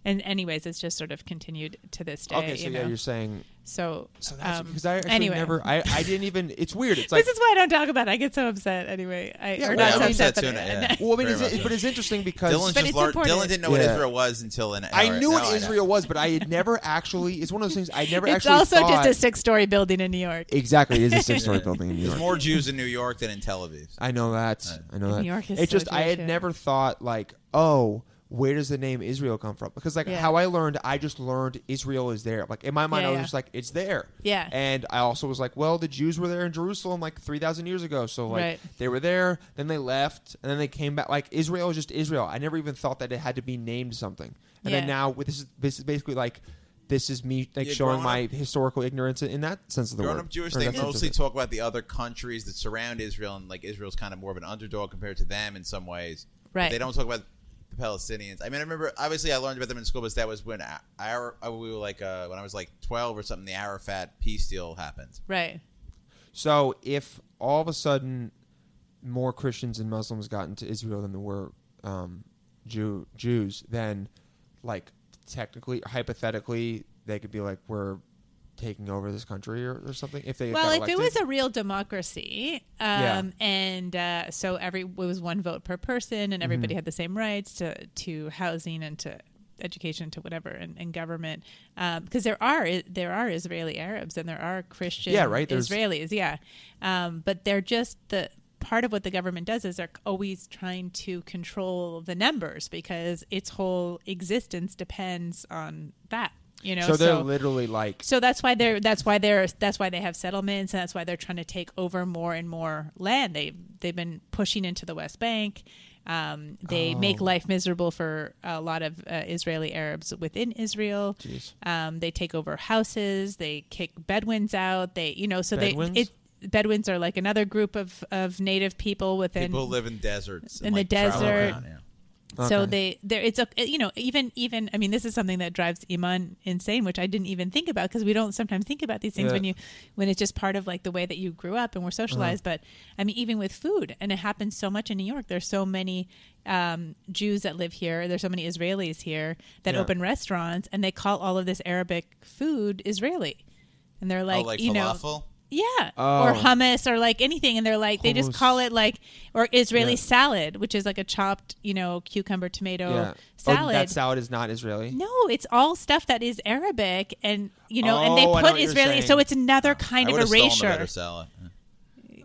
S4: and anyways, it's just sort of continued to this day.
S3: okay. So
S4: you
S3: yeah,
S4: know?
S3: you're saying
S4: so,
S3: so that's
S4: um,
S3: because I actually
S4: anyway.
S3: never I, I didn't even. It's weird. It's like
S4: this is why I don't talk about it. I get so upset anyway. I,
S3: Yeah, well,
S4: or not
S3: yeah,
S4: so
S3: I'm
S4: upset,
S2: upset too,
S4: but,
S2: yeah.
S3: well, I mean,
S2: Very
S3: it's,
S2: much
S3: it,
S2: so.
S3: but it's interesting because
S2: Dylan's
S4: But
S2: just
S4: it's
S2: learned,
S4: important.
S2: Dylan didn't know what
S3: Yeah.
S2: Israel was until an hour.
S3: I knew
S2: now
S3: what
S2: know.
S3: Israel was, but I had never actually. It's one of those things I never
S4: It's
S3: actually.
S4: also
S3: thought-
S4: just a six-story building in New York.
S3: exactly. It is a six-story building in New
S2: There's
S3: York.
S2: more Jews in New York than in Tel Aviv.
S3: I know that. I know that.
S4: New York is
S3: It
S4: so
S3: just I had
S4: Jewish, yeah.
S3: never thought like, oh, where does the name Israel come from? Because like
S4: Yeah.
S3: how I learned, I just learned Israel is there. Like in my mind,
S4: Yeah,
S3: I was
S4: yeah.
S3: just like, it's there.
S4: Yeah.
S3: And I also was like, well, the Jews were there in Jerusalem like three thousand years ago, so like
S4: Right.
S3: they were there, then they left, and then they came back. Like Israel is just Israel. I never even thought that it had to be named something. And then
S4: Yeah.
S3: now with this is this is basically like. This is me like
S2: Yeah,
S3: showing
S2: growing
S3: my historical ignorance in- in that sense of the
S2: Grown
S3: word.
S2: up Jewish,
S3: or
S2: they
S3: that sense of
S2: mostly
S3: it.
S2: talk about the other countries that surround Israel, and like Israel's kind of more of an underdog compared to them in some ways. But
S4: Right.
S2: they don't talk about the Palestinians. I mean, I remember obviously I learned about them in school, but that was when I, I, we were like uh, when I was like 12 or something. The Arafat peace deal happened.
S4: Right.
S3: So if all of a sudden more Christians and Muslims got into Israel than there were um, Jew Jews, then like technically, hypothetically, they could be like we're taking over this country or, or something. If they
S4: Well,
S3: got
S4: if it
S3: elected.
S4: was a real democracy, um,
S3: Yeah.
S4: and uh, so every it was one vote per person, and
S3: Mm-hmm.
S4: everybody had the same rights to to housing and to education to whatever and, and government because there are there are israeli arabs and there are christian
S3: Yeah, right, there's-
S4: israelis yeah um, but they're just the part of what the government does is they're always trying to control the numbers because its whole existence depends on that you know
S3: so they're literally like
S4: so that's why they're that's why they're that's why they have settlements and that's why they're trying to take over more and more land. They they've been pushing into the West Bank. Um,
S3: Oh.
S4: they make life miserable for a lot of uh, Israeli Arabs within Israel.
S3: Jeez.
S4: Um, they take over houses. They kick Bedouins out. They you know so
S3: Bedouins?
S4: they it, Bedouins are like another group of of native people within
S2: People live in deserts. and,
S4: in the
S2: like, travel
S4: desert.
S2: around, yeah.
S4: so
S3: Okay.
S4: they there it's a you know even even I mean this is something that drives Iman insane, which I didn't even think about because we don't sometimes think about these things
S3: Yeah.
S4: when you when it's just part of like the way that you grew up and were socialized. But I mean even with food, and it happens so much in New York. There's so many um, Jews that live here. There's so many Israelis here that
S3: Yeah.
S4: open restaurants, and they call all of this Arabic food Israeli, and they're like,
S2: oh, like
S4: you know.
S2: falafel.
S4: Yeah.
S3: Oh.
S4: Or hummus or like anything. And they're like, they just
S3: Hummus.
S4: call it like, or Israeli
S3: Yeah.
S4: salad, which is like a chopped, you know, cucumber, tomato
S3: yeah. Oh,
S4: salad.
S3: that salad is not Israeli.
S4: no, it's all stuff that is Arabic and, you know, and they
S3: Oh, I know
S4: put
S3: what you're
S4: Israeli.
S3: saying.
S4: So it's another kind
S2: I
S4: of
S2: would've stolen the
S4: erasure.
S2: better salad. Yeah.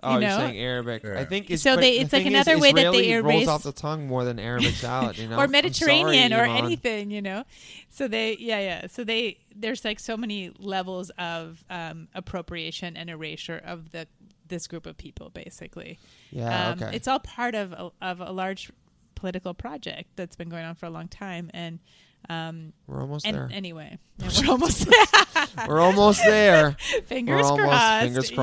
S3: Oh,
S4: you
S3: you're
S4: know?
S3: saying Arabic. I
S2: Yeah.
S3: think it's,
S4: So
S3: but
S4: they-
S3: the
S4: it's like
S3: thing
S4: another
S3: is,
S4: way that
S3: Israeli
S4: they
S3: rolls
S4: erase-
S3: off the tongue more than Arabic salad, you know, I'm
S4: or
S3: sorry,
S4: Mediterranean or
S3: Iman.
S4: anything, you know. So they, yeah, yeah. So they, there's like so many levels of um, appropriation and erasure of the this group of people, basically.
S3: Yeah, Oh, okay.
S4: Um, It's all part of a, of a large political project that's been going on for a long time, and um,
S3: We're almost
S4: and
S3: there.
S4: anyway, yeah, we're almost there.
S3: We're almost there.
S4: fingers
S3: almost-
S4: crossed.
S3: fingers
S4: Yeah,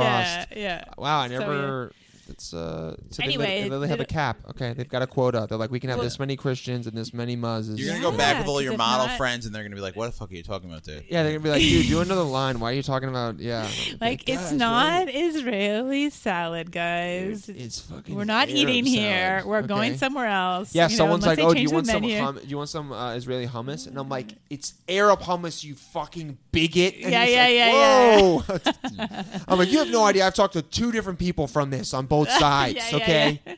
S3: crossed.
S4: yeah.
S3: Wow, I
S4: So, yeah.
S3: never. It's uh. So they,
S4: Anyway,
S3: they have a
S4: they-
S3: cap. Okay, they've got a quota. They're like, we can have
S4: Well-
S3: this many Christians and this many Muzzes.
S2: You're
S4: Yeah,
S2: gonna go back with all
S4: 'cause
S2: your
S4: if
S2: model
S4: not-
S2: friends, and they're gonna be like, "What the fuck are you talking about, dude?"
S3: Yeah, they're gonna be like, dude, do another line. Why are you talking about? Yeah,
S4: Like
S3: guys,
S4: it's
S3: what-
S4: not Israeli salad, guys.
S3: It's fucking.
S4: We're not
S3: Arab
S4: eating here.
S3: salad.
S4: We're
S3: Okay.
S4: going somewhere else.
S3: Yeah,
S4: You know,
S3: someone's like,
S4: unless they
S3: "Oh, do you
S4: change the
S3: want some?
S4: menu.
S3: Hum- do you want some uh, Israeli hummus?" And I'm like, "It's Arab hummus, you fucking bigot!" And
S4: Yeah,
S3: he's
S4: yeah,
S3: like,
S4: yeah, yeah.
S3: Whoa! I'm like, "You have no idea. I've talked to two different people from this on both sides."
S4: Yeah, yeah,
S3: okay,
S4: yeah.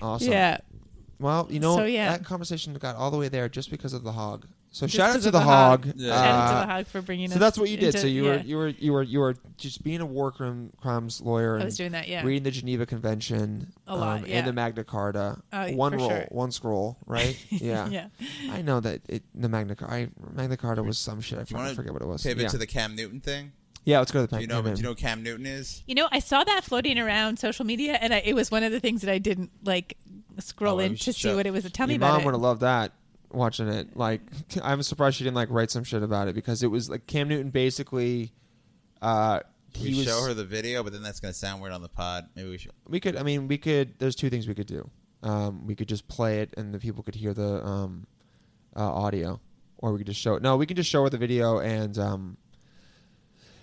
S3: awesome.
S4: yeah.
S3: Well, you know
S4: So, yeah.
S3: that conversation got all the way there just because of the hog. So
S4: Just
S3: shout out
S4: because
S3: to
S4: of
S3: the,
S4: the
S3: hog.
S4: hog.
S2: Yeah.
S4: Shout out to
S3: Uh,
S4: the hog for bringing.
S3: So
S4: us
S3: that's what you did.
S4: into-
S3: so you were
S4: yeah.
S3: you were you were you were just being a war crime crimes lawyer.
S4: I
S3: and
S4: was doing that. Yeah.
S3: Reading the Geneva Convention
S4: A lot, yeah.
S3: and the Magna Carta.
S4: Oh, y-
S3: one
S4: for
S3: roll,
S4: sure.
S3: one scroll, right? Yeah.
S4: yeah.
S3: I know that it, the Magna Carta. I, Magna Carta was some shit. I,
S2: Do you
S3: fucking
S2: wanna
S3: forget what it was.
S2: Pivot
S3: yeah.
S2: to the Cam Newton thing.
S3: yeah, let's go to the.
S2: Do you know?
S3: Magna
S2: Do you
S3: Carta.
S2: know who Cam Newton is?
S4: You know, I saw that floating around social media, and I, it was one of the things that I didn't like scroll
S2: Oh, I
S4: in
S2: was
S4: to see
S2: shocked.
S4: what it was. Tell me
S3: Your
S4: about
S3: mom
S4: it.
S3: would have loved that watching it. Like, I'm surprised she didn't like write some shit about it because it was like Cam Newton basically. Uh,
S2: We
S3: he was.
S2: show her the video, but then that's gonna sound weird on the pod. Maybe we should.
S3: We could. I mean, we could. There's two things we could do. um, we could just play it and the people could hear the um, uh, audio, or we could just show it. No, we can just show her the video and um,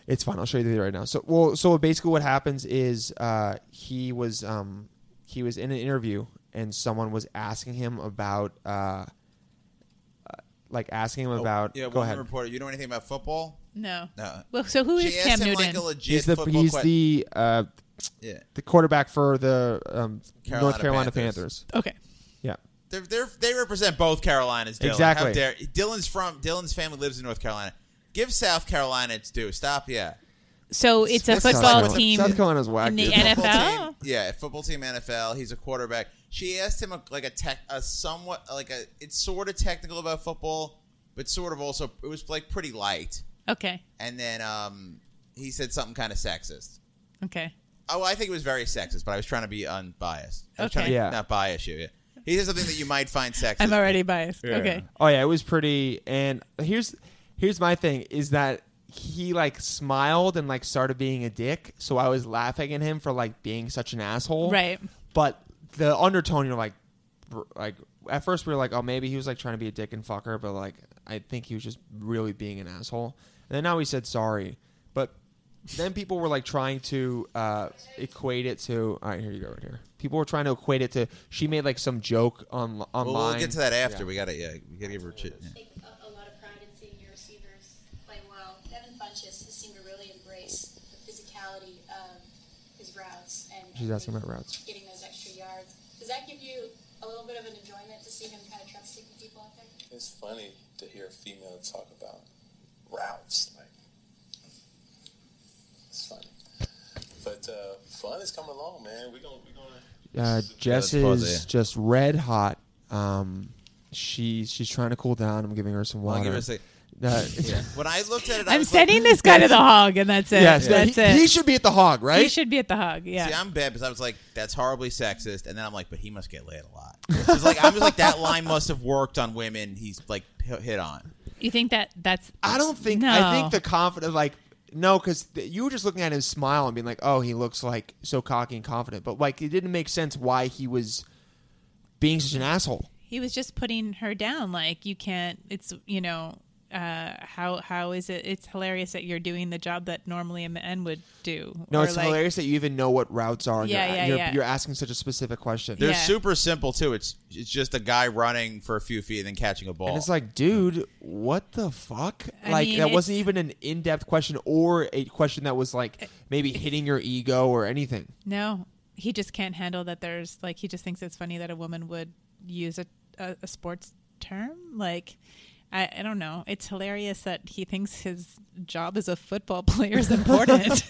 S3: it's fine. I'll show you the video right now. So, well, so basically, what happens is uh, he was um, he was in an interview, and someone was asking him about uh, uh, like asking him Oh, about.
S2: Oh, yeah,
S3: go
S2: woman
S3: ahead.
S2: reporter. You know anything about football?
S4: No.
S2: No.
S4: Well, so who
S2: she
S4: is Cam
S2: asked him
S4: Newton?
S2: like a legit
S3: He's the
S2: football
S3: he's
S2: que-
S3: the uh,
S2: yeah.
S3: the quarterback for the um,
S2: Carolina
S3: North Carolina
S2: Panthers.
S3: Panthers.
S4: okay.
S3: Yeah,
S2: They're, they're, they represent both Carolinas. Dylan.
S3: Exactly.
S2: How dare, Dylan's from Dylan's family lives in North Carolina. Give South Carolina its due. Stop. Yeah.
S4: So it's a
S2: It's South
S4: football
S2: Carolina.
S4: team.
S3: South Carolina's whack.
S4: in the
S3: dude.
S4: NFL.
S2: Football team- yeah, football team NFL. He's a quarterback. She asked him a, like a tech, a somewhat like a it's sort of technical about football, but sort of also it was like pretty light.
S4: Okay.
S2: And then um, he said something kind of sexist.
S4: Okay.
S2: Oh, I think it was very sexist, but I was trying to be unbiased. I was
S4: Okay.
S2: trying to
S3: Yeah.
S2: not bias you. Yeah. He said something that you might find sexist.
S4: I'm already biased. Okay.
S3: Oh yeah, it was pretty. And here's here's my thing is that he like smiled and like started being a dick, so I was laughing at him for like being such an asshole.
S4: Right.
S3: But the undertone, you're like, br- like at first we were like, oh maybe he was like trying to be a dick and fucker, but like I think he was just really being an asshole. And then now he said sorry, but then people were like trying to uh, equate it to. All right, here you go, right here. People were trying to equate it to. She made like some joke on online.
S2: Well, we'll get to that after.
S3: Yeah.
S2: We gotta yeah, we gotta give her a chit. yeah.
S5: take a, a lot of pride in seeing your receivers play well. Devin Funchess has seemed to really embrace the physicality of his routes and
S3: She's asking about routes.
S5: getting those extra yards. Does that give you a little bit of an enjoyment to see him kind of trusting people out there?
S6: It's funny to hear a female talk about routes. Like, it's funny. But uh, fun is coming along, man. We're going to.
S3: uh, Jess
S2: Yeah, it's
S3: is
S2: fuzzy.
S3: just red hot. Um, she she's trying to cool down. I'm giving her some water.
S2: I'll give her a sec.
S3: Uh,
S2: When I looked at it, I
S4: I'm
S2: was like-
S4: sending this guy to the hog, and that's it.
S3: yes,
S4: That's
S3: he,
S4: it.
S3: he should be at the hog, right?
S4: He should be at the hog. Yeah.
S2: See, I'm bad because I was like, that's horribly sexist, and then I'm like, but he must get laid a lot. It's like I'm just like that line must have worked on women. He's like h- hit on.
S4: you think that that's?
S3: I don't think.
S4: No.
S3: I think the confident like. No, because th- you were just looking at his smile and being like, "Oh, he looks like so cocky and confident," but like it didn't make sense why he was being such an asshole.
S4: he was just putting her down. Like you can't. It's you know. Uh, how how is it? It's hilarious that you're doing the job that normally a man would do.
S3: No,
S4: Or,
S3: it's
S4: like,
S3: hilarious that you even know what routes are. And
S4: Yeah,
S3: you're,
S4: yeah,
S3: you're,
S4: yeah.
S3: you're asking such a specific question.
S2: They're
S4: Yeah.
S2: super simple too. It's it's just a guy running for a few feet and then catching a ball.
S3: And it's like, dude, what the fuck?
S4: I
S3: like
S4: mean,
S3: that wasn't
S4: it's-
S3: even an in-depth question or a question that was like maybe hitting your ego or anything.
S4: No, he just can't handle that. There's like he just thinks it's funny that a woman would use a a, a sports term. Like I, I don't know. It's hilarious that he thinks his job as a football player is important.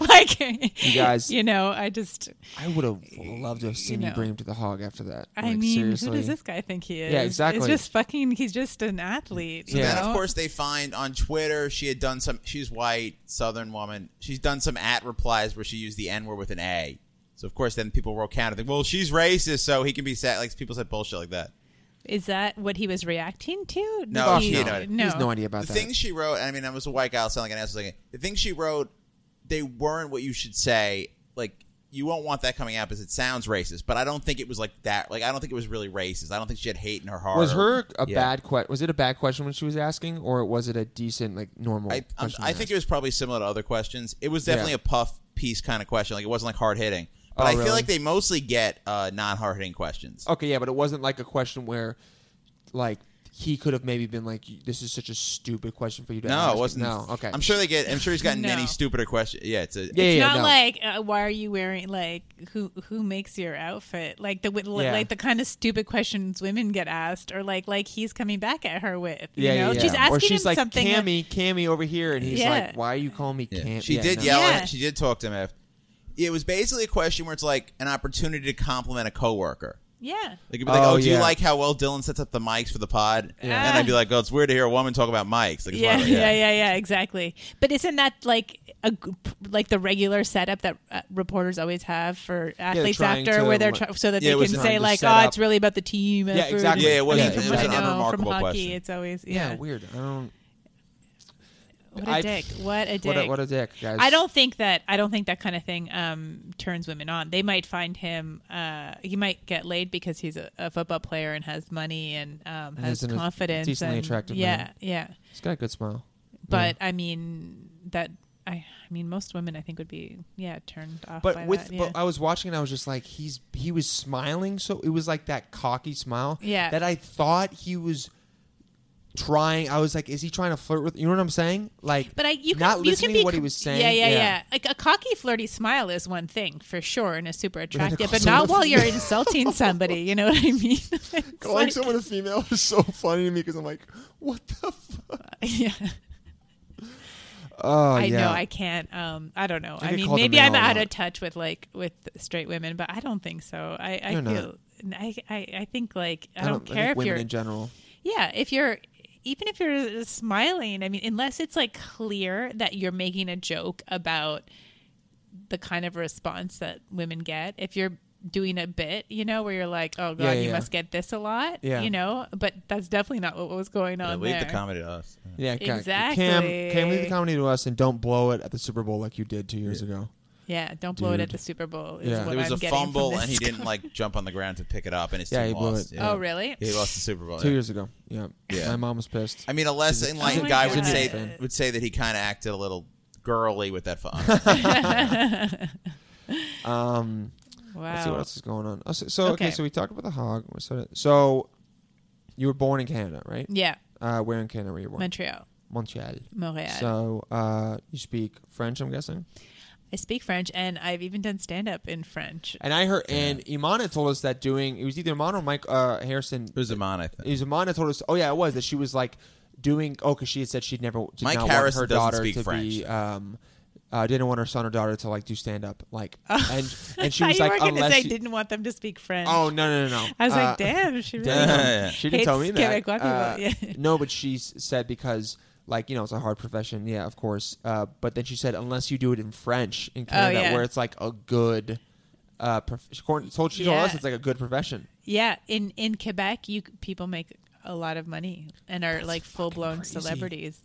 S4: like you
S3: guys-
S4: you know, I just
S3: I would have loved to have seen you,
S4: You know.
S3: bring him to the hog after that.
S4: I
S3: Like,
S4: mean,
S3: seriously.
S4: who does this guy think he is?
S3: Yeah, exactly.
S4: It's just fucking. He's just an athlete.
S2: so
S4: you
S2: then,
S4: know?
S2: of course, they find on Twitter she had done some. She's white, Southern woman. She's done some at replies where she used the N word with an A. So of course, then people wrote counter. Think, well, she's racist, so he can be sad. Like people said bullshit like that.
S4: Is that what he was reacting to?
S2: No,
S4: Did
S3: Fuck
S2: he
S3: no.
S2: had
S3: He has no idea about
S2: the
S3: that.
S2: things she wrote. I mean, I was a white guy sounding like an asshole. Like, the things she wrote, they weren't what you should say. Like, you won't want that coming out because it sounds racist. But I don't think it was like that. Like, I don't think it was really racist. I don't think she had hate in her heart.
S3: was
S2: or-
S3: her a
S2: Yeah.
S3: bad question? Was it a bad question when she was asking, or was it a decent, like normal?
S2: I, I'm-
S3: question to
S2: I think
S3: ask?
S2: it was probably similar to other questions. It was definitely
S3: Yeah.
S2: a puff piece kind of question. Like, it wasn't like hard hitting. But
S3: Oh,
S2: I
S3: really? Oh,
S2: feel like they mostly get uh, non hard hitting questions.
S3: okay, yeah, but it wasn't like a question where, like. He could have maybe been like, "This is such a stupid question for you to ask."
S2: No, it wasn't.
S3: No, okay.
S2: I'm sure they get. I'm sure he's gotten
S4: No.
S2: many stupider questions. Yeah, it's a.
S3: Yeah,
S4: It's
S3: yeah,
S4: not
S3: no.
S4: like uh, why are you wearing like who who makes your outfit like the wi- li-
S3: Yeah.
S4: like the kind of stupid questions women get asked or like like he's coming back at her with you
S3: Yeah,
S4: know
S3: yeah, yeah.
S4: she's asking
S3: or she's
S4: him
S3: like,
S4: something that-
S3: Cammy, Cammy over here, and he's
S4: Yeah.
S3: like, "Why are you calling me
S2: Yeah.
S3: Cammy?"
S2: She
S3: Yeah,
S2: did
S3: no.
S2: yell at
S4: Yeah.
S2: She did talk to him after. It was basically a question where it's like an opportunity to compliment a coworker.
S4: yeah
S2: Like, you'd be like,
S3: Oh,
S2: oh, do
S3: yeah.
S2: you like how well Dylan sets up the mics for the pod?
S4: Yeah.
S2: And I'd be like, oh, it's weird to hear a woman talk about mics. Like, it's
S4: yeah,
S2: wild.
S4: yeah, yeah, yeah, exactly. But isn't that like a g- p- like the regular setup that uh, reporters always have for athletes
S3: trying
S4: after,
S3: to
S4: where they're
S3: look-
S4: try- so that
S2: Yeah, it
S4: they
S2: was
S4: can
S2: trying
S4: say
S3: to
S4: like, "Oh,
S3: set
S4: it's
S3: up-
S4: really about the team."
S3: Yeah, exactly.
S2: Yeah, it
S4: I mean,
S2: wasn't-
S4: from
S2: it
S4: what
S2: was
S4: I
S2: an
S4: know,
S2: unremarkable
S4: from hockey,
S2: question.
S4: it's always
S3: Yeah,
S4: yeah.
S3: weird. I don't.
S4: yeah. What a
S3: I-
S4: dick. What a dick.
S3: What a, what a dick, guys.
S4: I don't think that I don't think that kind of thing um, turns women on. They might find him. Uh, he might get laid because he's a, a football player and has money and, um, has
S3: he's an- a
S4: confidence.
S3: decently
S4: and-
S3: attractive
S4: Yeah,
S3: man.
S4: yeah.
S3: He's got a good smile.
S4: But I mean that. I, I mean most women I think would be yeah turned off. by
S3: But with uh,
S4: that, yeah.
S3: but I was watching and I was just like he's he was smiling so it was like that cocky smile
S4: Yeah.
S3: that I thought he was trying I was like is he trying to flirt with you know what I'm saying like
S4: But I, you can,
S3: not
S4: you
S3: listening
S4: can be,
S3: to what he
S4: com-
S3: was saying
S4: Yeah, yeah, yeah, Like a cocky, flirty smile is one thing for sure, and is super attractive, but
S3: call someone
S4: not while
S3: a
S4: you're insulting somebody. You know what I mean? It's
S1: Calling
S4: like-
S1: someone a female is so funny to me because I'm like, what the fuck?
S4: Yeah,
S3: oh
S4: I
S3: yeah
S4: know. I can't. Um, I don't know.
S3: I
S4: I,
S3: get
S4: mean,
S3: called a
S4: maybe
S3: man
S4: I'm
S3: a
S4: out
S3: lot.
S4: of touch with like with straight women, but I don't think so. I, I
S3: You're not.
S4: feel. I, I I think like I,
S3: I
S4: don't,
S3: I
S4: care
S3: think
S4: if
S3: women
S4: you're.
S3: in general
S4: Yeah, if you're even if you're smiling, I mean, unless it's like clear that you're making a joke about the kind of response that women get, if you're doing a bit, you know, where you're like, "Oh god,
S3: Yeah, yeah,
S4: you
S3: yeah.
S4: must get this a lot,"
S3: Yeah.
S4: you know, but that's definitely not what, what was going on
S2: leave
S4: there.
S2: the comedy to us.
S3: yeah ca-
S4: Exactly.
S3: Cam Cam leave the comedy to us and don't blow it at the Super Bowl like you did two years ago
S4: yeah, don't blow it at
S3: Dude.
S4: the Super Bowl. Is
S3: Yeah.
S4: what
S2: There was
S4: I'm
S2: a
S4: getting from
S2: fumble
S4: this
S2: and he didn't
S4: comment.
S2: like jump on the ground to pick it up, and his
S3: Yeah,
S2: team
S3: he blew
S2: lost.
S3: it.
S2: Yeah.
S4: Oh really?
S2: He lost the Super Bowl.
S3: two
S2: yeah.
S3: years ago yeah.
S2: Yeah.
S3: my mom was pissed
S2: I mean, a less
S3: She's a-
S2: enlightened
S4: Oh my
S2: guy would
S4: God.
S2: say would say that he kind of acted a little girly with that phone.
S3: um Let's see what
S4: Wow.
S3: else is going on. Oh, so, so okay.
S4: Okay.
S3: so we talked about the hog. We sort of- So you were born in Canada, right?
S4: Yeah,
S3: Uh, where in Canada were you born?
S4: Montreal,
S3: Montreal.
S4: Montreal.
S3: So uh, you speak French, I'm guessing.
S4: I speak French, and I've even done stand up in French.
S3: And I heard, and Imana told us that doing it was either Imana or Mike uh, Harrison.
S2: it was a man, I think.
S3: It was Imana told us. Oh yeah, it was that she was like doing. Oh, because she had said she'd never did
S2: Mike
S3: not
S2: Harrison
S3: want her
S2: doesn't
S3: daughter
S2: speak
S3: to be.
S2: French.
S3: Um, uh, didn't want her son or daughter to like do stand up, like, and and she
S4: I
S3: was
S4: thought
S3: like,
S4: you were gonna
S3: unless
S4: say
S3: you-
S4: didn't want them to speak French.
S3: oh no no no, no.
S4: I was
S3: Uh,
S4: like, damn, she really
S3: Damn.
S2: Yeah.
S3: She didn't
S4: Hates
S3: tell me that.
S4: Quebecois
S3: Uh,
S4: people, yeah.
S3: no, but she s- said because, like, you know, it's a hard profession. Yeah, of course. Uh, but then she said, unless you do it in French in Canada,
S4: Oh, yeah.
S3: where it's like a good. Uh, prof- she told she told
S4: Yeah.
S3: us it's like a good profession.
S4: Yeah, in in Quebec, you c- people make a lot of money and are like full blown
S3: crazy.
S4: celebrities,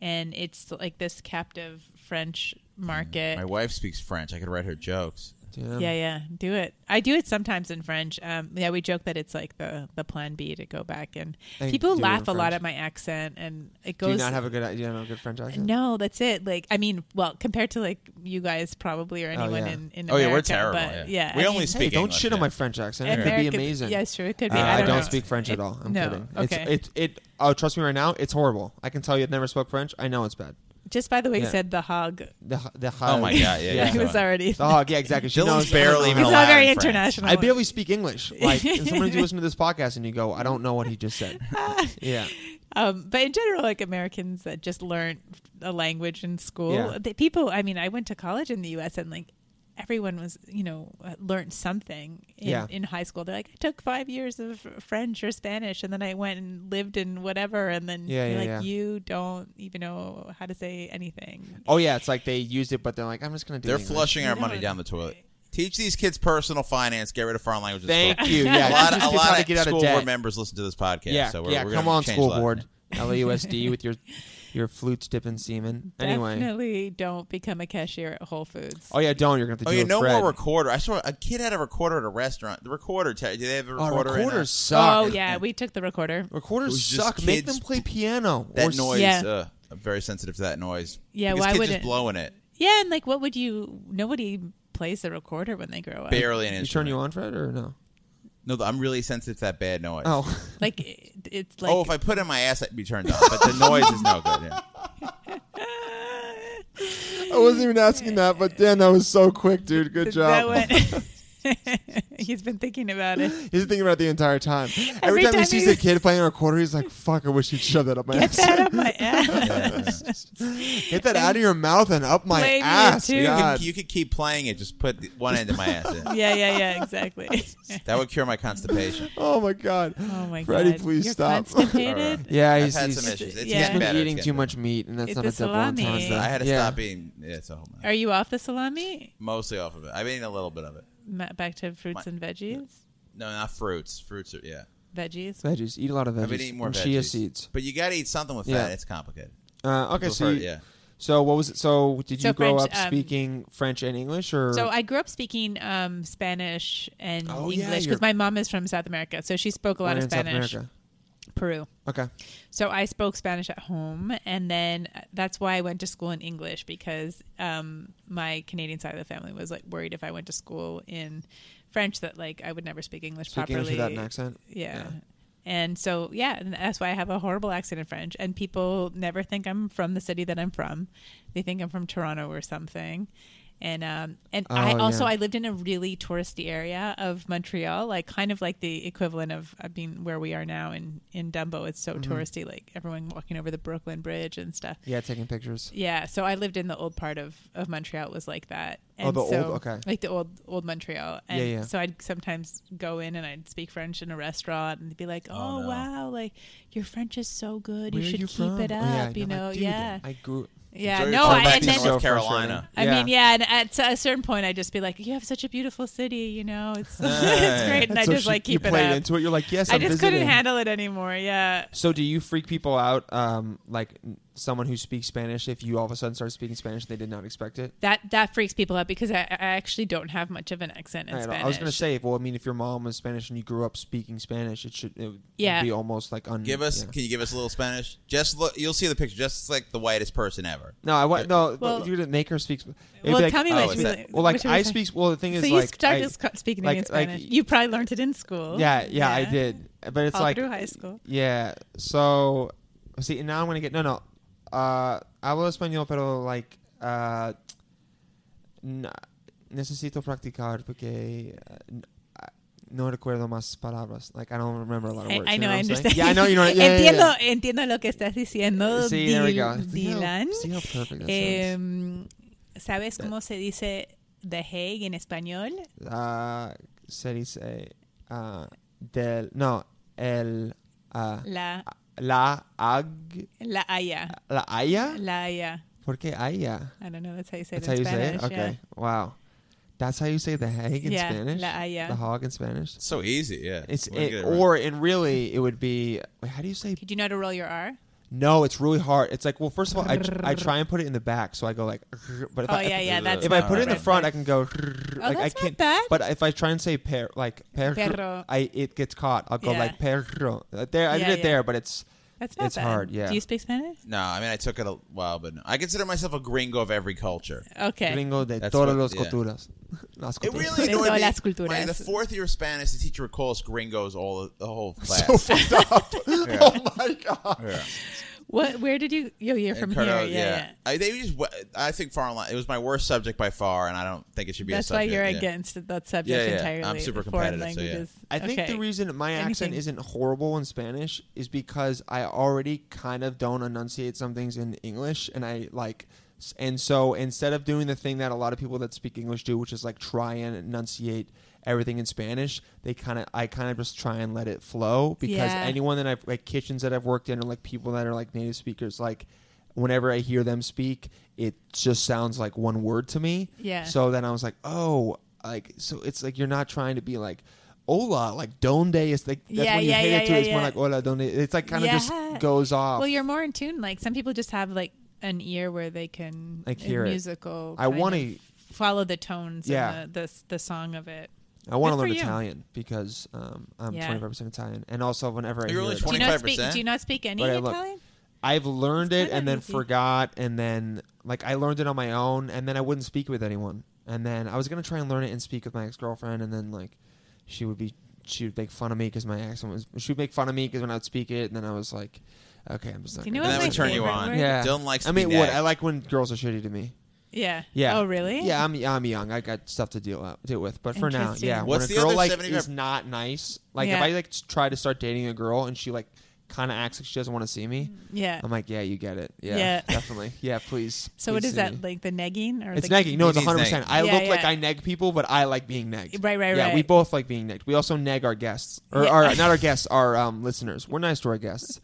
S4: and it's like this captive French market.
S2: My wife speaks French. I could write her jokes.
S3: Damn.
S4: yeah, yeah, do it. I do it sometimes in French. Um, yeah, we joke that it's like the the plan B to go back, and
S3: And
S4: people
S3: do it in
S4: laugh a lot
S3: French.
S4: at my accent, and it
S3: Do
S4: goes.
S3: you not have a good you don't have a good French accent?
S4: no, that's it. Like, I mean, well, compared to like you guys probably or anyone
S3: yeah.
S4: in in
S2: Oh, yeah, we're
S4: America,
S2: terrible,
S4: But,
S2: yeah.
S4: yeah,
S2: We
S4: I
S2: only
S4: mean,
S2: speak
S3: Hey, don't
S2: English,
S3: shit on
S2: yeah.
S3: my French accent. It could
S4: American-
S3: be amazing.
S4: Yeah, sure, it could
S3: Uh,
S4: be. I don't, know.
S3: speak French at
S4: It-
S3: all. I'm
S4: no,
S3: kidding.
S4: okay.
S3: It's, it it. Oh, trust me right now. It's horrible. I can tell you. I've never spoke French. I know it's bad.
S4: Just by the way,
S3: Yeah.
S4: you said the hog.
S3: The the
S2: Oh my god! Yeah,
S3: Yeah.
S2: yeah.
S4: He was already.
S3: The hog. Yeah, exactly. She
S2: Dylan's
S3: knows I
S2: barely
S3: don't
S2: even
S3: know.
S4: He's
S2: allowed
S4: not very
S2: in France.
S4: international.
S3: I barely speak English. Like and sometimes you listen to this podcast and you go, I don't know what he just said. yeah,
S4: Um, but in general, like Americans that just learn a language in school,
S3: Yeah.
S4: the people. I mean, I went to college in the U.S. and like everyone was, you know, uh, learned something in,
S3: Yeah.
S4: in high school. They're like, I took five years of French or Spanish, and then I went and lived in whatever, and then
S3: Yeah,
S4: you're
S3: yeah,
S4: like
S3: yeah.
S4: you don't even know how to say anything.
S3: Oh yeah, it's like they used it, but they're like, I'm just gonna do.
S2: They're
S3: English.
S2: flushing our
S4: No.
S2: money down the toilet. Teach these kids personal finance. Get rid of foreign languages.
S3: Thank
S2: school.
S3: you. Yeah, teach
S2: a lot, a
S3: kids how
S2: lot
S3: to
S2: of
S3: get out of
S2: school
S3: debt.
S2: board members listen to this podcast.
S3: Yeah,
S2: so we're,
S3: yeah.
S2: we're
S3: come
S2: gonna
S3: on,
S2: change
S3: school
S2: that.
S3: board, LAUSD with your your flute dipping semen. Anyway,
S4: Definitely don't become a cashier at Whole Foods.
S3: oh yeah, don't. You're gonna have to
S2: Oh,
S3: do
S2: yeah,
S3: a
S2: no
S3: Fred.
S2: more recorder. I saw a kid had a recorder at a restaurant. The recorder. Te- do they have a
S3: Oh,
S2: recorder? in
S3: recorders
S2: there?
S3: suck.
S4: Oh, yeah, we took the recorder.
S2: It
S3: Recorders
S2: was just
S3: suck. Make
S2: kids
S3: them play piano. or
S2: That
S3: s-
S2: noise.
S4: Yeah.
S2: Uh, I'm very sensitive to that noise.
S4: Yeah,
S2: because
S4: why
S2: kids
S4: wouldn't-
S2: just blowing it?
S4: Yeah, and like, what would you? Nobody plays the recorder when they grow up.
S2: Barely an
S3: You turn
S2: instrument.
S3: you on, Fred, or no?
S2: No, I'm really sensitive to that bad noise.
S3: Oh,
S4: Like, it, it's like.
S2: oh, if I put in my ass, I'd be turned on. But the noise is no good. Yeah.
S1: I wasn't even asking that, but Dan, that was so quick, dude. Good
S4: Is
S1: job.
S4: that what- He's been thinking about it.
S1: He's thinking about it the entire time. Every,
S4: Every
S1: time, he
S4: time
S1: sees
S4: he-
S1: a kid playing a recorder, he's like, "Fuck! I wish he'd shove that up my ass.
S4: Out of my ass.
S1: Get that out of your mouth and up my
S4: Blame you,
S1: ass."
S4: too. You
S2: You
S1: God.
S2: could- you could keep playing it. Just put the- one end of my ass in.
S4: Yeah, yeah, yeah, exactly.
S2: That would cure my constipation.
S1: Oh my God.
S4: Oh my
S1: Freddie,
S4: god.
S1: please
S4: You're
S1: stop.
S4: Constipated?
S3: yeah.
S2: I've
S3: He's,
S2: had
S3: he's,
S2: some issues. It's getting
S4: yeah.
S3: he's been
S2: better. It's
S3: eating
S2: getting
S3: too
S2: better.
S3: much meat, and that's
S4: It's
S3: not
S4: the
S3: a double
S4: salami.
S3: entendre.
S2: I had to
S3: Yeah.
S2: stop eating. Yeah, it's a whole mess.
S4: Are you off the salami?
S2: Mostly off of it. I've eaten a little bit of it.
S4: Ma- Back to fruits
S2: My-
S4: and veggies.
S2: No, not fruits. Fruits are yeah.
S4: Veggies.
S3: Veggies. Eat a lot of veggies.
S2: I've been eating more
S3: and
S2: veggies.
S3: chia seeds.
S2: But you got to eat something with
S3: Yeah.
S2: fat. It's complicated.
S3: Uh, okay,
S2: Those
S3: so
S2: are-
S3: you-
S2: yeah.
S3: So what was it? So did you
S4: So
S3: grow
S4: French,
S3: up
S4: um,
S3: speaking French and English, or
S4: So I grew up speaking um, Spanish and
S3: Oh, yeah,
S4: English
S3: you're-
S4: because my mom is from South America, so she spoke a lot
S3: Or
S4: of
S3: in South
S4: Spanish.
S3: America?
S4: Peru.
S3: Okay,
S4: So I spoke Spanish at home, and then uh, that's why I went to school in English because um, my Canadian side of the family was like worried if I went to school in French that like I would never speak English
S3: speak
S4: properly.
S3: English without an accent.
S4: Yeah. And so, yeah, and that's why I have a horrible accent in French. And people never think I'm from the city that I'm from. They think I'm from Toronto or something. And um, and I
S3: Oh,
S4: also
S3: yeah.
S4: I lived in a really touristy area of Montreal, like kind of like the equivalent of uh, being where we are now in in Dumbo. It's so
S3: Mm-hmm.
S4: touristy, like everyone walking over the Brooklyn Bridge and stuff.
S3: Yeah, taking pictures.
S4: Yeah, so I lived in the old part of, of Montreal. It was like that.
S3: Oh,
S4: And
S3: the old-
S4: so,
S3: okay.
S4: Like the old old Montreal. And
S3: Yeah, yeah.
S4: So I'd sometimes go in and I'd speak French in a restaurant and be like, "Oh,
S2: no.
S4: wow, like your French is so good.
S3: Where
S4: you should
S3: are you
S4: keep
S3: from?
S4: it
S3: Oh,
S4: up."
S3: yeah,
S4: you
S3: no,
S4: know,
S3: I, dude,
S4: yeah,
S3: I grew.
S4: yeah.
S2: Enjoy
S4: No,
S2: your
S4: I,
S2: time back
S4: and
S2: in
S4: then
S2: North Carolina.
S4: I mean, yeah, and at a certain point, I just be like, "You have such a beautiful city. You know, it's it's great." And I
S3: So
S4: just
S3: she-
S4: like keep
S3: you
S4: it
S3: played
S4: up.
S3: into it. You're like, yes,
S4: I
S3: I'm
S4: just
S3: visiting.
S4: couldn't handle it anymore. Yeah.
S3: So do you freak people out, um, like n- someone who speaks Spanish, if you all of a sudden start speaking Spanish, they did not expect it?
S4: That that freaks people out because I, I actually don't have much of an accent in
S3: Right,
S4: Spanish.
S3: I was gonna say, well, I mean, if your mom was Spanish and you grew up speaking Spanish, it should it would
S4: Yeah.
S3: be almost like un.
S2: Give us.
S3: yeah.
S2: Can you give us a little Spanish? Just look. You'll see the picture. Just like the whitest person ever.
S3: No, I want no.
S4: Well-
S3: but you didn't make her speak. Sp- it'd
S4: Well,
S3: be like,
S4: tell me
S2: oh,
S4: which.
S2: is
S4: we-
S2: that-
S3: Well, like
S4: which one
S3: I
S4: was-
S3: speak. Well, the thing is,
S4: So you
S3: like,
S4: started
S3: I-
S4: sc- speaking to me
S3: like-
S4: in
S3: like-
S4: Spanish. you probably learned it in school.
S3: yeah, yeah, I did, but it's
S4: All
S3: like
S4: through high school.
S3: Yeah. So see, and now I'm gonna get no, no. Uh, hablo español, pero like, uh, n- necesito practicar porque. Uh, n- I- no recuerdo más palabras. Like I don't remember a lot of
S4: I,
S3: words.
S4: I
S3: you
S4: know,
S3: what
S4: I
S3: I'm saying?
S4: understand.
S3: Yeah, I know. You know. Yeah, yeah, yeah.
S4: entiendo, entiendo lo que estás diciendo,
S3: See, there we go.
S4: Dil-
S3: See how-
S4: Dylan. Eh,
S3: see how perfect that sounds.
S4: Em, ¿Sabes cómo se dice The Hague en español?
S3: Uh, se dice, uh, del no el uh,
S4: La,
S3: la ag
S4: la Haya.
S3: la haya.
S4: La Haya.
S3: ¿Por qué haya?
S4: I don't know. That's how you say
S3: That's how
S4: it
S3: you
S4: in
S3: say
S4: Spanish.
S3: it. Okay. Wow. That's how you say the hag in
S4: Yeah,
S3: Spanish.
S4: la haya.
S3: The hog in Spanish.
S2: So easy. Yeah.
S3: It's
S2: We're gonna
S3: it,
S2: get right.
S3: or and really it would be wait, how do you say
S4: Yeah. Do you know how to roll your R?
S3: no? It's really hard. It's like well, first of all, I, I try and put it in the back, so I go like. But if
S4: Oh,
S3: I,
S4: yeah, yeah. That's
S3: If I
S4: not
S3: put it in the
S4: right. Oh,
S3: front, I can go. like I
S4: that's not
S3: can't.
S4: bad.
S3: But if I try and say per, like per,
S4: Perro.
S3: I it gets caught. I'll go
S4: Yeah.
S3: like perro. Uh, There, I
S4: Yeah,
S3: did it
S4: yeah.
S3: there, but it's
S4: That's not
S3: It's
S4: bad.
S3: hard, yeah.
S4: Do you speak Spanish?
S2: No, I mean I took it a while, but no. I consider myself a gringo of every culture.
S4: Okay.
S3: gringo de
S2: That's
S3: todos
S2: what-
S3: los
S2: yeah.
S3: culturas. Las
S2: It
S3: culturas.
S2: really
S4: De
S2: annoyed
S4: todas
S2: me.
S4: las culturas.
S2: When the fourth year of Spanish, the teacher would call us gringos all the whole class.
S3: so fucked up. Oh my god.
S2: yeah.
S4: What? Where did you? Yo, you're from
S2: And
S4: here.
S2: Colonel-
S4: Yeah, yeah.
S2: I, they just. I think foreign language. It was my worst subject by far, and I don't think it should be.
S4: That's
S2: a
S4: why
S2: subject,
S4: you're
S2: yeah.
S4: against that subject
S2: Yeah, yeah.
S4: entirely.
S2: I'm super
S4: the foreign
S2: competitive, so yeah.
S4: languages.
S3: I think
S4: Okay.
S3: the reason my accent
S4: Anything.
S3: isn't horrible in Spanish is because I already kind of don't enunciate some things in English, and I like, s- and so instead of doing the thing that a lot of people that speak English do, which is like try and enunciate everything in Spanish, they kind of I kind of just try and let it flow because
S4: Yeah.
S3: anyone that I've like kitchens that I've worked in or like people that are like native speakers like. Whenever I hear them speak, it just sounds like one word to me.
S4: Yeah.
S3: So then I was like, oh, like so it's like you're not trying to be like, hola, like donde is like that's
S4: Yeah,
S3: when you
S4: yeah,
S3: hate
S4: yeah,
S3: it too.
S4: yeah,
S3: it's more
S4: yeah.
S3: like hola donde. It's like kind of
S4: Yeah.
S3: just goes off.
S4: Well, you're more in tune. Like some people just have like an ear where they can
S3: Like,
S4: a
S3: hear it.
S4: musical.
S3: I
S4: kind
S3: wanna-
S4: of follow the tones.
S3: Yeah.
S4: and the, the the song of it.
S3: I want to
S4: Good for
S3: learn
S4: you.
S3: Italian because um, I'm
S4: Yeah.
S3: 25 percent Italian, and also whenever I
S2: You're
S3: hear
S2: only
S3: it,
S4: Do you
S2: Twenty-
S4: not speak?
S2: 25%?
S4: Do you not speak any
S3: But I look-
S4: Italian?
S3: I've learned
S4: It's
S3: it and
S4: kinda
S3: then
S4: easy.
S3: forgot, and then like I learned it on my own, and then I wouldn't speak with anyone, and then I was gonna try and learn it and speak with my ex girlfriend, and then like she would be she would make fun of me because my accent was she would make fun of me because when I would speak it, and then I was like, okay, I'm just not.
S4: Do you know
S3: gonna
S2: And
S4: That
S2: that
S4: was
S3: do
S2: would
S4: my
S3: it.
S2: turn you
S4: favorite
S2: on.
S4: word.
S3: Yeah.
S2: Dylan likes.
S3: I mean,
S2: speed
S3: what
S2: dash.
S3: I like when girls are shitty to me.
S4: Yeah.
S3: Yeah.
S4: Oh, really?
S3: Yeah, I'm I'm young. I got stuff to deal up, deal with. But for now,
S4: Interesting.
S3: yeah. when
S2: What's
S3: a
S2: the
S3: girl
S2: other
S3: like
S2: 75
S3: is not nice, like if
S4: Yeah.
S3: I like try to start dating a girl and she like kind of acts like she doesn't want to see me,
S4: Yeah.
S3: I'm like, yeah, you get it. Yeah,
S4: Uh, Yeah.
S3: definitely. Yeah, please.
S4: so what
S3: please
S4: is
S3: see me.
S4: that? Like the negging or
S3: It's
S4: the,
S3: nagging. No, it's
S2: It is
S3: 100. percent I
S4: nagging.
S3: look
S4: Yeah,
S3: like
S4: yeah.
S3: I neg people, but I like being negged.
S4: Right, right,
S3: yeah, we
S4: right.
S3: both like being negged. We also nag our guests, or
S4: Yeah.
S3: our not our guests, our um, listeners. We're nice to our guests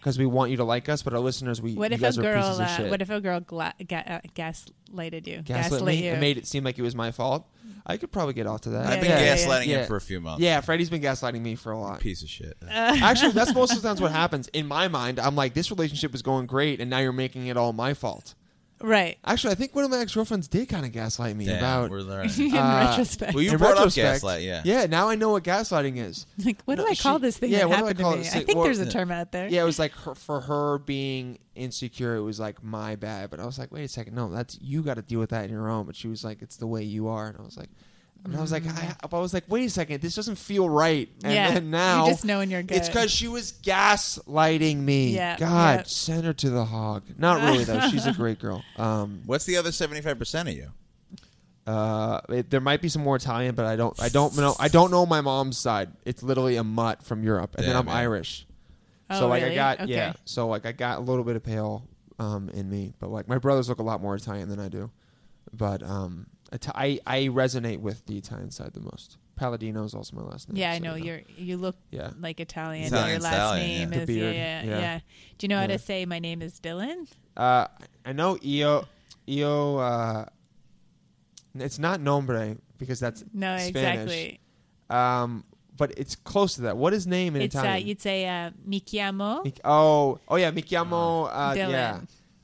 S3: because we want you to like us, but our listeners, we
S4: What
S3: you
S4: if a
S3: guys are
S4: girl?
S3: pieces of
S4: Uh,
S3: shit
S4: what if a girl gla- ga- uh, gaslighted you?
S3: gaslit me
S4: you.
S3: and made it seem like it was my fault. I could probably get off to that.
S2: I've been
S4: yeah, yeah, yeah.
S2: gaslighting
S3: Yeah.
S2: him for a few months.
S3: Yeah, Freddie's been gaslighting me for a lot.
S2: Piece of shit.
S4: Uh,
S3: Actually, that's most of the times what happens. In my mind, I'm like, this relationship was going great, and now you're making it all my fault.
S4: Right.
S3: Actually, I think one of my ex girlfriends did kind of gaslight me
S2: Damn,
S3: about.
S2: we're learning.
S4: In
S3: Uh,
S4: retrospect,
S2: well, you
S3: in
S2: brought up
S3: retrospect,
S2: gaslight, yeah.
S3: Yeah, now I know what gaslighting is.
S4: like, what
S3: no,
S4: do I call
S3: she-
S4: this thing
S3: yeah,
S4: that
S3: what do I
S4: happened
S3: call
S4: to me?
S3: this
S4: I
S3: thing?
S4: think
S3: Well,
S4: there's a
S3: yeah.
S4: term out there.
S3: Yeah, it was like her, for her being insecure, it was like my bad. But I was like, wait a second, no, that's you got to deal with that on your own. But she was like, it's the way you are, and I was like, and I was like, I, I was like, wait a second, this doesn't feel right. And
S4: Mm. Yeah,
S3: then
S4: you
S3: now
S4: just know when you're
S3: It's
S4: good.
S3: because she was gaslighting me.
S4: Yeah,
S3: God,
S4: yeah.
S3: send her to the hog. Not really though. She's a great girl. Um,
S2: What's the other seventy five percent of you?
S3: uh, it, there might be some more Italian, but I don't, I don't know, I don't know my mom's side. It's literally a mutt from Europe, and then
S2: Yeah,
S3: I'm
S2: man.
S3: Irish.
S4: Oh,
S3: so like I
S4: really?
S3: got,
S4: Okay.
S3: yeah. So like I got a little bit of pale um, in me, but like my brothers look a lot more Italian than I do. But um, Ita- I I resonate with the Italian side the most. Palladino is also my last name.
S4: Yeah, I
S3: so,
S4: know
S3: you
S4: you're. You look
S3: Yeah.
S4: like Italian.
S2: Italian
S4: Your last
S2: stallion, yeah.
S4: name
S3: The
S4: is
S3: beard,
S4: Yeah, yeah,
S3: yeah.
S4: yeah. Do you know how
S3: Yeah.
S4: to say my name is Dylan?
S3: Uh, I know io io. Uh, it's not nombre because that's
S4: No,
S3: Spanish.
S4: exactly.
S3: Um, but it's close to that. What is name in
S4: it's uh,
S3: Italian?
S4: you'd say uh, mi chiamo.
S3: Mi- oh, oh yeah, mi chiamo. Uh,
S4: Dylan.
S3: yeah,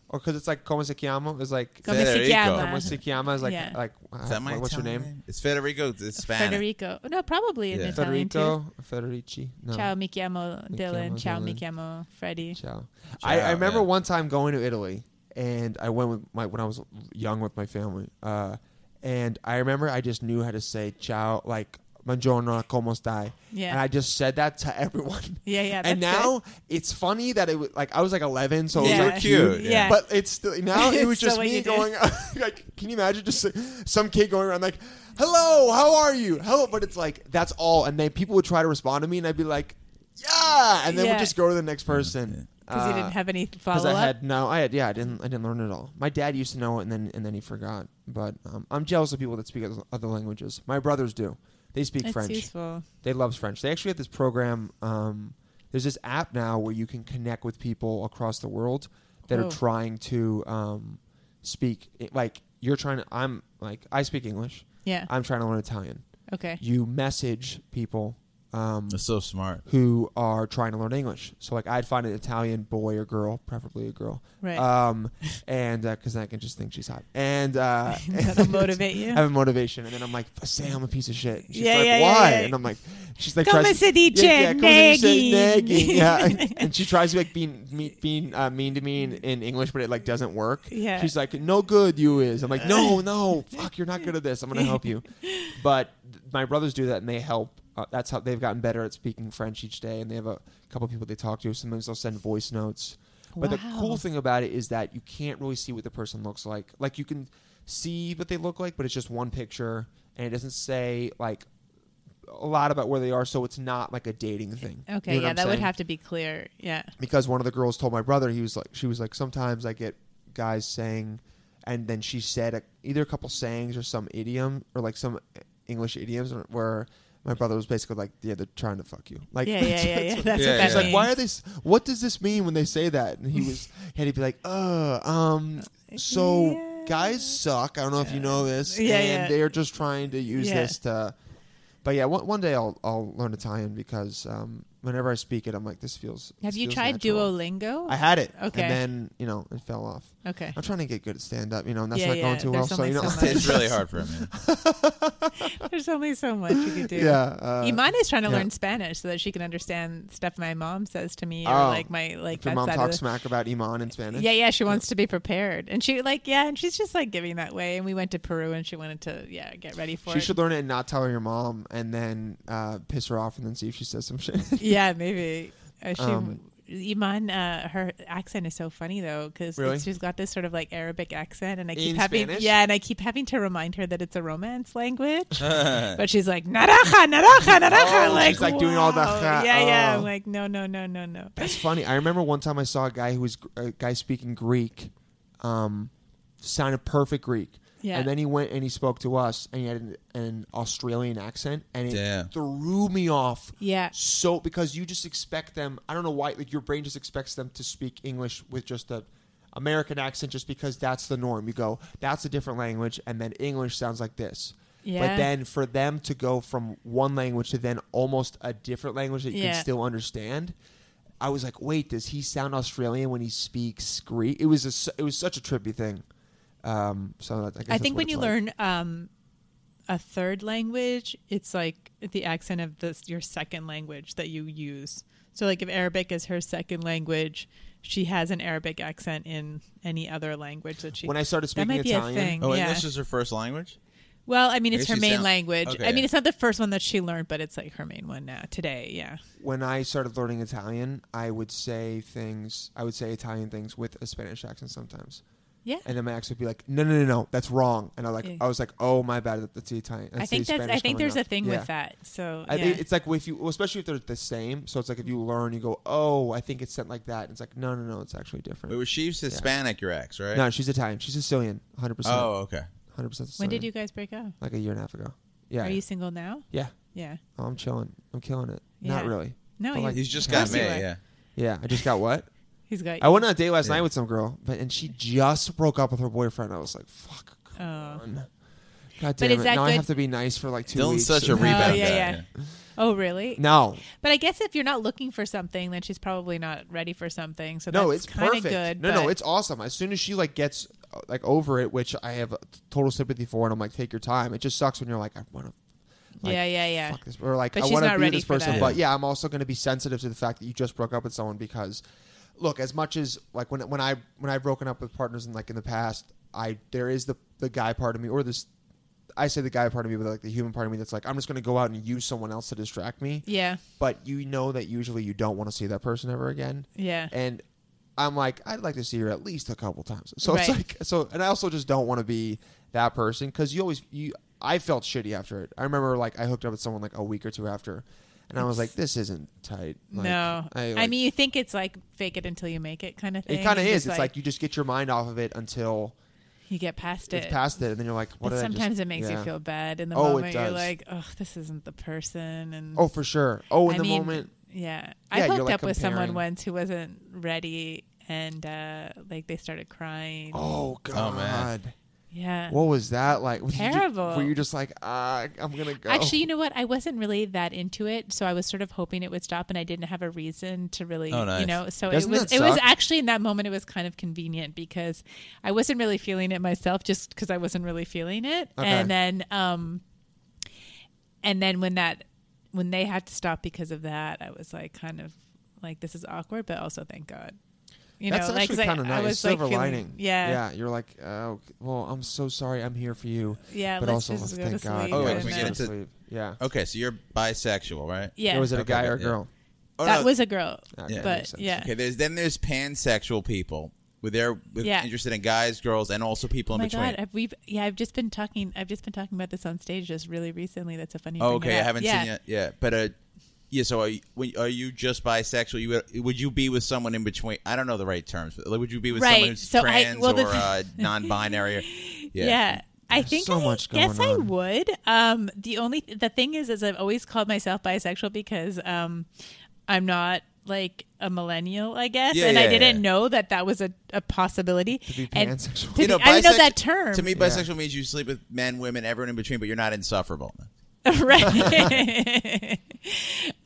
S3: or because it's like como se chiamo is like
S4: Come si
S2: Federico.
S4: chiama.
S3: como se chiama is like
S4: Yeah.
S3: like
S2: Is
S3: uh,
S2: that my
S3: what's your
S2: Italian
S3: name?
S2: It's Federico. It's Spanish.
S4: Federico. No, probably in
S2: Yeah.
S4: Italian too.
S3: Federico Federici. No.
S4: Ciao, mi chiamo
S3: Mi
S4: Dylan.
S3: chiamo
S4: Ciao, mi
S3: Dylan.
S4: chiamo Freddy.
S3: Ciao. I, I
S2: Ciao,
S3: remember
S2: yeah.
S3: one time going to Italy, and I went with my when I was young with my family, uh, and I remember I just knew how to say ciao, like buongiorno, como stai,
S4: Yeah.
S3: and I just said that to everyone.
S4: Yeah, yeah,
S3: And
S4: that's
S3: now it's funny that it was like I was like 11, so
S4: Yeah.
S3: it
S2: You're
S3: was like
S2: cute.
S4: Yeah. Yeah.
S3: But it's still now it
S4: It's
S3: was
S4: still
S3: just
S4: what
S3: me
S4: you do.
S3: going like can you imagine just like, some kid going around like hello how are you hello but it's like that's all and then people would try to respond to me and I'd be like yeah and then
S4: Yeah.
S3: we'd just go to the next person
S4: Because you didn't have any follow
S3: because
S4: up.
S3: uh, I had no I had yeah I didn't I didn't learn it all my dad used to know it and then and then he forgot but um, I'm jealous of people that speak other- other languages my brothers do they speak
S4: That's
S3: French
S4: useful.
S3: they love French. They actually have this program. Um, there's this app now where you can connect with people across the world that
S4: Whoa.
S3: are trying to um, speak. it- Like you're trying to. I'm like I speak English.
S4: Yeah.
S3: I'm trying to learn Italian.
S4: Okay.
S3: You message people um,
S2: That's so smart.
S3: who are trying to learn English. So like I'd find an Italian boy or girl, preferably a girl,
S4: Right.
S3: Um, and because I can just think she's hot, and uh,
S4: That'll motivate you.
S3: have a motivation, and then I'm like, say I'm a piece of shit. And she's
S4: Yeah,
S3: like,
S4: yeah, yeah,
S3: why?
S4: yeah.
S3: And I'm like, she's like,
S4: Come
S3: tries-
S4: and sit, eat
S3: yeah, yeah,
S4: and
S3: come and sit,
S4: nagging.
S3: nagging. yeah. and she tries to like being mean, being uh, mean to me in, in English, but it like doesn't work.
S4: Yeah.
S3: she's like, no good you is. I'm like, no, no, fuck, you're not good at this. I'm gonna help you. But th- my brothers do that, and they help. Uh, that's how they've gotten better at speaking French each day, and they have a couple people they talk to. Sometimes they'll send voice notes. But the
S4: Wow.
S3: cool thing about it is that you can't really see what the person looks like. Like you can see what they look like, but it's just one picture, and it doesn't say like a lot about where they are. So it's not like a dating thing. You
S4: Okay.
S3: know what
S4: yeah,
S3: I'm
S4: that would
S3: saying?
S4: have to be clear. Yeah.
S3: because one of the girls told my brother he was like she was like sometimes I get guys saying, and then she said a, either a couple sayings or some idiom or like some English idioms or- where my brother was basically like yeah they're trying to fuck you like
S4: Yeah, yeah, yeah, yeah. That's
S2: Yeah,
S4: what
S2: yeah.
S4: that
S3: He's
S2: That
S3: like, why are they? s- What does this mean when they say that? And he was, and he'd be like, uh, um, so
S4: Yeah.
S3: guys suck. I don't know if you know this.
S4: Yeah,
S3: and
S4: yeah.
S3: they're just trying to use
S4: Yeah.
S3: this to. But yeah, one, one day I'll I'll learn Italian because um, whenever I speak it, I'm like, this feels.
S4: Have
S3: this
S4: you
S3: feels
S4: tried
S3: natural.
S4: Duolingo?
S3: I had it.
S4: Okay.
S3: And then you know it fell off.
S4: okay.
S3: I'm trying to get good at stand up, you know, and that's
S4: Yeah,
S3: not
S4: yeah,
S3: going too well.
S4: there's
S3: So you know,
S4: only so
S2: It's really hard for him. man.
S4: There's only so much you could do.
S3: yeah. Uh,
S4: Imana's trying to
S3: yeah.
S4: learn Spanish so that she can understand stuff my mom says to me or
S3: Oh.
S4: like my like
S3: if your
S4: that
S3: mom
S4: side
S3: talks
S4: of the-
S3: smack about Iman in Spanish.
S4: Yeah, yeah, she wants to be prepared. And she like yeah, and she's just like giving that way and we went to Peru and she wanted to yeah, get ready for
S3: She
S4: it.
S3: should learn it and not tell her your mom, and then uh, piss her off, and then see if she says some shit.
S4: yeah, maybe. Uh, she
S3: Um,
S4: Iman uh, her accent is so funny though cuz
S3: Really?
S4: she's got this sort of like Arabic accent and I keep
S3: In
S4: having
S3: Spanish?
S4: yeah, and I keep having to remind her that it's a romance language. but she's like naranja, naranja, naranja
S3: Oh,
S4: like
S3: she's, like, doing all the
S4: wow.
S3: ha-
S4: Yeah, yeah,
S3: oh.
S4: I'm like no, no, no, no, no.
S3: That's funny. I remember one time I saw a guy who was a guy speaking Greek, um, sounded perfect Greek.
S4: Yeah.
S3: And then he went and he spoke to us, and he had an, an Australian accent, and it
S2: Yeah.
S3: threw me off.
S4: Yeah.
S3: So because you just expect them, I don't know why, like your brain just expects them to speak English with just a American accent, just because that's the norm. You go, that's a different language, and then English sounds like this.
S4: Yeah.
S3: But then for them to go from one language to then almost a different language that you
S4: Yeah.
S3: can still understand, I was like, wait, does he sound Australian when he speaks Greek? It was a, s- it was such a trippy thing. Um, so that, I, guess
S4: I
S3: that's
S4: think
S3: what
S4: when
S3: it's
S4: you
S3: like.
S4: learn um, a third language, it's like the accent of this your second language that you use. So, like if Arabic is her second language, she has an Arabic accent in any other language that she.
S3: when I started
S4: that
S3: speaking
S4: might be
S3: Italian,
S4: a thing.
S2: Oh,
S4: yeah.
S2: English is her first language.
S4: well, I mean, it's
S2: guess
S4: her
S2: you
S4: main
S2: sound-
S4: language.
S2: okay,
S4: I mean,
S2: yeah.
S4: it's not the first one that she learned, but it's like her main one now today. Yeah.
S3: when I started learning Italian, I would say things. I would say Italian things with a Spanish accent sometimes,
S4: Yeah.
S3: and then my accent would be like, "No, no, no, no, that's wrong." And I like,
S4: Yeah.
S3: I was like, "Oh my bad, that- that's the Italian."
S4: I
S3: that's the
S4: think that's. I
S3: Spanish
S4: think
S3: coming
S4: there's
S3: up."
S4: a thing
S3: Yeah.
S4: with that. So
S3: I
S4: yeah.
S3: think it's like if you, well, especially if they're the same. So it's like if you learn, you go, "Oh, I think it's sent like that." And it's like, "No, no, no, it's actually different."
S2: Wait, was she Hispanic? Your ex, right?
S3: no, she's Italian. She's Sicilian, hundred percent,
S2: Oh, okay.
S3: hundred percent.
S4: when did you guys break up?
S3: Like a year and a half ago. Yeah,
S4: Are you single now?
S3: yeah.
S4: Yeah.
S3: Oh, I'm chilling. I'm killing it. Not
S4: Yeah.
S3: really.
S4: No,
S3: But
S4: you-
S3: like-
S2: He's just
S4: Of
S2: got
S4: course
S2: me.
S4: you are.
S2: Yeah.
S3: Yeah, I just got what.
S4: He's got.
S3: I went on a date last
S2: Yeah.
S3: night with some girl, but and she just broke up with her boyfriend. I was like, "Fuck, come
S4: Oh.
S3: on, god
S4: But
S3: damn
S4: is
S3: it!"
S4: that
S3: Now I
S4: good?
S3: have to be nice for like two
S2: Dylan's
S3: weeks.
S2: such a
S4: Oh,
S2: rebound guy.
S4: yeah, yeah. Oh, really?
S3: no,
S4: But I guess if you're not looking for something, then she's probably not ready for something. So
S3: no,
S4: that's
S3: it's
S4: kind of
S3: perfect.
S4: good.
S3: no, no,
S4: but-
S3: it's awesome. As soon as she like gets uh, like over it, which I have total sympathy for, and I'm like, "Take your time." It just sucks when you're like, "I want to." Like,
S4: yeah, yeah, yeah.
S3: fuck this, or like
S4: But
S3: I
S4: she's
S3: want to
S4: not
S3: be
S4: ready
S3: this
S4: for
S3: person,
S4: that.
S3: but yeah, I'm also going to be sensitive to the fact that you just broke up with someone because, look, as much as like when when I when I've broken up with partners in like in the past, I there is the the guy part of me or this. I say the guy part of me, but like the human part of me that's like, I'm just going to go out and use someone else to distract me.
S4: Yeah,
S3: But you know that usually you don't want to see that person ever again.
S4: yeah.
S3: And I'm like, I'd like to see her at least a couple times. So it's
S4: Right.
S3: like, so, and I also just don't want to be that person because you always, you, I felt shitty after it. I remember like I hooked up with someone like a week or two after, and I was like, this isn't tight. Like,
S4: no, I,
S3: like-
S4: mean, you think it's like fake it until you make it kind of thing.
S3: it kind of
S4: and
S3: is.
S4: just,
S3: It's like, you just get your mind off of it until
S4: you get past
S3: it's
S4: it.
S3: past it, and then you're like, what
S4: but
S3: did I just-
S4: sometimes it makes
S3: yeah.
S4: you feel bad in the
S3: Oh, it
S4: moment. You're
S3: does.
S4: like, oh, this isn't the person. And
S3: Oh, for sure. Oh, in
S4: I
S3: the
S4: mean,
S3: moment.
S4: yeah.
S3: Yeah,
S4: I
S3: you're,
S4: hooked
S3: like,
S4: up with someone
S3: comparing.
S4: once who wasn't ready, and uh like they started crying.
S3: Oh God.
S2: man.
S4: yeah.
S3: What was that like? Was You
S4: Terrible.
S3: just, were you just like, ah, I'm gonna go?
S4: Actually, you know what? I wasn't really that into it, so I was sort of hoping it would stop, and I didn't have a reason to really,
S2: Oh, nice.
S4: you know. So
S3: Doesn't
S4: it was.
S3: that
S4: It was
S3: suck?
S4: actually in that moment, it was kind of convenient because I wasn't really feeling it myself, just because I wasn't really feeling it,
S3: Okay.
S4: and then, um, and then when that, when they had to stop because of that, I was like, kind of like, this is awkward, but also thank God. You
S3: That's
S4: know, like,
S3: actually
S4: 'cause I-
S3: kind of nice.
S4: I was
S3: Silver
S4: like feeling,
S3: lining.
S4: Yeah, yeah.
S3: Yeah. You're like, oh, well, I'm so sorry. I'm here for you.
S4: Yeah,
S3: But
S4: let's
S3: also,
S4: just go
S3: thank
S4: to
S3: God.
S4: sleep
S2: Oh, wait,
S3: yeah,
S2: can we
S3: just
S2: get
S3: go
S2: into-
S3: to sleep. Yeah.
S2: Okay, so you're bisexual, right?
S3: Was it a
S2: Okay,
S3: guy or a
S2: yeah.
S3: girl?
S2: Oh,
S4: that
S2: no,
S4: was a girl,
S3: Okay, that makes
S4: but
S3: sense.
S4: yeah.
S2: Okay, there's then there's pansexual people with their with
S4: Yeah.
S2: interested in guys, girls, and also people
S4: Oh
S2: in
S4: my
S2: between.
S4: god, I've, we've yeah, I've just been talking. I've just been talking about this on stage just really recently. That's a funny.
S2: oh, okay, I haven't seen it yet, but uh, yeah. So are you, when- are you just bisexual? You would- would you be with someone in between? I don't know the right terms, but like, would you be with
S4: Right,
S2: someone who's
S4: so I-
S2: trans
S4: well, the-
S2: or uh, non-binary? Or,
S4: Yeah.
S2: yeah.
S4: I think
S3: so
S4: I
S3: much
S4: guess
S3: going
S4: I
S3: on.
S4: would. Um, the only the thing is, is I've always called myself bisexual because um, I'm not like a millennial, I guess,
S2: Yeah,
S4: and I
S2: yeah,
S4: didn't
S2: yeah.
S4: know that that was a, a possibility. To
S3: be pansexual.
S4: to
S2: You
S4: be- I didn't know
S2: bisexu-
S4: that term.
S2: To me, bisexual means you sleep with men, women, everyone in between, but you're not insufferable.
S4: right?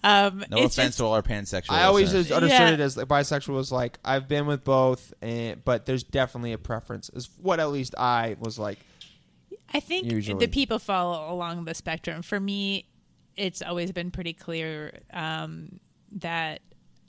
S4: um,
S2: No
S4: it's
S2: offense
S4: just-
S2: to all our pansexual.
S3: I always
S2: listeners.
S3: just
S4: Yeah.
S3: understood it as like, bisexual was like I've been with both, and, but there's definitely a preference. Is what at least I was like.
S4: I think
S3: Usually.
S4: the people follow along the spectrum. For me, it's always been pretty clear um, that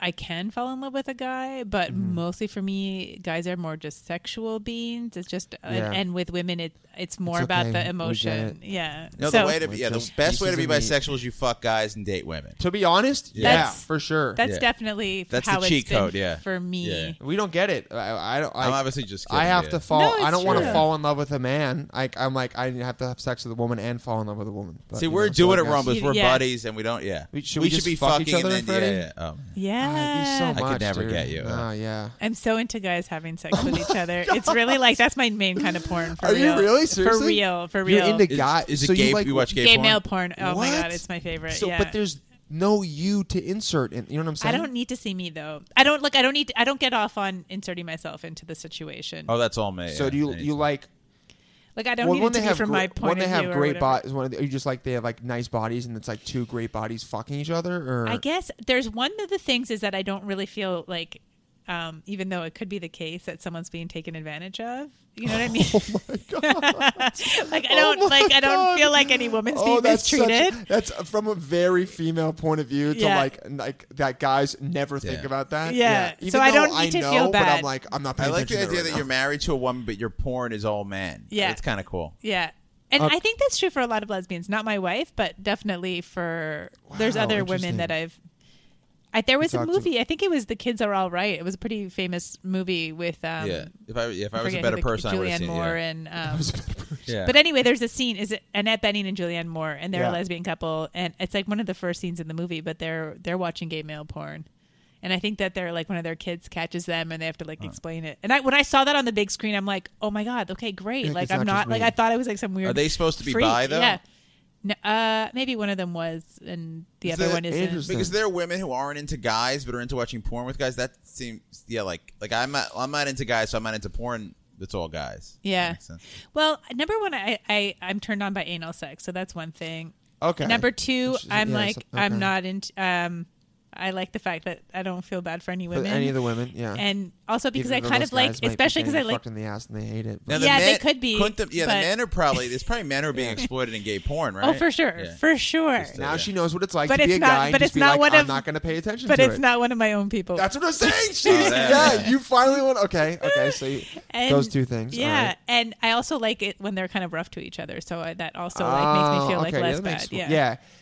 S4: I can fall in love with a guy, but
S3: Mm-hmm.
S4: mostly for me, guys are more just sexual beings. It's just,
S3: Yeah.
S4: and, and with women, it it's more
S3: It's okay.
S4: about
S3: We
S4: the
S3: get
S4: emotion.
S3: it.
S4: Yeah.
S2: No,
S4: so
S2: the way to be, yeah, the
S3: Just
S2: best way to be
S3: pieces of meat.
S2: bisexual is you fuck guys and date women.
S3: To be honest, yeah,
S4: That's-
S3: for sure.
S4: that's
S2: Yeah.
S4: definitely
S2: That's the
S4: how it's
S2: cheat
S4: been
S2: code, yeah.
S4: for me.
S2: Yeah.
S3: we don't get it. I, I don't. I,
S2: I'm obviously just kidding,
S3: I have
S2: yeah.
S3: to fall.
S4: No, it's
S3: I don't want to
S4: true.
S3: fall in love with a man. I, I'm like I have to have sex with a woman and fall in love with a woman. But,
S2: See,
S3: you
S2: we're
S3: know, so
S2: doing
S3: I
S2: it
S3: guess-
S2: wrong, but we're
S4: Yeah.
S2: buddies and we don't. Yeah,
S3: We- should we just fuck each other in
S2: and then
S3: front of
S2: yeah, yeah. Oh, man.
S4: Yeah.
S3: I'd be so
S2: I
S3: much,
S2: could never
S3: dude.
S2: get you.
S3: Oh yeah.
S4: I'm so into guys having
S3: Oh
S4: sex with each other. It's really like that's my main kind of porn. For
S3: Are you
S4: real.
S3: really? Seriously?
S4: For real. For real.
S3: You're into
S2: Is-
S3: guy.
S2: is it
S3: so
S2: gay-
S3: You, like,
S2: you watch gay
S4: gay
S2: porn?
S4: male porn. Oh my
S3: What?
S4: god, it's my favorite.
S3: So,
S4: yeah.
S3: but there's no you to insert in. You know what I'm
S4: I
S3: saying?
S4: don't need to see me though. I don't like. I don't need. I don't get off on inserting myself into the situation.
S2: Oh, that's all me.
S3: So do you you like
S4: Like I don't
S3: Uh, Well,
S4: need it to be from my
S3: gr-
S4: point
S3: when they
S4: of
S3: have
S4: view or
S3: great
S4: whatever.
S3: bodies, one of the, are you just like they have like nice bodies, and it's like two great bodies fucking each other, or
S4: I guess there's one of the things is that I don't really feel like, um, even though it could be the case that someone's being taken advantage of. You know what I mean?
S3: Oh
S4: like I don't
S3: my
S4: like I don't
S3: God. Oh,
S4: feel like any woman's being
S3: that's such-
S4: mistreated.
S3: that's from a very female point of view to
S4: Yeah.
S3: like like that guys never think
S2: Yeah.
S3: about that.
S4: Yeah.
S3: Even
S4: So I
S3: though
S4: don't need to
S3: know,
S4: feel
S3: But I'm
S4: bad.
S3: like I'm not.
S2: I
S3: Paying
S2: like the
S3: attention to
S2: idea
S3: it
S2: that
S3: right
S2: you're married to a woman, but your porn is all men.
S4: Yeah.
S2: it's kind of cool.
S4: yeah. And
S3: Uh,
S4: I think that's true for a lot of lesbians. Not my wife, but definitely for there's
S3: Wow,
S4: other
S3: interesting.
S4: women that I've. I, there was a
S3: talked to-
S4: movie. I think it was The Kids Are All Right. It was a pretty famous movie with. Um,
S2: yeah, if I if I, was a
S4: forget who
S2: better
S4: the-
S2: person, I would have
S4: Julianne
S2: seen
S4: Moore
S2: it.
S4: and um,
S3: now.
S2: Yeah.
S4: But anyway, there's a scene. Is it Annette Benning and Julianne Moore, and they're
S3: Yeah.
S4: a lesbian couple, and it's like one of the first scenes in the movie. But they're they're watching gay male porn, and I think that they're like one of their kids catches them, and they have to like explain it. And I when I saw that on the big screen, I'm like, oh my god, okay, great.
S3: Yeah,
S4: like
S3: it's
S4: I'm
S3: not just
S4: not like
S3: me.
S4: I thought I was like some weird.
S2: Are they supposed to be
S4: freak.
S2: bi, though?
S4: Yeah. No, uh, maybe one of them was, and the
S2: Is
S4: other
S2: that
S4: one isn't.
S3: interesting?
S2: because there are women who aren't into guys but are into watching porn with guys. That seems yeah, like like I'm not I'm not into guys, so I'm not into porn. That's all guys.
S4: Yeah.
S2: That makes sense.
S4: Well, number one, I, I I'm turned on by anal sex, so that's one thing.
S3: Okay.
S4: Number two,
S3: Which is-
S4: I'm
S3: yeah,
S4: like,
S3: so- okay.
S4: I'm not into. Um, I like the fact that I don't feel bad for any
S3: But
S4: women,
S3: any of the women, yeah.
S4: and also because
S3: Even
S4: I
S3: though
S4: kind
S3: those
S4: of like,
S3: guys might be
S4: especially because I
S3: getting
S4: like,
S3: fucked in the ass and they hate it.
S2: Now,
S3: but-
S2: the
S4: Yeah, they
S2: men-
S4: could be,
S2: couldn't The, yeah,
S4: but-
S2: the men are probably there's probably men who are being exploited in gay porn, right?
S4: oh, for sure,
S2: Yeah.
S4: for sure,
S2: Just, uh,
S3: now
S2: yeah.
S3: she knows what it's like
S4: But
S3: to be
S4: it's
S3: a
S4: not-
S3: guy. and
S4: but
S3: just
S4: it's
S3: be
S4: not
S3: like,
S4: one
S3: I'm
S4: of-
S3: not going to pay attention.
S4: but
S3: to
S4: it's
S3: it.
S4: not one of my own people.
S3: That's what I'm saying. She's,
S2: Oh, yeah,
S3: yeah,
S2: yeah.
S3: you finally went. Okay, okay. So you-
S4: And-
S3: those two things. all
S4: Yeah,
S3: right.
S4: and I also like it when they're kind of rough to each other, so I, that also like makes
S3: Oh,
S4: me feel like
S3: okay,
S4: less
S3: that
S4: bad.
S3: makes-
S4: yeah,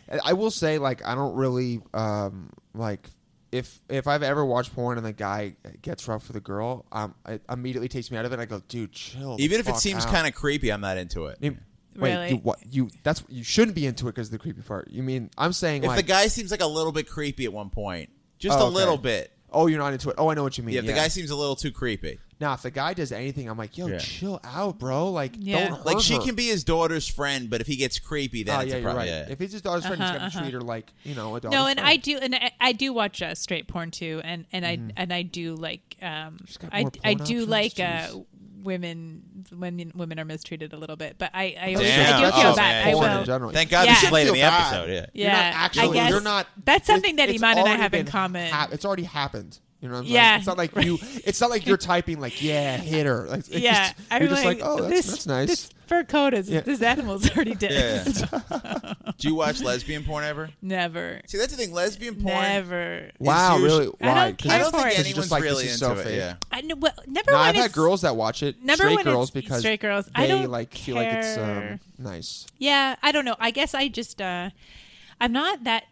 S3: yeah. I will say, like, I don't really um like if if I've ever watched porn and the guy gets rough with a girl, um, it immediately takes me out of it. and I go, dude, chill.
S2: Even if it seems kind of creepy, I'm not into it.
S3: Wait,
S4: Really?
S3: you what? You that's you shouldn't be into it because of the creepy part. You mean I'm saying
S2: If
S3: like
S2: the guy seems like a little bit creepy at one point, just
S3: Oh,
S2: a little
S3: okay.
S2: bit.
S3: Oh, you're not into it. Oh, I know what you mean.
S2: Yeah, if the guy seems a little too creepy.
S3: now if the guy does anything, I'm like, yo,
S2: Yeah.
S3: chill out, bro. Like,
S4: Yeah.
S3: don't hurt
S2: Like she
S3: her.
S2: can be his daughter's friend, but if he gets creepy, then
S3: Oh,
S2: it's
S3: yeah,
S2: a
S3: you're
S2: problem.
S3: right.
S2: Yeah.
S3: If he's his daughter's friend, he's gonna
S4: Uh-huh,
S3: treat her like you know a daughter.
S4: no, and I do, and I, I do watch uh, straight porn too, and and I and I do like, um,
S3: Mm-hmm. got
S4: I
S3: more
S4: I
S3: porn
S4: do
S3: options,
S4: like uh,
S3: jeez.
S4: women when women are mistreated a little bit, but I I, always,
S2: Damn.
S4: I do
S2: That's
S4: feel
S2: just
S4: bad. I
S2: porn in
S4: will.
S3: general.
S2: Thank God
S4: Yeah.
S2: this is late in the
S3: Feel bad.
S2: episode. Yeah.
S4: Yeah,
S3: You're not
S4: I
S3: actually.
S4: guess
S3: you're not.
S4: That's something
S3: it's-
S4: that
S3: it's
S4: Iman and I
S3: already
S4: have in
S3: been
S4: common.
S3: hap- it's already happened. You know what I'm
S4: Yeah.
S3: saying? It's not like you. It's not like you're typing like, yeah, hit her. Like, it's
S4: yeah,
S3: just-
S4: I'm
S3: you're just like, oh, that's,
S4: this,
S3: that's nice.
S4: This fur coat is
S3: Yeah.
S4: this animal's already dead.
S2: Yeah. Do you watch lesbian porn ever?
S4: Never,
S2: See, that's the thing. Lesbian porn.
S4: never.
S3: wow,
S2: usually-
S3: really?
S4: I
S3: Why?
S4: don't
S3: 'Cause
S2: I
S4: care
S2: don't
S4: for
S2: think
S4: it.
S2: anyone's
S3: It's just like, this
S2: really
S3: is
S2: into
S3: so
S2: it.
S3: fake.
S2: Yeah.
S4: I know. Well, number
S3: No,
S4: one
S3: I've
S4: is
S3: had girls that watch it.
S4: number
S3: straight
S4: one, it's
S3: girls because
S4: straight girls.
S3: They
S4: I don't
S3: like feel like it's um,
S4: care.
S3: nice.
S4: Yeah, I don't know. I guess I just uh I'm not that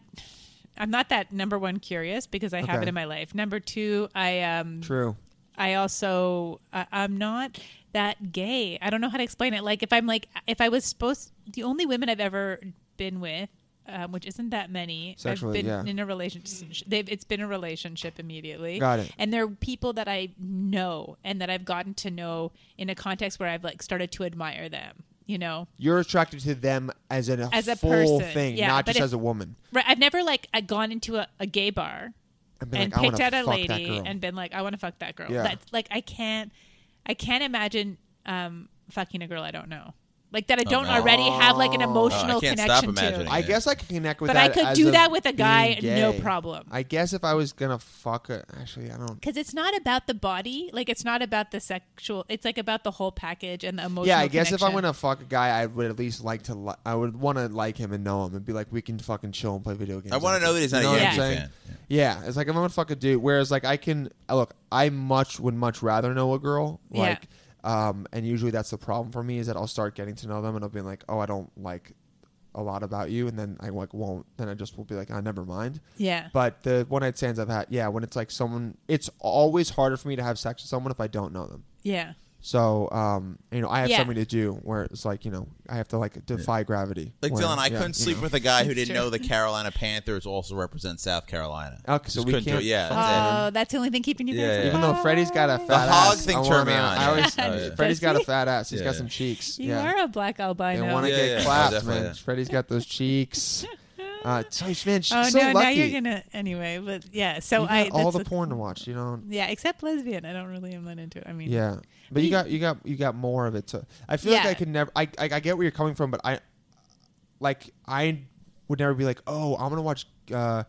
S4: I'm not that number one curious because I have
S3: Okay.
S4: it in my life. Number two, I um
S3: True.
S4: I also I I'm not that gay. I don't know how to explain it. Like if I'm like if I was supposed the only women I've ever been with um, which isn't that many.
S3: Sexually,
S4: I've been
S3: yeah.
S4: in a relationship. They've, it's been a relationship immediately.
S3: Got it.
S4: And they're people that I know and that I've gotten to know in a context where I've like started to admire them. You know,
S3: You're attracted to them as an
S4: As a
S3: full
S4: person,
S3: thing,
S4: yeah,
S3: not
S4: but
S3: just
S4: if-
S3: as a woman.
S4: Right. I've never like I gone into a, a gay bar
S3: And, been
S4: and
S3: like, I
S4: picked
S3: wanna
S4: out a
S3: fuck that
S4: lady
S3: girl.
S4: and been like, I want to fuck that girl.
S3: Yeah.
S4: That's like I can't I can't imagine um fucking a girl I don't know. Like that I don't
S2: Oh, no.
S4: already have like an emotional
S2: can't stop
S4: connection
S2: imagining.
S4: to.
S3: Oh. I guess I could connect with
S4: But I
S3: that.
S4: could
S3: as
S4: do
S3: of
S4: that with a guy,
S3: being
S4: no
S3: gay.
S4: problem.
S3: I guess if I was gonna fuck a, actually, I don't.
S4: Because it's not about the body, like it's not about the sexual. It's like about the whole package and the emotional.
S3: Yeah, I guess if I'm
S4: connection.
S3: gonna fuck a guy, I would at least like to. Li- I would want to like him and know him and be like, we can fucking chill and play video games.
S2: I want to know that he's not
S3: You
S2: a
S3: what I'm
S2: Yankee
S3: saying?
S2: fan.
S3: Yeah, it's like if I'm gonna fuck a dude. Whereas like I can uh, look, I much would much rather know a girl.
S4: Yeah.
S3: Like, um, and usually that's the problem for me is that I'll start getting to know them and I'll be like, oh, I don't like a lot about you, and then I like won't. Then I just will be like, ah, never mind.
S4: yeah,
S3: But the one night stands I've had, yeah, when it's like someone, it's always harder for me to have sex with someone if I don't know them.
S4: yeah,
S3: So, um, you know, I have
S4: Yeah.
S3: something to do where it's like, you know, I have to like defy gravity.
S2: Like
S3: where-
S2: Dylan, I
S3: yeah,
S2: couldn't
S3: you
S2: sleep
S3: know.
S2: with a guy who
S4: That's
S2: didn't
S4: true.
S2: know the Carolina Panthers also represent South Carolina.
S3: Okay, so
S2: Just
S3: we
S2: couldn't do
S3: can't
S2: it. Yeah,
S3: fuck
S2: that's it.
S4: Oh, that's the only thing keeping you
S2: Yeah,
S4: guys
S2: yeah.
S3: Even though Freddie's got a fat
S2: The hog
S3: ass,
S2: thing
S3: I
S2: turned me
S3: wanna-
S2: on,
S3: I
S2: yeah.
S3: always,
S2: Oh, yeah.
S3: Freddie's got a fat ass. He's
S2: Yeah,
S3: got
S2: yeah.
S3: some cheeks.
S4: You
S3: yeah.
S4: are a black albino.
S3: They want to
S2: Yeah,
S3: get
S2: yeah. Oh,
S3: clapped,
S2: definitely,
S3: man.
S2: yeah.
S3: Freddie's got those cheeks. Uh, Choice man, she's
S4: Oh
S3: so lucky.
S4: no! Now you're gonna anyway, but yeah. So
S3: You got
S4: I
S3: all
S4: that's
S3: the
S4: a-
S3: porn to watch, you know.
S4: Yeah, except lesbian. I don't really am that into it. I mean,
S3: Yeah, but you got you got you got more of it. To I feel like
S4: Yeah.
S3: I could never. I, I I get where you're coming from, but I like I would never be like, oh, I'm gonna watch uh,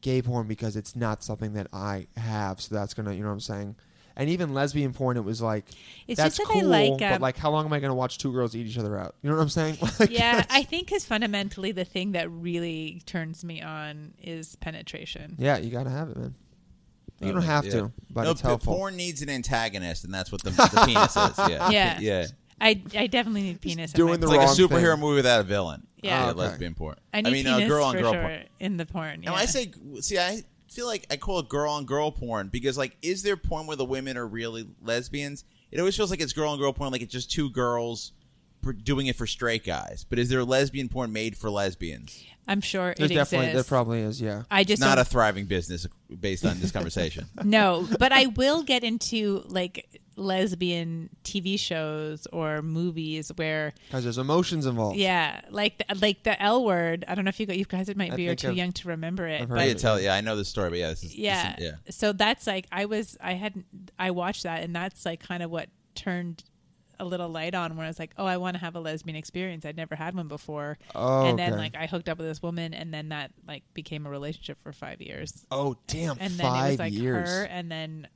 S3: gay porn because it's not something that I have, so that's gonna you know what I'm saying. And even lesbian porn, it was like
S4: It's
S3: that's
S4: just that I
S3: cool,
S4: like,
S3: but
S4: um,
S3: like how long am I gonna watch two girls eat each other out? You know what I'm saying? Like,
S4: yeah.
S3: that's-
S4: I think is fundamentally the thing that really turns me on is penetration.
S3: yeah, you gotta have it, man. You don't
S2: Yeah.
S3: have to, but
S2: no,
S3: it's
S2: p-
S3: helpful.
S2: Porn needs an antagonist, and that's what the, the penis is. Yeah,
S4: Yeah.
S2: Ah, yeah.
S4: I I definitely need penis. in
S3: doing
S4: my
S3: the
S2: It's
S4: porn.
S2: like a
S3: wrong
S2: superhero
S3: thing. Oh,
S2: movie without a villain.
S4: Yeah.
S2: yeah
S4: Okay.
S2: lesbian porn.
S4: I need
S2: I mean,
S4: penis
S2: uh, girl on
S4: for
S2: girl
S4: sure
S2: porn.
S4: in the porn. Yeah.
S2: And when I say, see, I feel like I call it girl on girl porn because, like, is there porn where the women are really lesbians? It always feels like it's girl on girl porn, like it's just two girls per- doing it for straight guys. But is there lesbian porn made for lesbians?
S4: I'm sure
S3: There's
S4: it
S3: definitely
S4: exists.
S3: there probably is, yeah.
S4: I
S2: It's
S4: just
S2: not
S4: don't-
S2: a thriving business based on this conversation.
S4: no, but I will get into like lesbian TV shows or movies where
S3: Because there's emotions involved.
S4: yeah, like the, like the L word. I don't know if you got you guys might
S3: I
S4: be are
S3: think
S4: too
S3: I've-
S4: young to remember it.
S3: I've
S4: but-
S3: heard
S2: I
S3: it.
S2: could tell. Yeah, I know this story, but yeah, this is this is-
S4: yeah.
S2: yeah.
S4: So that's like I was I had I watched that and that's like kind of what turned a little light on where I was like, oh, I want to have a lesbian experience. I'd never had one before.
S3: Oh,
S4: and then
S3: okay.
S4: like I hooked up with this woman and then that like became a relationship for five years.
S3: Oh damn!
S4: And then
S3: five
S4: it was like
S3: years.
S4: her and then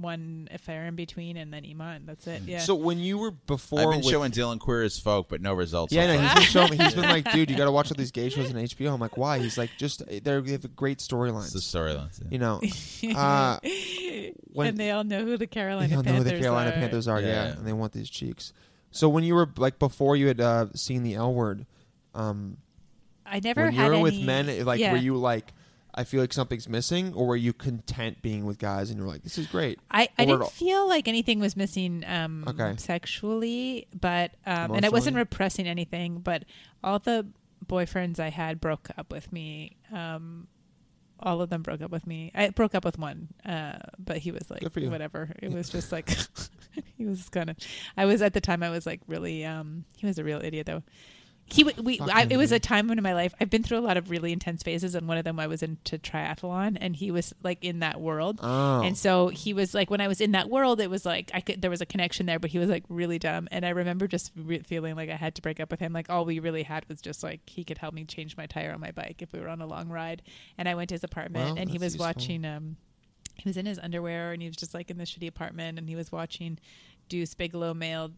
S4: one affair in between and then Iman. That's it. Yeah.
S3: Hmm. So when you were before,
S2: I've been
S3: with-
S2: showing Dylan queer as folk, but no results.
S3: yeah,
S2: so
S3: no,
S2: far.
S3: he's been showing me. He's been like, dude, you got to watch all these gay shows on HBO. I'm like, why? He's like, just eh, they're, they have great storylines.
S2: It's the storylines. yeah.
S3: you know, uh, when
S4: and they all know who the Carolina
S3: they don't know who
S4: Panthers
S3: the Carolina
S4: are.
S3: Panthers are, yeah,
S2: Yeah.
S3: and they want these cheeks. So when you were like before you had uh, seen the L word, um,
S4: I never
S3: when
S4: had
S3: you were
S4: any,
S3: with men, it- like
S4: yeah.
S3: were you like, I feel like something's missing, or were you content being with guys and you were like, this is great?
S4: I,
S3: Or
S4: I
S3: were
S4: didn't
S3: it-
S4: feel like anything was missing um,
S3: Okay.
S4: sexually, but um, and I wasn't
S3: Emotionally?
S4: repressing anything. But all the boyfriends I had broke up with me. Um, all of them broke up with me. I broke up with one, uh, but he was like
S3: Good for you.
S4: whatever. It was just like he was kind of. I was at the time I was like really. Um, he was a real idiot though. He w- we
S3: Fucking
S4: I, it was a
S3: idiot.
S4: time in my life. I've been through a lot of really intense phases, and one of them I was into triathlon, and he was like in that world.
S3: Oh.
S4: And so he was like, when I was in that world, it was like I could there was a connection there, but he was like really dumb. And I remember just re- feeling like I had to break up with him. Like all we really had was just like he could help me change my tire on my bike if we were on a long ride. And I went to his apartment,
S3: Well,
S4: and he
S3: that's
S4: was
S3: useful.
S4: watching. um He was in his underwear, and he was just like in the shitty apartment, and he was watching Deuce Bigelow mailed.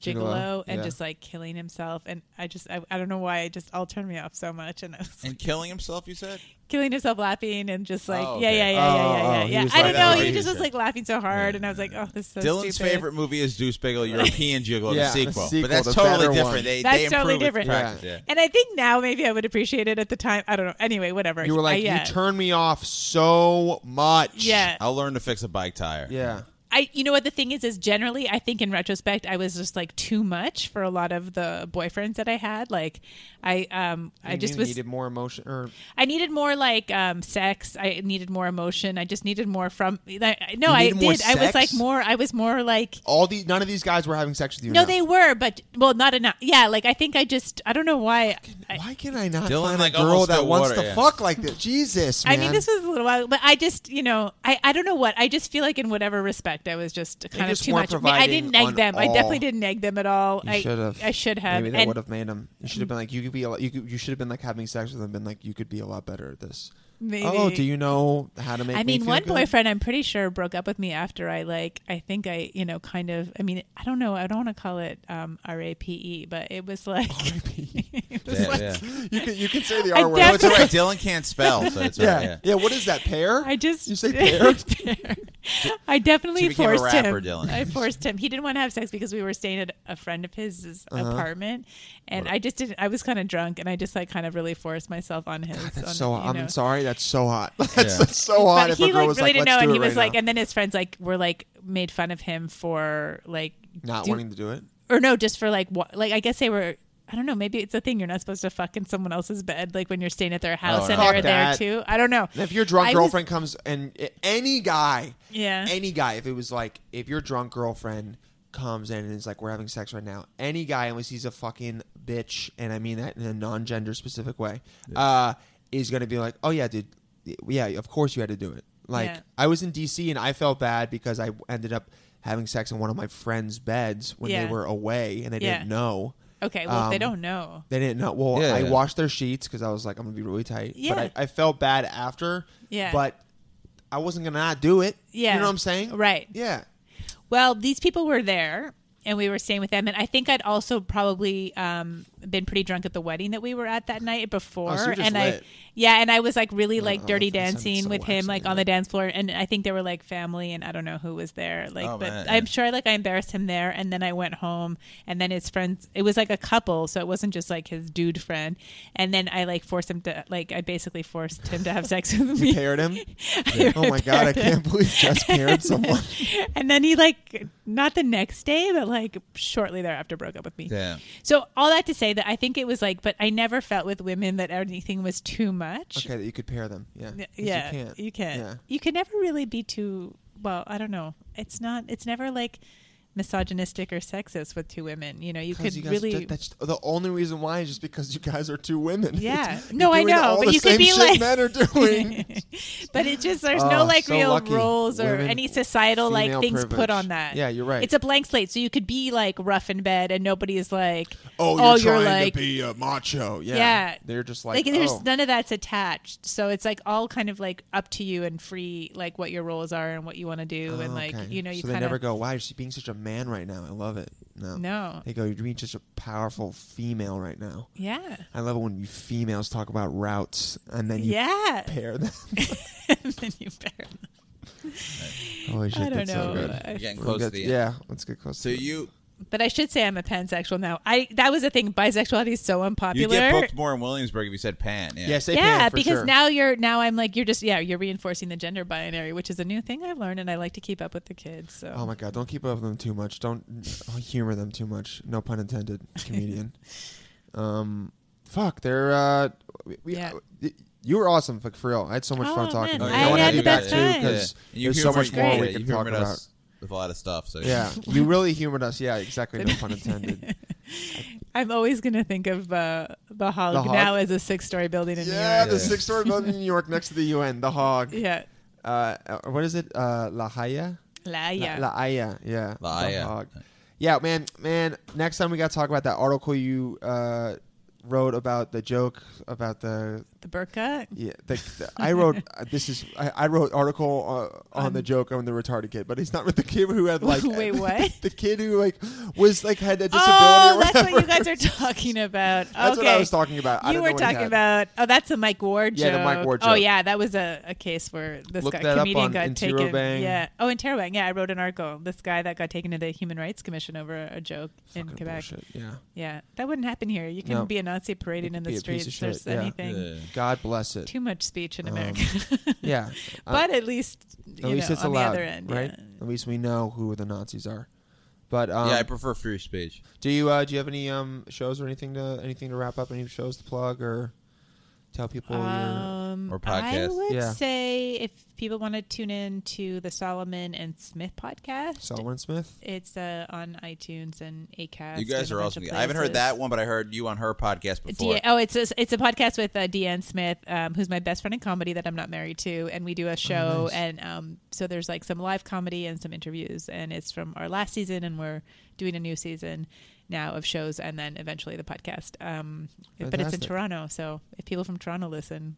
S4: Gigolo
S3: Gigolo,
S4: and
S3: yeah.
S4: just like killing himself, and I just I, I don't know why it just all turned me off so much, and I was
S2: And killing himself, you said?
S4: killing himself laughing and just like
S2: Oh,
S4: yeah
S2: okay.
S4: yeah yeah yeah
S3: Oh, oh,
S4: yeah yeah,
S3: he
S4: yeah.
S3: was
S4: I
S3: like
S4: don't know
S2: that.
S4: he just
S2: Yeah.
S4: was like laughing so hard and I was like oh this is so
S2: Dylan's
S4: stupid.
S2: favorite movie is Deuce Bigelow, European Gigolo,
S3: Yeah,
S2: the,
S3: the
S2: sequel.
S3: sequel,
S2: But that's
S3: the
S2: totally
S3: better
S2: different.
S3: one.
S2: They,
S4: That's
S2: they
S4: totally
S2: improve with
S4: different.
S2: practice,
S3: Yeah.
S2: yeah.
S4: and I think now maybe I would appreciate it at the time I don't know anyway whatever
S3: You were
S4: I,
S3: like,
S4: uh, yeah.
S3: you turn me off so much.
S4: yeah
S2: I'll learn to fix a bike tire.
S3: Yeah.
S4: I you know what the thing is is generally I think in retrospect I was just like too much for a lot of the boyfriends that I had like I um I
S3: You
S4: just
S3: need-
S4: was
S3: needed more emotion or
S4: I needed more like um, sex. I needed more emotion. I just needed more from. I, I- no,
S3: You
S4: I
S3: needed more
S4: did. I was
S3: sex?
S4: like more. I was more like.
S3: all these none of these guys were having sex with you.
S4: No,
S3: now.
S4: they were, but well, not enough. Yeah, like I think I just I don't know why. I,
S3: Why can I not
S2: Dylan,
S3: find
S2: like,
S3: a girl
S2: almost
S3: that
S2: spilled
S3: wants
S2: water,
S3: to
S2: yeah.
S3: fuck like this? Jesus,
S4: I
S3: man.
S4: mean, this was a little while, but I just you know I I don't know what I just feel like in whatever respect I was just kind of
S3: just
S4: too
S3: weren't
S4: much. I, mean, I
S3: providing
S4: didn't neg
S3: on
S4: them. I
S3: all.
S4: definitely didn't neg them at all.
S3: You
S4: I
S3: should've.
S4: I should have.
S3: Maybe that
S4: And-
S3: would have made him. You should have been like, you could be. A lot, you could, you should have been like having sex with him, and been like, you could be a lot better at this.
S4: Maybe.
S3: Oh, do you know how to make? me
S4: I mean,
S3: feel
S4: one
S3: good?
S4: boyfriend I'm pretty sure broke up with me after I like I think I you know kind of I mean I don't know I don't want to call it um, R A P E but it was like
S3: E?
S4: it was
S2: Yeah,
S4: like-
S2: yeah.
S3: You can you can say the
S4: I
S3: R word.
S2: No,
S4: def-
S2: it's all right. Dylan can't spell, so it's all
S3: yeah.
S2: right.
S3: yeah,
S2: Yeah.
S3: What is that pair?
S4: I just
S3: you say pair.
S4: Pear. I definitely
S2: She became a
S4: forced
S2: rapper,
S4: him.
S2: Dylan.
S4: I forced him. He didn't want to have sex because we were staying at a friend of his
S3: Uh-huh.
S4: apartment, and I just didn't. I was kind of drunk, and I just like kind of really forced myself on his. on,
S3: so
S4: you
S3: I'm
S4: know.
S3: sorry. That's so hot. That's,
S2: Yeah.
S3: that's so hot.
S4: But
S3: if
S4: he
S3: a girl
S4: like
S3: was
S4: really
S3: like,
S4: didn't know,
S3: "Let's
S4: and
S3: do
S4: he
S3: it
S4: was
S3: right
S4: like,
S3: now."
S4: and then his friends like were like made fun of him for like
S3: not
S4: do-
S3: wanting to do it.
S4: or no, just for like what, like I guess they were. I don't know. Maybe it's a thing you're not supposed to fuck in someone else's bed, like when you're staying at their house
S2: no.
S4: and they
S3: Fuck
S4: were
S3: that.
S4: there too. I don't know.
S3: And if your drunk
S4: I was-
S3: girlfriend comes and any guy,
S4: Yeah.
S3: any guy, if it was like if your drunk girlfriend comes in and is like, "We're having sex right now," any guy, unless he's a fucking bitch, and I mean that in a non-gender specific way, uh, is going to be like, oh yeah, dude, yeah, of course you had to do it. Like
S4: Yeah.
S3: I was in DC and I felt bad because I ended up having sex in one of my friends' beds when
S4: Yeah.
S3: they were away and they
S4: Yeah.
S3: didn't know.
S4: Okay, well, if they
S3: Um,
S4: don't know.
S3: They didn't know. Well,
S2: Yeah,
S3: I
S2: yeah.
S3: washed their sheets because I was like, I'm gonna be really tight.
S4: Yeah.
S3: But I, I felt bad after.
S4: Yeah.
S3: But I wasn't gonna not do it.
S4: Yeah.
S3: You know what I'm saying?
S4: Right.
S3: Yeah.
S4: Well, these people were there, and we were staying with them. And I think I'd also probably um, been pretty drunk at the wedding that we were at that night before.
S3: Oh, so you're just
S4: and I,
S3: lit.
S4: yeah, and I was like really like
S3: Oh,
S4: dirty
S3: that sounded
S4: dancing
S3: so
S4: with him, like
S3: waxy,
S4: on
S3: yeah.
S4: the dance floor. And I think there were like family, and I don't know who was there. Like,
S2: Oh,
S4: but
S2: man.
S4: I'm sure like I embarrassed him there. And then I went home, and then his friends. It was like a couple, so it wasn't just like his dude friend. And then I like forced him to like I basically forced him to have sex with me.
S3: Paired him.
S4: I
S3: Oh my god, I
S4: repaired him
S3: can't believe just paired someone.
S4: and then he like not the next day but like shortly thereafter broke up with me
S2: Yeah.
S4: so all that to say that i think it was like but i never felt with women that anything was too much
S3: Okay, that you could pair them. Yeah. 'Cause
S4: Y- yeah
S3: You can't. Yeah.
S4: you can never really be too well i don't know it's not it's never like misogynistic or sexist with two women you know you
S3: 'Cause
S4: could
S3: you guys-
S4: really
S3: that- that's the only reason why is just because you guys are two women.
S4: Yeah.
S3: You're
S4: No, I
S3: doing
S4: know,
S3: all
S4: but
S3: the
S4: you could
S3: same
S4: be
S3: shit
S4: like-
S3: men are doing.
S4: but it just there's
S3: Oh,
S4: no like
S3: so
S4: real
S3: lucky.
S4: rules or
S3: Women,
S4: any societal like
S3: female
S4: things
S3: privilege.
S4: put on that.
S3: Yeah, you're right.
S4: It's a blank slate, so you could be like rough in bed, and nobody is like,
S3: oh, you're trying
S4: like,
S3: to be a macho. Yeah.
S4: Yeah.
S3: They're just like,
S4: like, there's
S3: oh.
S4: none of that's attached. So it's like all kind of like up to you and free, like what your roles are and what you want to do, and like
S3: Okay.
S4: you know you
S3: so they
S4: kind
S3: never
S4: of
S3: go. Why is she being such a man right now? I love it. No,
S4: No.
S3: They go. You're being such a powerful female right now.
S4: yeah,
S3: I love it when you females talk about routes and then you
S4: yeah.
S3: pair them.
S4: and then you pair.
S3: Holy shit,
S4: I don't
S3: that's so
S4: know.
S3: good.
S2: We're
S4: I-
S2: getting
S3: We're
S2: close to
S3: good-
S2: the end.
S3: yeah, let's get close.
S2: So
S3: to it.
S2: you
S4: But I should say I'm a pansexual now. I that was the thing. Bisexuality is so
S2: you
S4: unpopular.
S2: get booked more in Williamsburg if you said pan. Yeah.
S3: yeah, say
S4: yeah
S3: pan for
S4: because
S3: sure.
S4: now you're now i'm like you're just yeah you're reinforcing the gender binary which is a new thing i've learned and i like to keep up with the kids so
S3: Oh my god, don't keep up with them too much. Don't humor them too much. No pun intended, comedian. um, fuck, they're uh, we- we,
S4: Yeah.
S3: you were awesome, like, for real. I had so much
S4: Oh,
S3: fun talking.
S4: man.
S3: to
S4: I
S3: you. I, want to
S4: had
S3: have you
S4: the
S3: back
S4: best
S3: too
S4: time.
S3: because
S2: And you
S3: there's so
S2: humored-
S3: much more we
S2: yeah,
S3: can
S2: you
S3: talk
S2: humored
S3: about.
S2: us with a lot of stuff. So
S3: Yeah, you really humored us. Yeah, exactly. No pun intended.
S4: i'm always going to think of uh, the hog
S3: The Hog?
S4: now as a six-story building in
S3: yeah,
S4: new york
S3: the six-story building in New York next to the UN, the Hog.
S4: yeah
S3: Uh, uh, what is it? Uh, La Haya.
S4: La,
S3: La-
S4: yeah.
S3: La Haya. Yeah.
S2: La
S3: The
S2: Haya.
S3: Hog. Yeah, man, man. Next time we got to talk about that article you uh, wrote about the joke about the
S4: the burqa
S3: yeah. The, the- I wrote uh, this is I, I wrote article uh, on the joke on the retarded kid, but it's not with the kid who had like
S4: Wait, what?
S3: the kid who like was like had a disability.
S4: oh
S3: or
S4: that's what you
S3: whatever.
S4: guys are talking about
S3: That's
S4: okay
S3: what I was talking about. I
S4: you
S3: don't
S4: were
S3: know what he
S4: talking
S3: had.
S4: about oh that's a mike ward
S3: Yeah,
S4: joke
S3: the Mike Ward
S4: oh
S3: joke.
S4: yeah that was a, a case where this
S3: Look
S4: guy,
S3: that up
S4: comedian
S3: on
S4: got
S3: Intero
S4: taken
S3: Bang.
S4: yeah oh in Terabang. yeah i wrote an article this guy that got taken to the human rights commission over a joke in
S3: Fucking
S4: quebec
S3: bullshit, Yeah.
S4: Yeah, that wouldn't happen here. You can
S3: No.
S4: be a Nazi
S3: You
S4: parading
S3: could
S4: in
S3: be
S4: the
S3: a piece
S4: streets.
S3: of
S4: There's
S3: shit, yeah.
S4: anything.
S2: Yeah.
S3: God bless it.
S4: Too much speech in
S3: Um,
S4: America.
S3: Yeah. Uh,
S4: but at least you
S3: at least
S4: know,
S3: it's
S4: on
S3: allowed,
S4: the other end,
S3: right?
S4: yeah.
S3: At least we know who the Nazis are. But um,
S2: yeah, I prefer free speech.
S3: do you uh, do you have any um, shows or anything to anything to wrap up? Any shows to plug or tell people? your...
S4: Um,
S2: Or
S4: I
S2: podcast.
S4: would
S3: Yeah.
S4: say if people want to tune in to the Solomon and Smith podcast,
S3: Solomon Smith.
S4: it's uh, on iTunes and Acast.
S2: You guys
S4: and a
S2: are
S4: bunch of
S2: awesome. I haven't heard
S4: places.
S2: that one, but I heard you on her podcast before.
S4: D- oh, it's a, it's a podcast with uh, Deanne Smith, um, who's my best friend in comedy that I'm not married to, and we do a show,
S3: Oh, nice.
S4: and um, so there's like some live comedy and some interviews, and it's from our last season, and we're doing a new season now of shows, and then eventually the podcast. Um, but it's in
S3: Fantastic.
S4: Toronto, so if people from Toronto listen,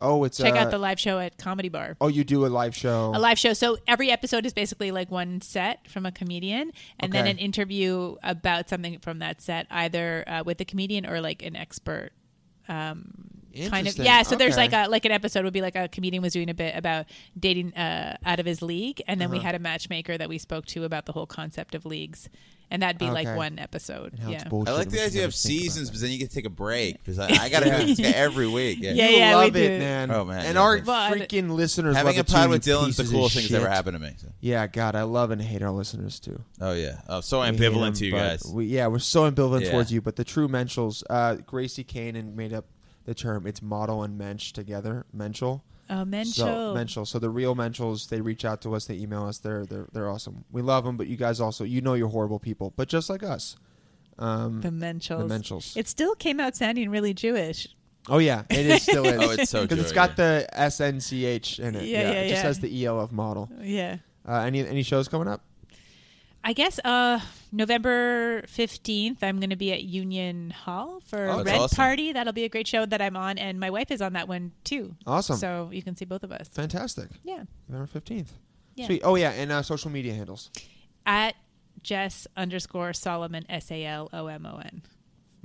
S3: Oh, it's
S4: check
S3: uh,
S4: out the live show at Comedy Bar.
S3: Oh, you do a live show.
S4: A live show. So every episode is basically like one set from a comedian, and then
S3: Okay.
S4: an interview about something from that set, either uh, with the comedian or like an expert kind of
S3: Interesting.
S4: yeah so there's
S3: Okay.
S4: like a like an episode would be like a comedian was doing a bit about dating uh, out of his league and then we
S3: Uh-huh.
S4: had a matchmaker that we spoke to about the whole concept of leagues and that'd be like
S3: Okay.
S4: one episode
S3: And how
S4: yeah
S3: it's bullshit
S2: I like
S3: and
S2: the
S3: we should
S2: idea
S3: never
S2: of
S3: think about
S2: seasons,
S3: that.
S2: but then you can take a break because I, I got to
S3: Yeah.
S2: do this every week. Yeah.
S4: Yeah,
S3: You
S4: yeah, we
S3: love it,
S4: do.
S3: man.
S2: Oh, man,
S3: and
S2: yeah.
S3: our
S4: But-
S3: freaking listeners
S2: Having a
S3: love it
S2: pod
S3: too,
S2: with
S3: you
S2: Dylan's the
S3: pieces of
S2: coolest thing that's ever
S3: shit.
S2: happened to me. so-
S3: Yeah, God, I love and hate our listeners too.
S2: Oh yeah. Oh, so
S3: We hate
S2: ambivalent
S3: them,
S2: to you
S3: but
S2: guys.
S3: We, yeah, we're so ambivalent
S2: Yeah.
S3: towards you. But the true Menschels, uh, Gracie Kane, and made up the term. It's model and mensch together. Menschel.
S4: oh men
S3: So,
S4: show
S3: Menschel. So the real Menschels, they reach out to us, they email us. They're they're they're awesome. We love them, but you guys also, you know, you're horrible people, but just like us. Um,
S4: the menschels
S3: The Menschels.
S4: it still came out sounding really jewish
S3: Oh yeah, it is still is.
S2: Oh, it's so
S3: because it's
S2: true,
S3: got
S2: yeah.
S3: the SNCH in it.
S4: Yeah, yeah,
S3: it just
S4: yeah.
S3: has the ELF model.
S4: Yeah.
S3: Uh, any any shows coming up?
S4: I guess uh November 15th I'm going to be at Union Hall for
S2: Oh, that's
S4: Red
S2: awesome.
S4: Party. That'll be a great show that I'm on and my wife is on that one too.
S3: Awesome.
S4: So you can see both of us.
S3: Fantastic.
S4: Yeah.
S3: November fifteenth.
S4: Yeah.
S3: Sweet. Oh yeah, and uh, social media handles.
S4: At Jess underscore Solomon S A L O M O N.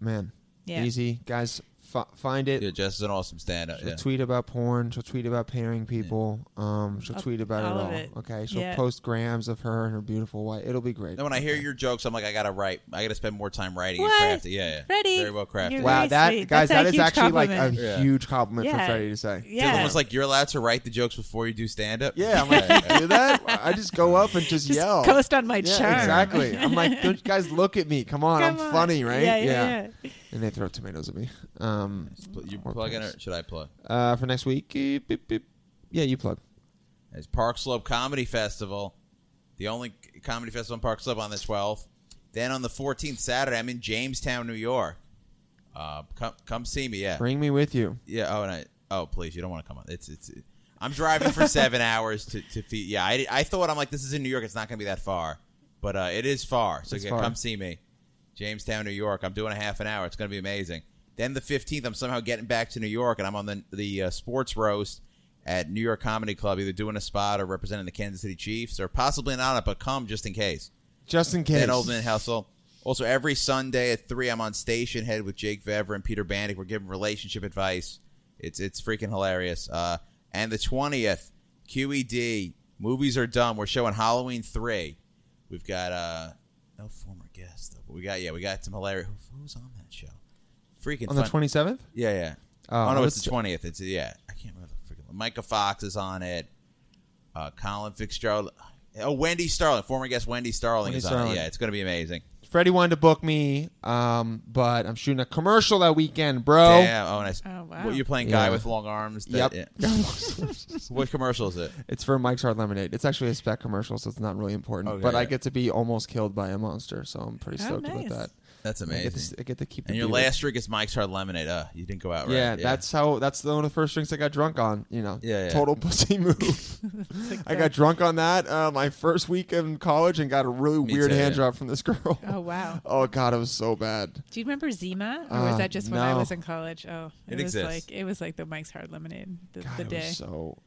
S3: Man,
S4: Yeah.
S3: easy guys. F- find it.
S2: Yeah, Jess is an awesome stand up.
S3: She'll
S2: Yeah.
S3: tweet about porn. She'll tweet about pairing people. Um, she'll
S4: Oh,
S3: tweet about
S4: all
S3: it
S4: of
S3: all.
S4: it.
S3: Okay. She'll
S4: Yeah.
S3: post grams of her and her beautiful wife. It'll be great.
S2: And when I hear your jokes, I'm like, I gotta write. I gotta spend more time writing
S4: What?
S2: and crafting. Yeah, yeah.
S4: Freddie,
S2: Very well crafted.
S4: you're
S3: wow,
S4: Very
S3: that
S4: sweet.
S3: guys,
S4: That's a
S3: that is
S4: huge
S3: actually like a
S4: compliment.
S2: Yeah.
S3: huge compliment for
S4: Yeah.
S3: Freddie to say.
S2: It's
S4: Yeah.
S2: almost like you're allowed to write the jokes before you do stand up.
S3: Yeah, I'm like, you do that. I just go up and just,
S4: Just
S3: yell.
S4: coast on my
S3: yeah,
S4: charm.
S3: Exactly. I'm like, don't you guys look at me? Come on,
S4: Come
S3: I'm
S4: on.
S3: funny, right?
S4: Yeah, yeah, yeah.
S3: And they throw tomatoes at me. Um,
S2: You
S3: Or
S2: plug in
S3: please.
S2: or should I plug?
S3: uh, for next week, eh, beep, beep. yeah, you plug.
S2: It's Park Slope Comedy Festival, the only c- comedy festival in Park Slope on the 12th. Then on the 14th, Saturday, I'm in Jamestown, New York. Uh, come, come see me. Yeah,
S3: Bring me with you.
S2: yeah. Oh, and I, oh, please, you don't want to come on. It's, it's. I'm driving for seven hours to to feed. Yeah, I, I thought I'm like this is in New York. It's not gonna be that far, but uh, it is far. So
S3: It's
S2: yeah,
S3: far.
S2: come see me, Jamestown, New York. I'm doing a half an hour. It's gonna be amazing. Then the 15th, I'm somehow getting back to New York, and I'm on the the uh, sports roast at New York Comedy Club, either doing a spot or representing the Kansas City Chiefs, or possibly not. But come just in case.
S3: Just in case.
S2: Ben Oldman Hustle. Also, every Sunday at three, I'm on Station Head with Jake Vever and Peter Bandick. We're giving relationship advice. It's it's freaking hilarious. Uh, and the twentieth, QED movies are dumb. We're showing Halloween three. We've got uh, no former guest though, but we got yeah, we got some hilarious. Who, who's on that show? Freaking
S3: On the
S2: fun-
S3: 27th?
S2: yeah, yeah.
S3: Oh,
S2: Oh, no, it's
S3: what's-
S2: the twentieth. It's yeah. I can't remember. The freaking, Micah Fox is on it. Uh, Colin Fitzgerald. Oh, Wendy Starling, former guest Wendy Starling
S3: Wendy
S2: is on
S3: Starling.
S2: it. Yeah, it's going to be amazing.
S3: Freddie wanted to book me, um, but I'm shooting a commercial that weekend, bro.
S2: Damn. Oh, nice.
S4: Oh, wow.
S2: What, you're playing guy
S3: Yeah.
S2: with long arms.
S3: Yep.
S2: That- yeah. What commercial is it?
S3: it's for Mike's Hard Lemonade. It's actually a spec commercial, so it's not really important.
S2: Okay,
S3: but I
S2: yeah.
S3: get to be almost killed by a monster, so I'm pretty
S4: Oh,
S3: stoked
S4: nice.
S3: about that.
S2: That's
S3: I get,
S2: amazing.
S3: to, s- I get to keep. the
S2: and your
S3: beer.
S2: last drink is Mike's Hard Lemonade. Uh, you didn't go out right.
S3: yeah, that's how. That's the one of the first drinks I got drunk on. You know,
S2: Yeah, yeah.
S3: total pussy move. I got drunk on that uh, my first week in college and got a really
S2: Me
S3: weird
S2: too,
S3: hand
S2: yeah.
S3: job from this girl.
S4: Oh wow.
S3: Oh god, it was so bad.
S4: Do you remember Zima? Or
S3: Uh,
S4: was that just when I
S3: no.
S4: was in college? Oh, it,
S2: It
S4: was
S2: exists.
S4: like it was like the Mike's Hard Lemonade the,
S3: God,
S4: the
S3: it
S4: day.
S3: was so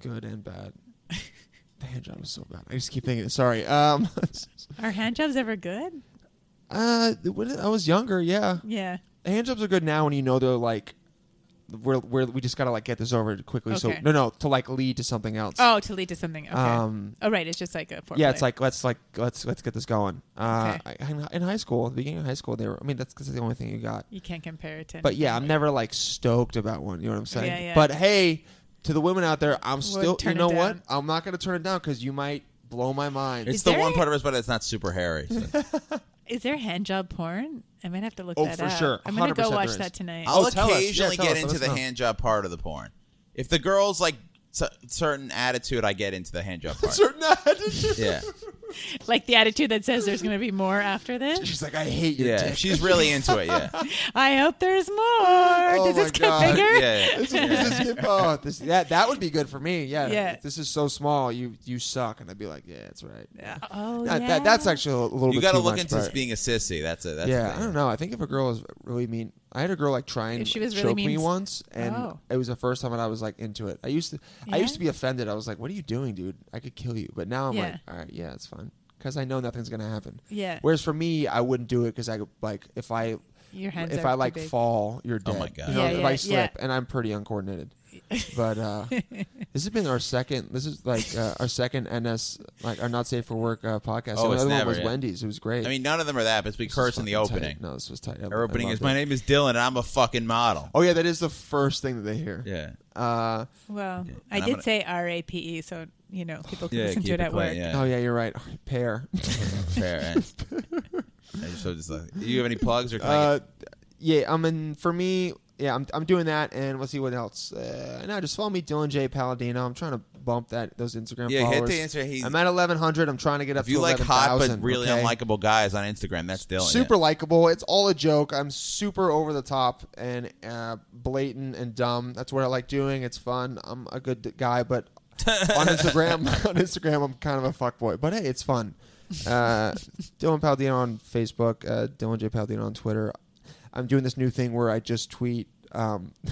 S3: good and bad. the hand job was so bad. I just keep thinking. Sorry. Um,
S4: Are hand jobs ever good?
S3: uh, when I was younger, yeah.
S4: Yeah.
S3: hand jobs are good now when you know they're like we're, we're we just gotta like get this over quickly so
S4: Okay.
S3: no no to like lead to something else
S4: Oh, to lead to something. Okay.
S3: Um,
S4: oh, right. It's just like a foreplay.
S3: yeah it's like let's like let's let's get this going uh
S4: Okay.
S3: I- in, in high school the beginning of high school they were i mean that's, 'cause that's the only thing you got
S4: you can't compare it to.
S3: but yeah i'm never like stoked about one you know what i'm saying
S4: Yeah, yeah.
S3: but hey to the women out there i'm still you
S4: turn it
S3: know what
S4: down.
S3: i'm not gonna turn it down because you might blow my mind
S2: It's
S4: Is
S2: the
S4: there
S2: one
S4: a-
S2: part of us, but it's not super hairy. so.
S4: Is there hand job porn? I might have to look
S3: Oh,
S4: that
S3: for
S4: up.
S3: sure.
S4: I'm gonna
S3: 100%
S4: go
S3: there
S4: watch
S3: is.
S4: that tonight.
S2: I'll
S3: Oh, tell us. Yeah,
S2: occasionally
S3: tell
S2: get
S3: us. Let
S2: into
S3: us
S2: the
S3: know.
S2: hand job part of the porn. If the girl's like c- certain attitude, I get into the hand job part.
S3: Certain attitude.
S2: yeah,
S4: like the attitude that says there's gonna be more after this.
S3: she's like i hate you
S2: yeah.
S3: dick.
S2: If she's really into it, yeah.
S4: I hope there's more. Does
S3: Oh my
S4: this get
S3: God.
S4: bigger?
S2: Yeah, yeah.
S3: This is- this is- oh, this- that that would be good for me. Yeah.
S4: Yeah.
S3: This is so small. You you suck, and I'd be like, yeah, that's right.
S4: Oh,
S3: That-
S4: yeah.
S3: that- that's actually a little.
S2: You
S3: got to
S2: look into
S3: but,
S2: being a sissy. That's it. That's the
S3: Yeah,
S2: thing.
S3: I don't know. I think if a girl is really mean, I had a girl like try and
S4: If she was
S3: choke
S4: really
S3: me
S4: mean-
S3: once, and
S4: Oh.
S3: it was the first time that I was like into it. I used to, I
S4: Yeah?
S3: used to be offended. I was like, "What are you doing, dude? I could kill you." But now I'm
S4: Yeah.
S3: like, "All right, yeah, it's fine," because I know nothing's gonna happen.
S4: Yeah.
S3: Whereas for me, I wouldn't do it because I like if I
S4: Your hands
S3: if
S4: are
S3: I
S4: too
S3: like
S4: big.
S3: fall, you're dead.
S2: Oh my God.
S3: You know,
S4: Yeah,
S3: if
S4: yeah,
S3: I slip,
S4: yeah.
S3: and I'm pretty uncoordinated. But uh, this has been our second. This is like uh, our second NS like our not safe for work uh, podcast.
S2: Oh,
S3: Another
S2: it's
S3: one
S2: never,
S3: was
S2: yeah.
S3: Wendy's. It was great.
S2: I mean, none of them are that, but it's we
S3: This
S2: curse
S3: was
S2: in the
S3: fucking tight.
S2: opening.
S3: No, this was tight. I-
S2: Our opening
S3: I
S2: is
S3: loved
S2: my
S3: it.
S2: name is Dylan and I'm a fucking model.
S3: Oh yeah, that is the first thing that they hear.
S2: Yeah.
S3: Uh,
S4: Well, I
S2: And I'm
S4: did
S2: gonna-
S4: say R A P E, so you know people can
S2: Yeah,
S4: listen
S2: keep
S4: to it
S2: it
S4: at
S2: clean,
S4: work.
S2: yeah.
S3: Oh yeah, you're right. Pair.
S2: Fair. eh? I just- so just like- do you have any plugs or can I
S3: uh,
S2: get-
S3: yeah, I'm in. For me, yeah, I'm, I'm doing that, and we'll see what else. Uh, now just follow me, Dylan J Palladino. I'm trying to bump that those Instagram
S2: Yeah, hit
S3: followers.
S2: the Insta- he-
S3: I'm at 1100. I'm trying to get up
S2: If you
S3: to
S2: like hot but
S3: 11,000,
S2: really
S3: okay?
S2: unlikable guys on Instagram, that's Dylan.
S3: super likable. It's all a joke. I'm super over the top and uh, blatant and dumb. That's what I like doing. It's fun. I'm a good d- guy, but on Instagram, on Instagram, I'm kind of a fuckboy. But hey, it's fun. Uh, Dylan Paladino on Facebook. Uh, Dylan J Paladino on Twitter. I'm doing this new thing where I just tweet. Um,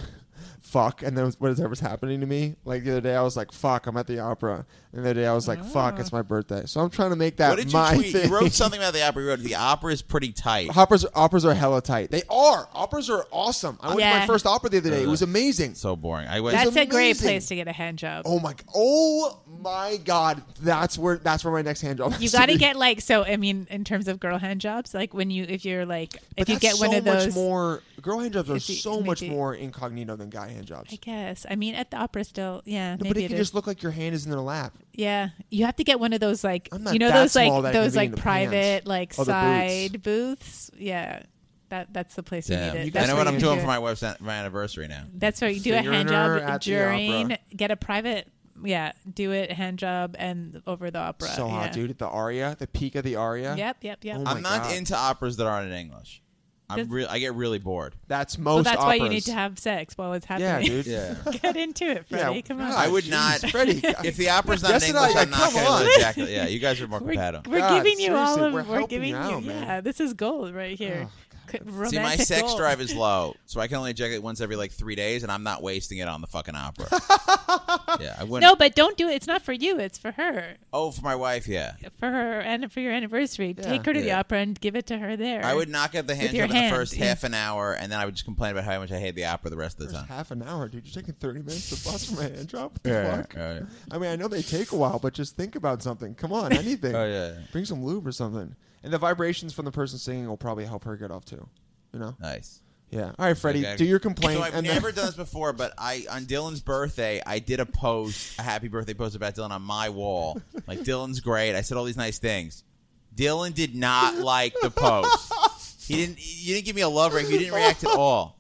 S3: Fuck, and then whatever's happening to me. Like the other day, I was like, "Fuck, I'm at the opera." And the other day, I was like, "Fuck, it's my birthday." So I'm trying to make that
S2: Ah. What did you
S3: my
S2: tweet?
S3: thing.
S2: You wrote something about the opera. You wrote the opera is pretty tight.
S3: Operas, operas are hella tight. They are. Operas are awesome. I went to my
S4: Yeah.
S3: first opera the other day. It was amazing.
S2: So boring. I went.
S4: That's a great
S3: amazing.
S4: place to get a hand job.
S3: Oh my! Oh my God! That's where. That's where my next hand job.
S4: You
S3: has
S4: got
S3: be.
S4: to get like so. I mean, in terms of girl hand jobs, like when you if you're like
S3: But
S4: if you
S3: that's
S4: get
S3: so
S4: one of
S3: much
S4: those.
S3: more girl hand jobs are
S4: If you-
S3: so much
S4: maybe-
S3: more incognito than guy hand jobs.
S4: I guess. I mean, at the opera still, yeah,
S3: No,
S4: maybe
S3: but it
S4: it
S3: can
S4: is.
S3: just look like your hand is in their lap.
S4: yeah, you have to get one of those like
S3: I'm not
S4: you know
S3: that
S4: those like
S3: small that I can
S4: those
S3: be
S4: like
S3: in the
S4: private
S3: pants.
S4: like
S3: Oh, the
S4: side booths. Yeah, that that's the place
S2: Damn.
S4: you need it.
S2: I
S4: That's
S2: know
S4: where
S2: what I'm
S4: you
S2: doing
S4: do
S2: for
S4: it.
S2: my website my anniversary now.
S4: That's right. You do a
S3: Finger
S4: hand
S3: her at
S4: job
S3: the
S4: during.
S3: opera.
S4: Get a private. Yeah, do it hand job and over the opera.
S3: So hot,
S4: yeah.
S3: dude! At the aria, the peak of the aria.
S4: Yep, yep, yep.
S3: Oh my
S2: I'm not
S3: God.
S2: into operas that aren't in English. I'm
S4: Does-
S2: real. I get really bored.
S3: That's
S4: well,
S3: most.
S4: that's why you
S3: operas.
S4: need to have sex while it's happening.
S3: Yeah, dude.
S4: Get into it, Freddie.
S3: Yeah,
S4: Come on.
S2: I would
S3: Jesus,
S2: not.
S3: Freddie,
S2: if the opera's not
S3: Yes,
S2: in
S3: and I-
S2: English, I'm not
S3: come
S2: going
S3: on.
S2: to ejaculate. Yeah, you guys are more
S4: We're,
S2: compatible.
S4: we're
S3: God,
S4: giving you all
S3: seriously,
S4: of.
S3: we're
S4: We're,
S3: helping
S4: giving
S3: you
S4: you.
S3: out, man. Oh,
S4: yeah, this is gold right here. C- romantic
S2: See, my sex
S4: gold.
S2: drive is low, so I can only ejaculate once every like three days, and I'm not wasting it on the fucking opera. yeah, I wouldn't.
S4: No, but don't do it. It's not for you. It's for her,
S2: Oh, for my wife, yeah.
S4: for her, and for your anniversary. Take her to the
S2: Yeah.
S4: opera and give it to her there.
S2: I would knock out the hand
S4: your
S2: job in the
S4: hand,
S2: first
S4: yeah.
S2: half an hour, and then I would just complain about how much I hate the opera the rest of the time.
S3: Half an hour, dude. You're taking 30 minutes to bust from a hand job. What the
S2: Yeah,
S3: fuck?
S2: yeah, yeah.
S3: I mean, I know they take a while, but just think about something. Come on, anything.
S2: Oh, yeah, yeah.
S3: Bring some lube or something. And the vibrations from the person singing will probably help her get off too. You know?
S2: Nice.
S3: Yeah. All right, Freddie,
S2: Okay.
S3: do your complaint.
S2: So I've
S3: and then-
S2: never done this before, but I on Dylan's birthday, I did a post, a happy birthday post about Dylan on my wall. Like Dylan's great. I said all these nice things. Dylan did not like the post. He didn't. You didn't give me a love ring. You didn't react at all.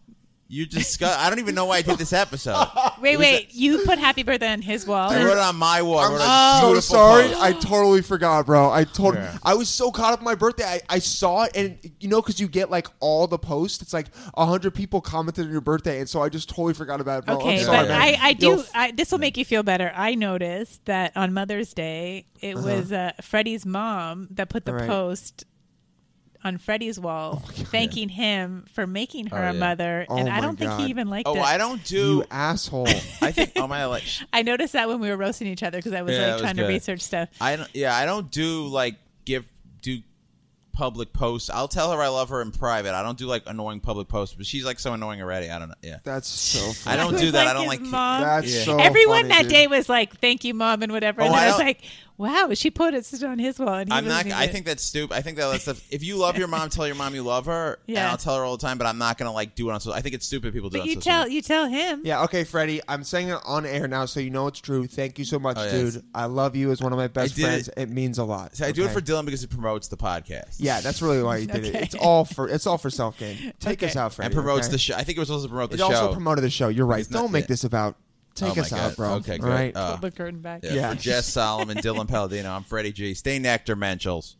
S2: You disgust. I don't even know why I did this episode.
S4: Wait, wait. You put happy birthday on his wall.
S2: I wrote it on my wall. I wrote
S3: Oh,
S2: a
S3: I'm so
S2: beautiful
S3: sorry.
S2: post.
S3: I totally forgot, bro. I told
S2: Yeah.
S3: I was so caught up in my birthday. I, I saw it, and you know, because you get like all the posts. It's like hundred people commented on your birthday, and so I just totally forgot about it. Bro.
S4: Okay,
S3: I'm sorry,
S4: but
S3: man.
S4: I, I
S3: Yo,
S4: do. I, this will make you feel better. I noticed that on Mother's Day, it was uh, Freddie's mom that put the
S3: Uh-huh. Right.
S4: post on Freddie's wall, thanking him for making her
S2: Oh,
S4: a
S2: yeah.
S4: mother.
S3: Oh,
S4: and I
S3: my
S4: don't think
S3: God.
S4: he even liked
S2: Oh,
S4: it.
S2: I don't
S3: you
S2: do.
S3: asshole.
S2: I think. Oh my gosh.
S4: I noticed that when we were roasting each other because I was
S2: Yeah, that
S4: like
S2: was
S4: trying
S2: good.
S4: to research stuff.
S2: I don't. Yeah, I don't do like give do public posts. I'll tell her I love her in private. I don't do like annoying public posts. But she's like so annoying already. I don't know. Yeah,
S3: That's so. Funny.
S2: I don't
S4: was
S2: do that. I don't
S4: his
S2: like-
S4: mom.
S3: That's
S2: Yeah.
S3: so.
S4: Everyone
S3: funny,
S4: that
S3: dude.
S4: day was like, "Thank you, mom," and whatever.
S2: Oh,
S4: and then
S2: I
S4: I, was
S2: don't-
S4: like, "Wow, she put it sit on his wall." And he
S2: I'm not.
S4: wasn't
S2: I
S4: even-
S2: think that's stupid. I think that that's stuff. If you love your mom, tell your mom you love her. and
S4: Yeah.
S2: I'll tell her all the time. But I'm not gonna like do it on social. I think it's stupid people do. it
S4: But
S2: on
S4: you
S2: social
S4: tell
S2: media.
S4: you tell him.
S3: Yeah, okay, Freddie. I'm saying it on air now, so you know it's true. Thank you so much,
S2: Oh, yeah.
S3: dude. I love you as one of my best
S2: I did
S3: friends. It. means a lot.
S2: See, I do it
S3: okay?
S2: for Dylan because it promotes the podcast.
S3: Yeah, that's really why you did it.
S4: Okay.
S3: It's all for it's all for self gain. Take
S4: Okay.
S3: us out, Freddie.
S2: and promotes
S3: okay?
S2: the show. I think it was supposed to promote the
S3: It
S2: show.
S3: also promoted the show. You're right.
S2: It's not-
S3: Don't make
S2: yeah.
S3: this about. Take
S2: oh
S3: us
S2: my
S3: out,
S2: God.
S3: bro.
S2: Okay,
S3: All
S2: good.
S3: right.
S2: Uh,
S4: Pull the curtain back.
S2: yeah,
S3: Yeah.
S2: For Jess Solomon, Dylan Palladino, I'm Freddie G. Stay nectar, Menschels.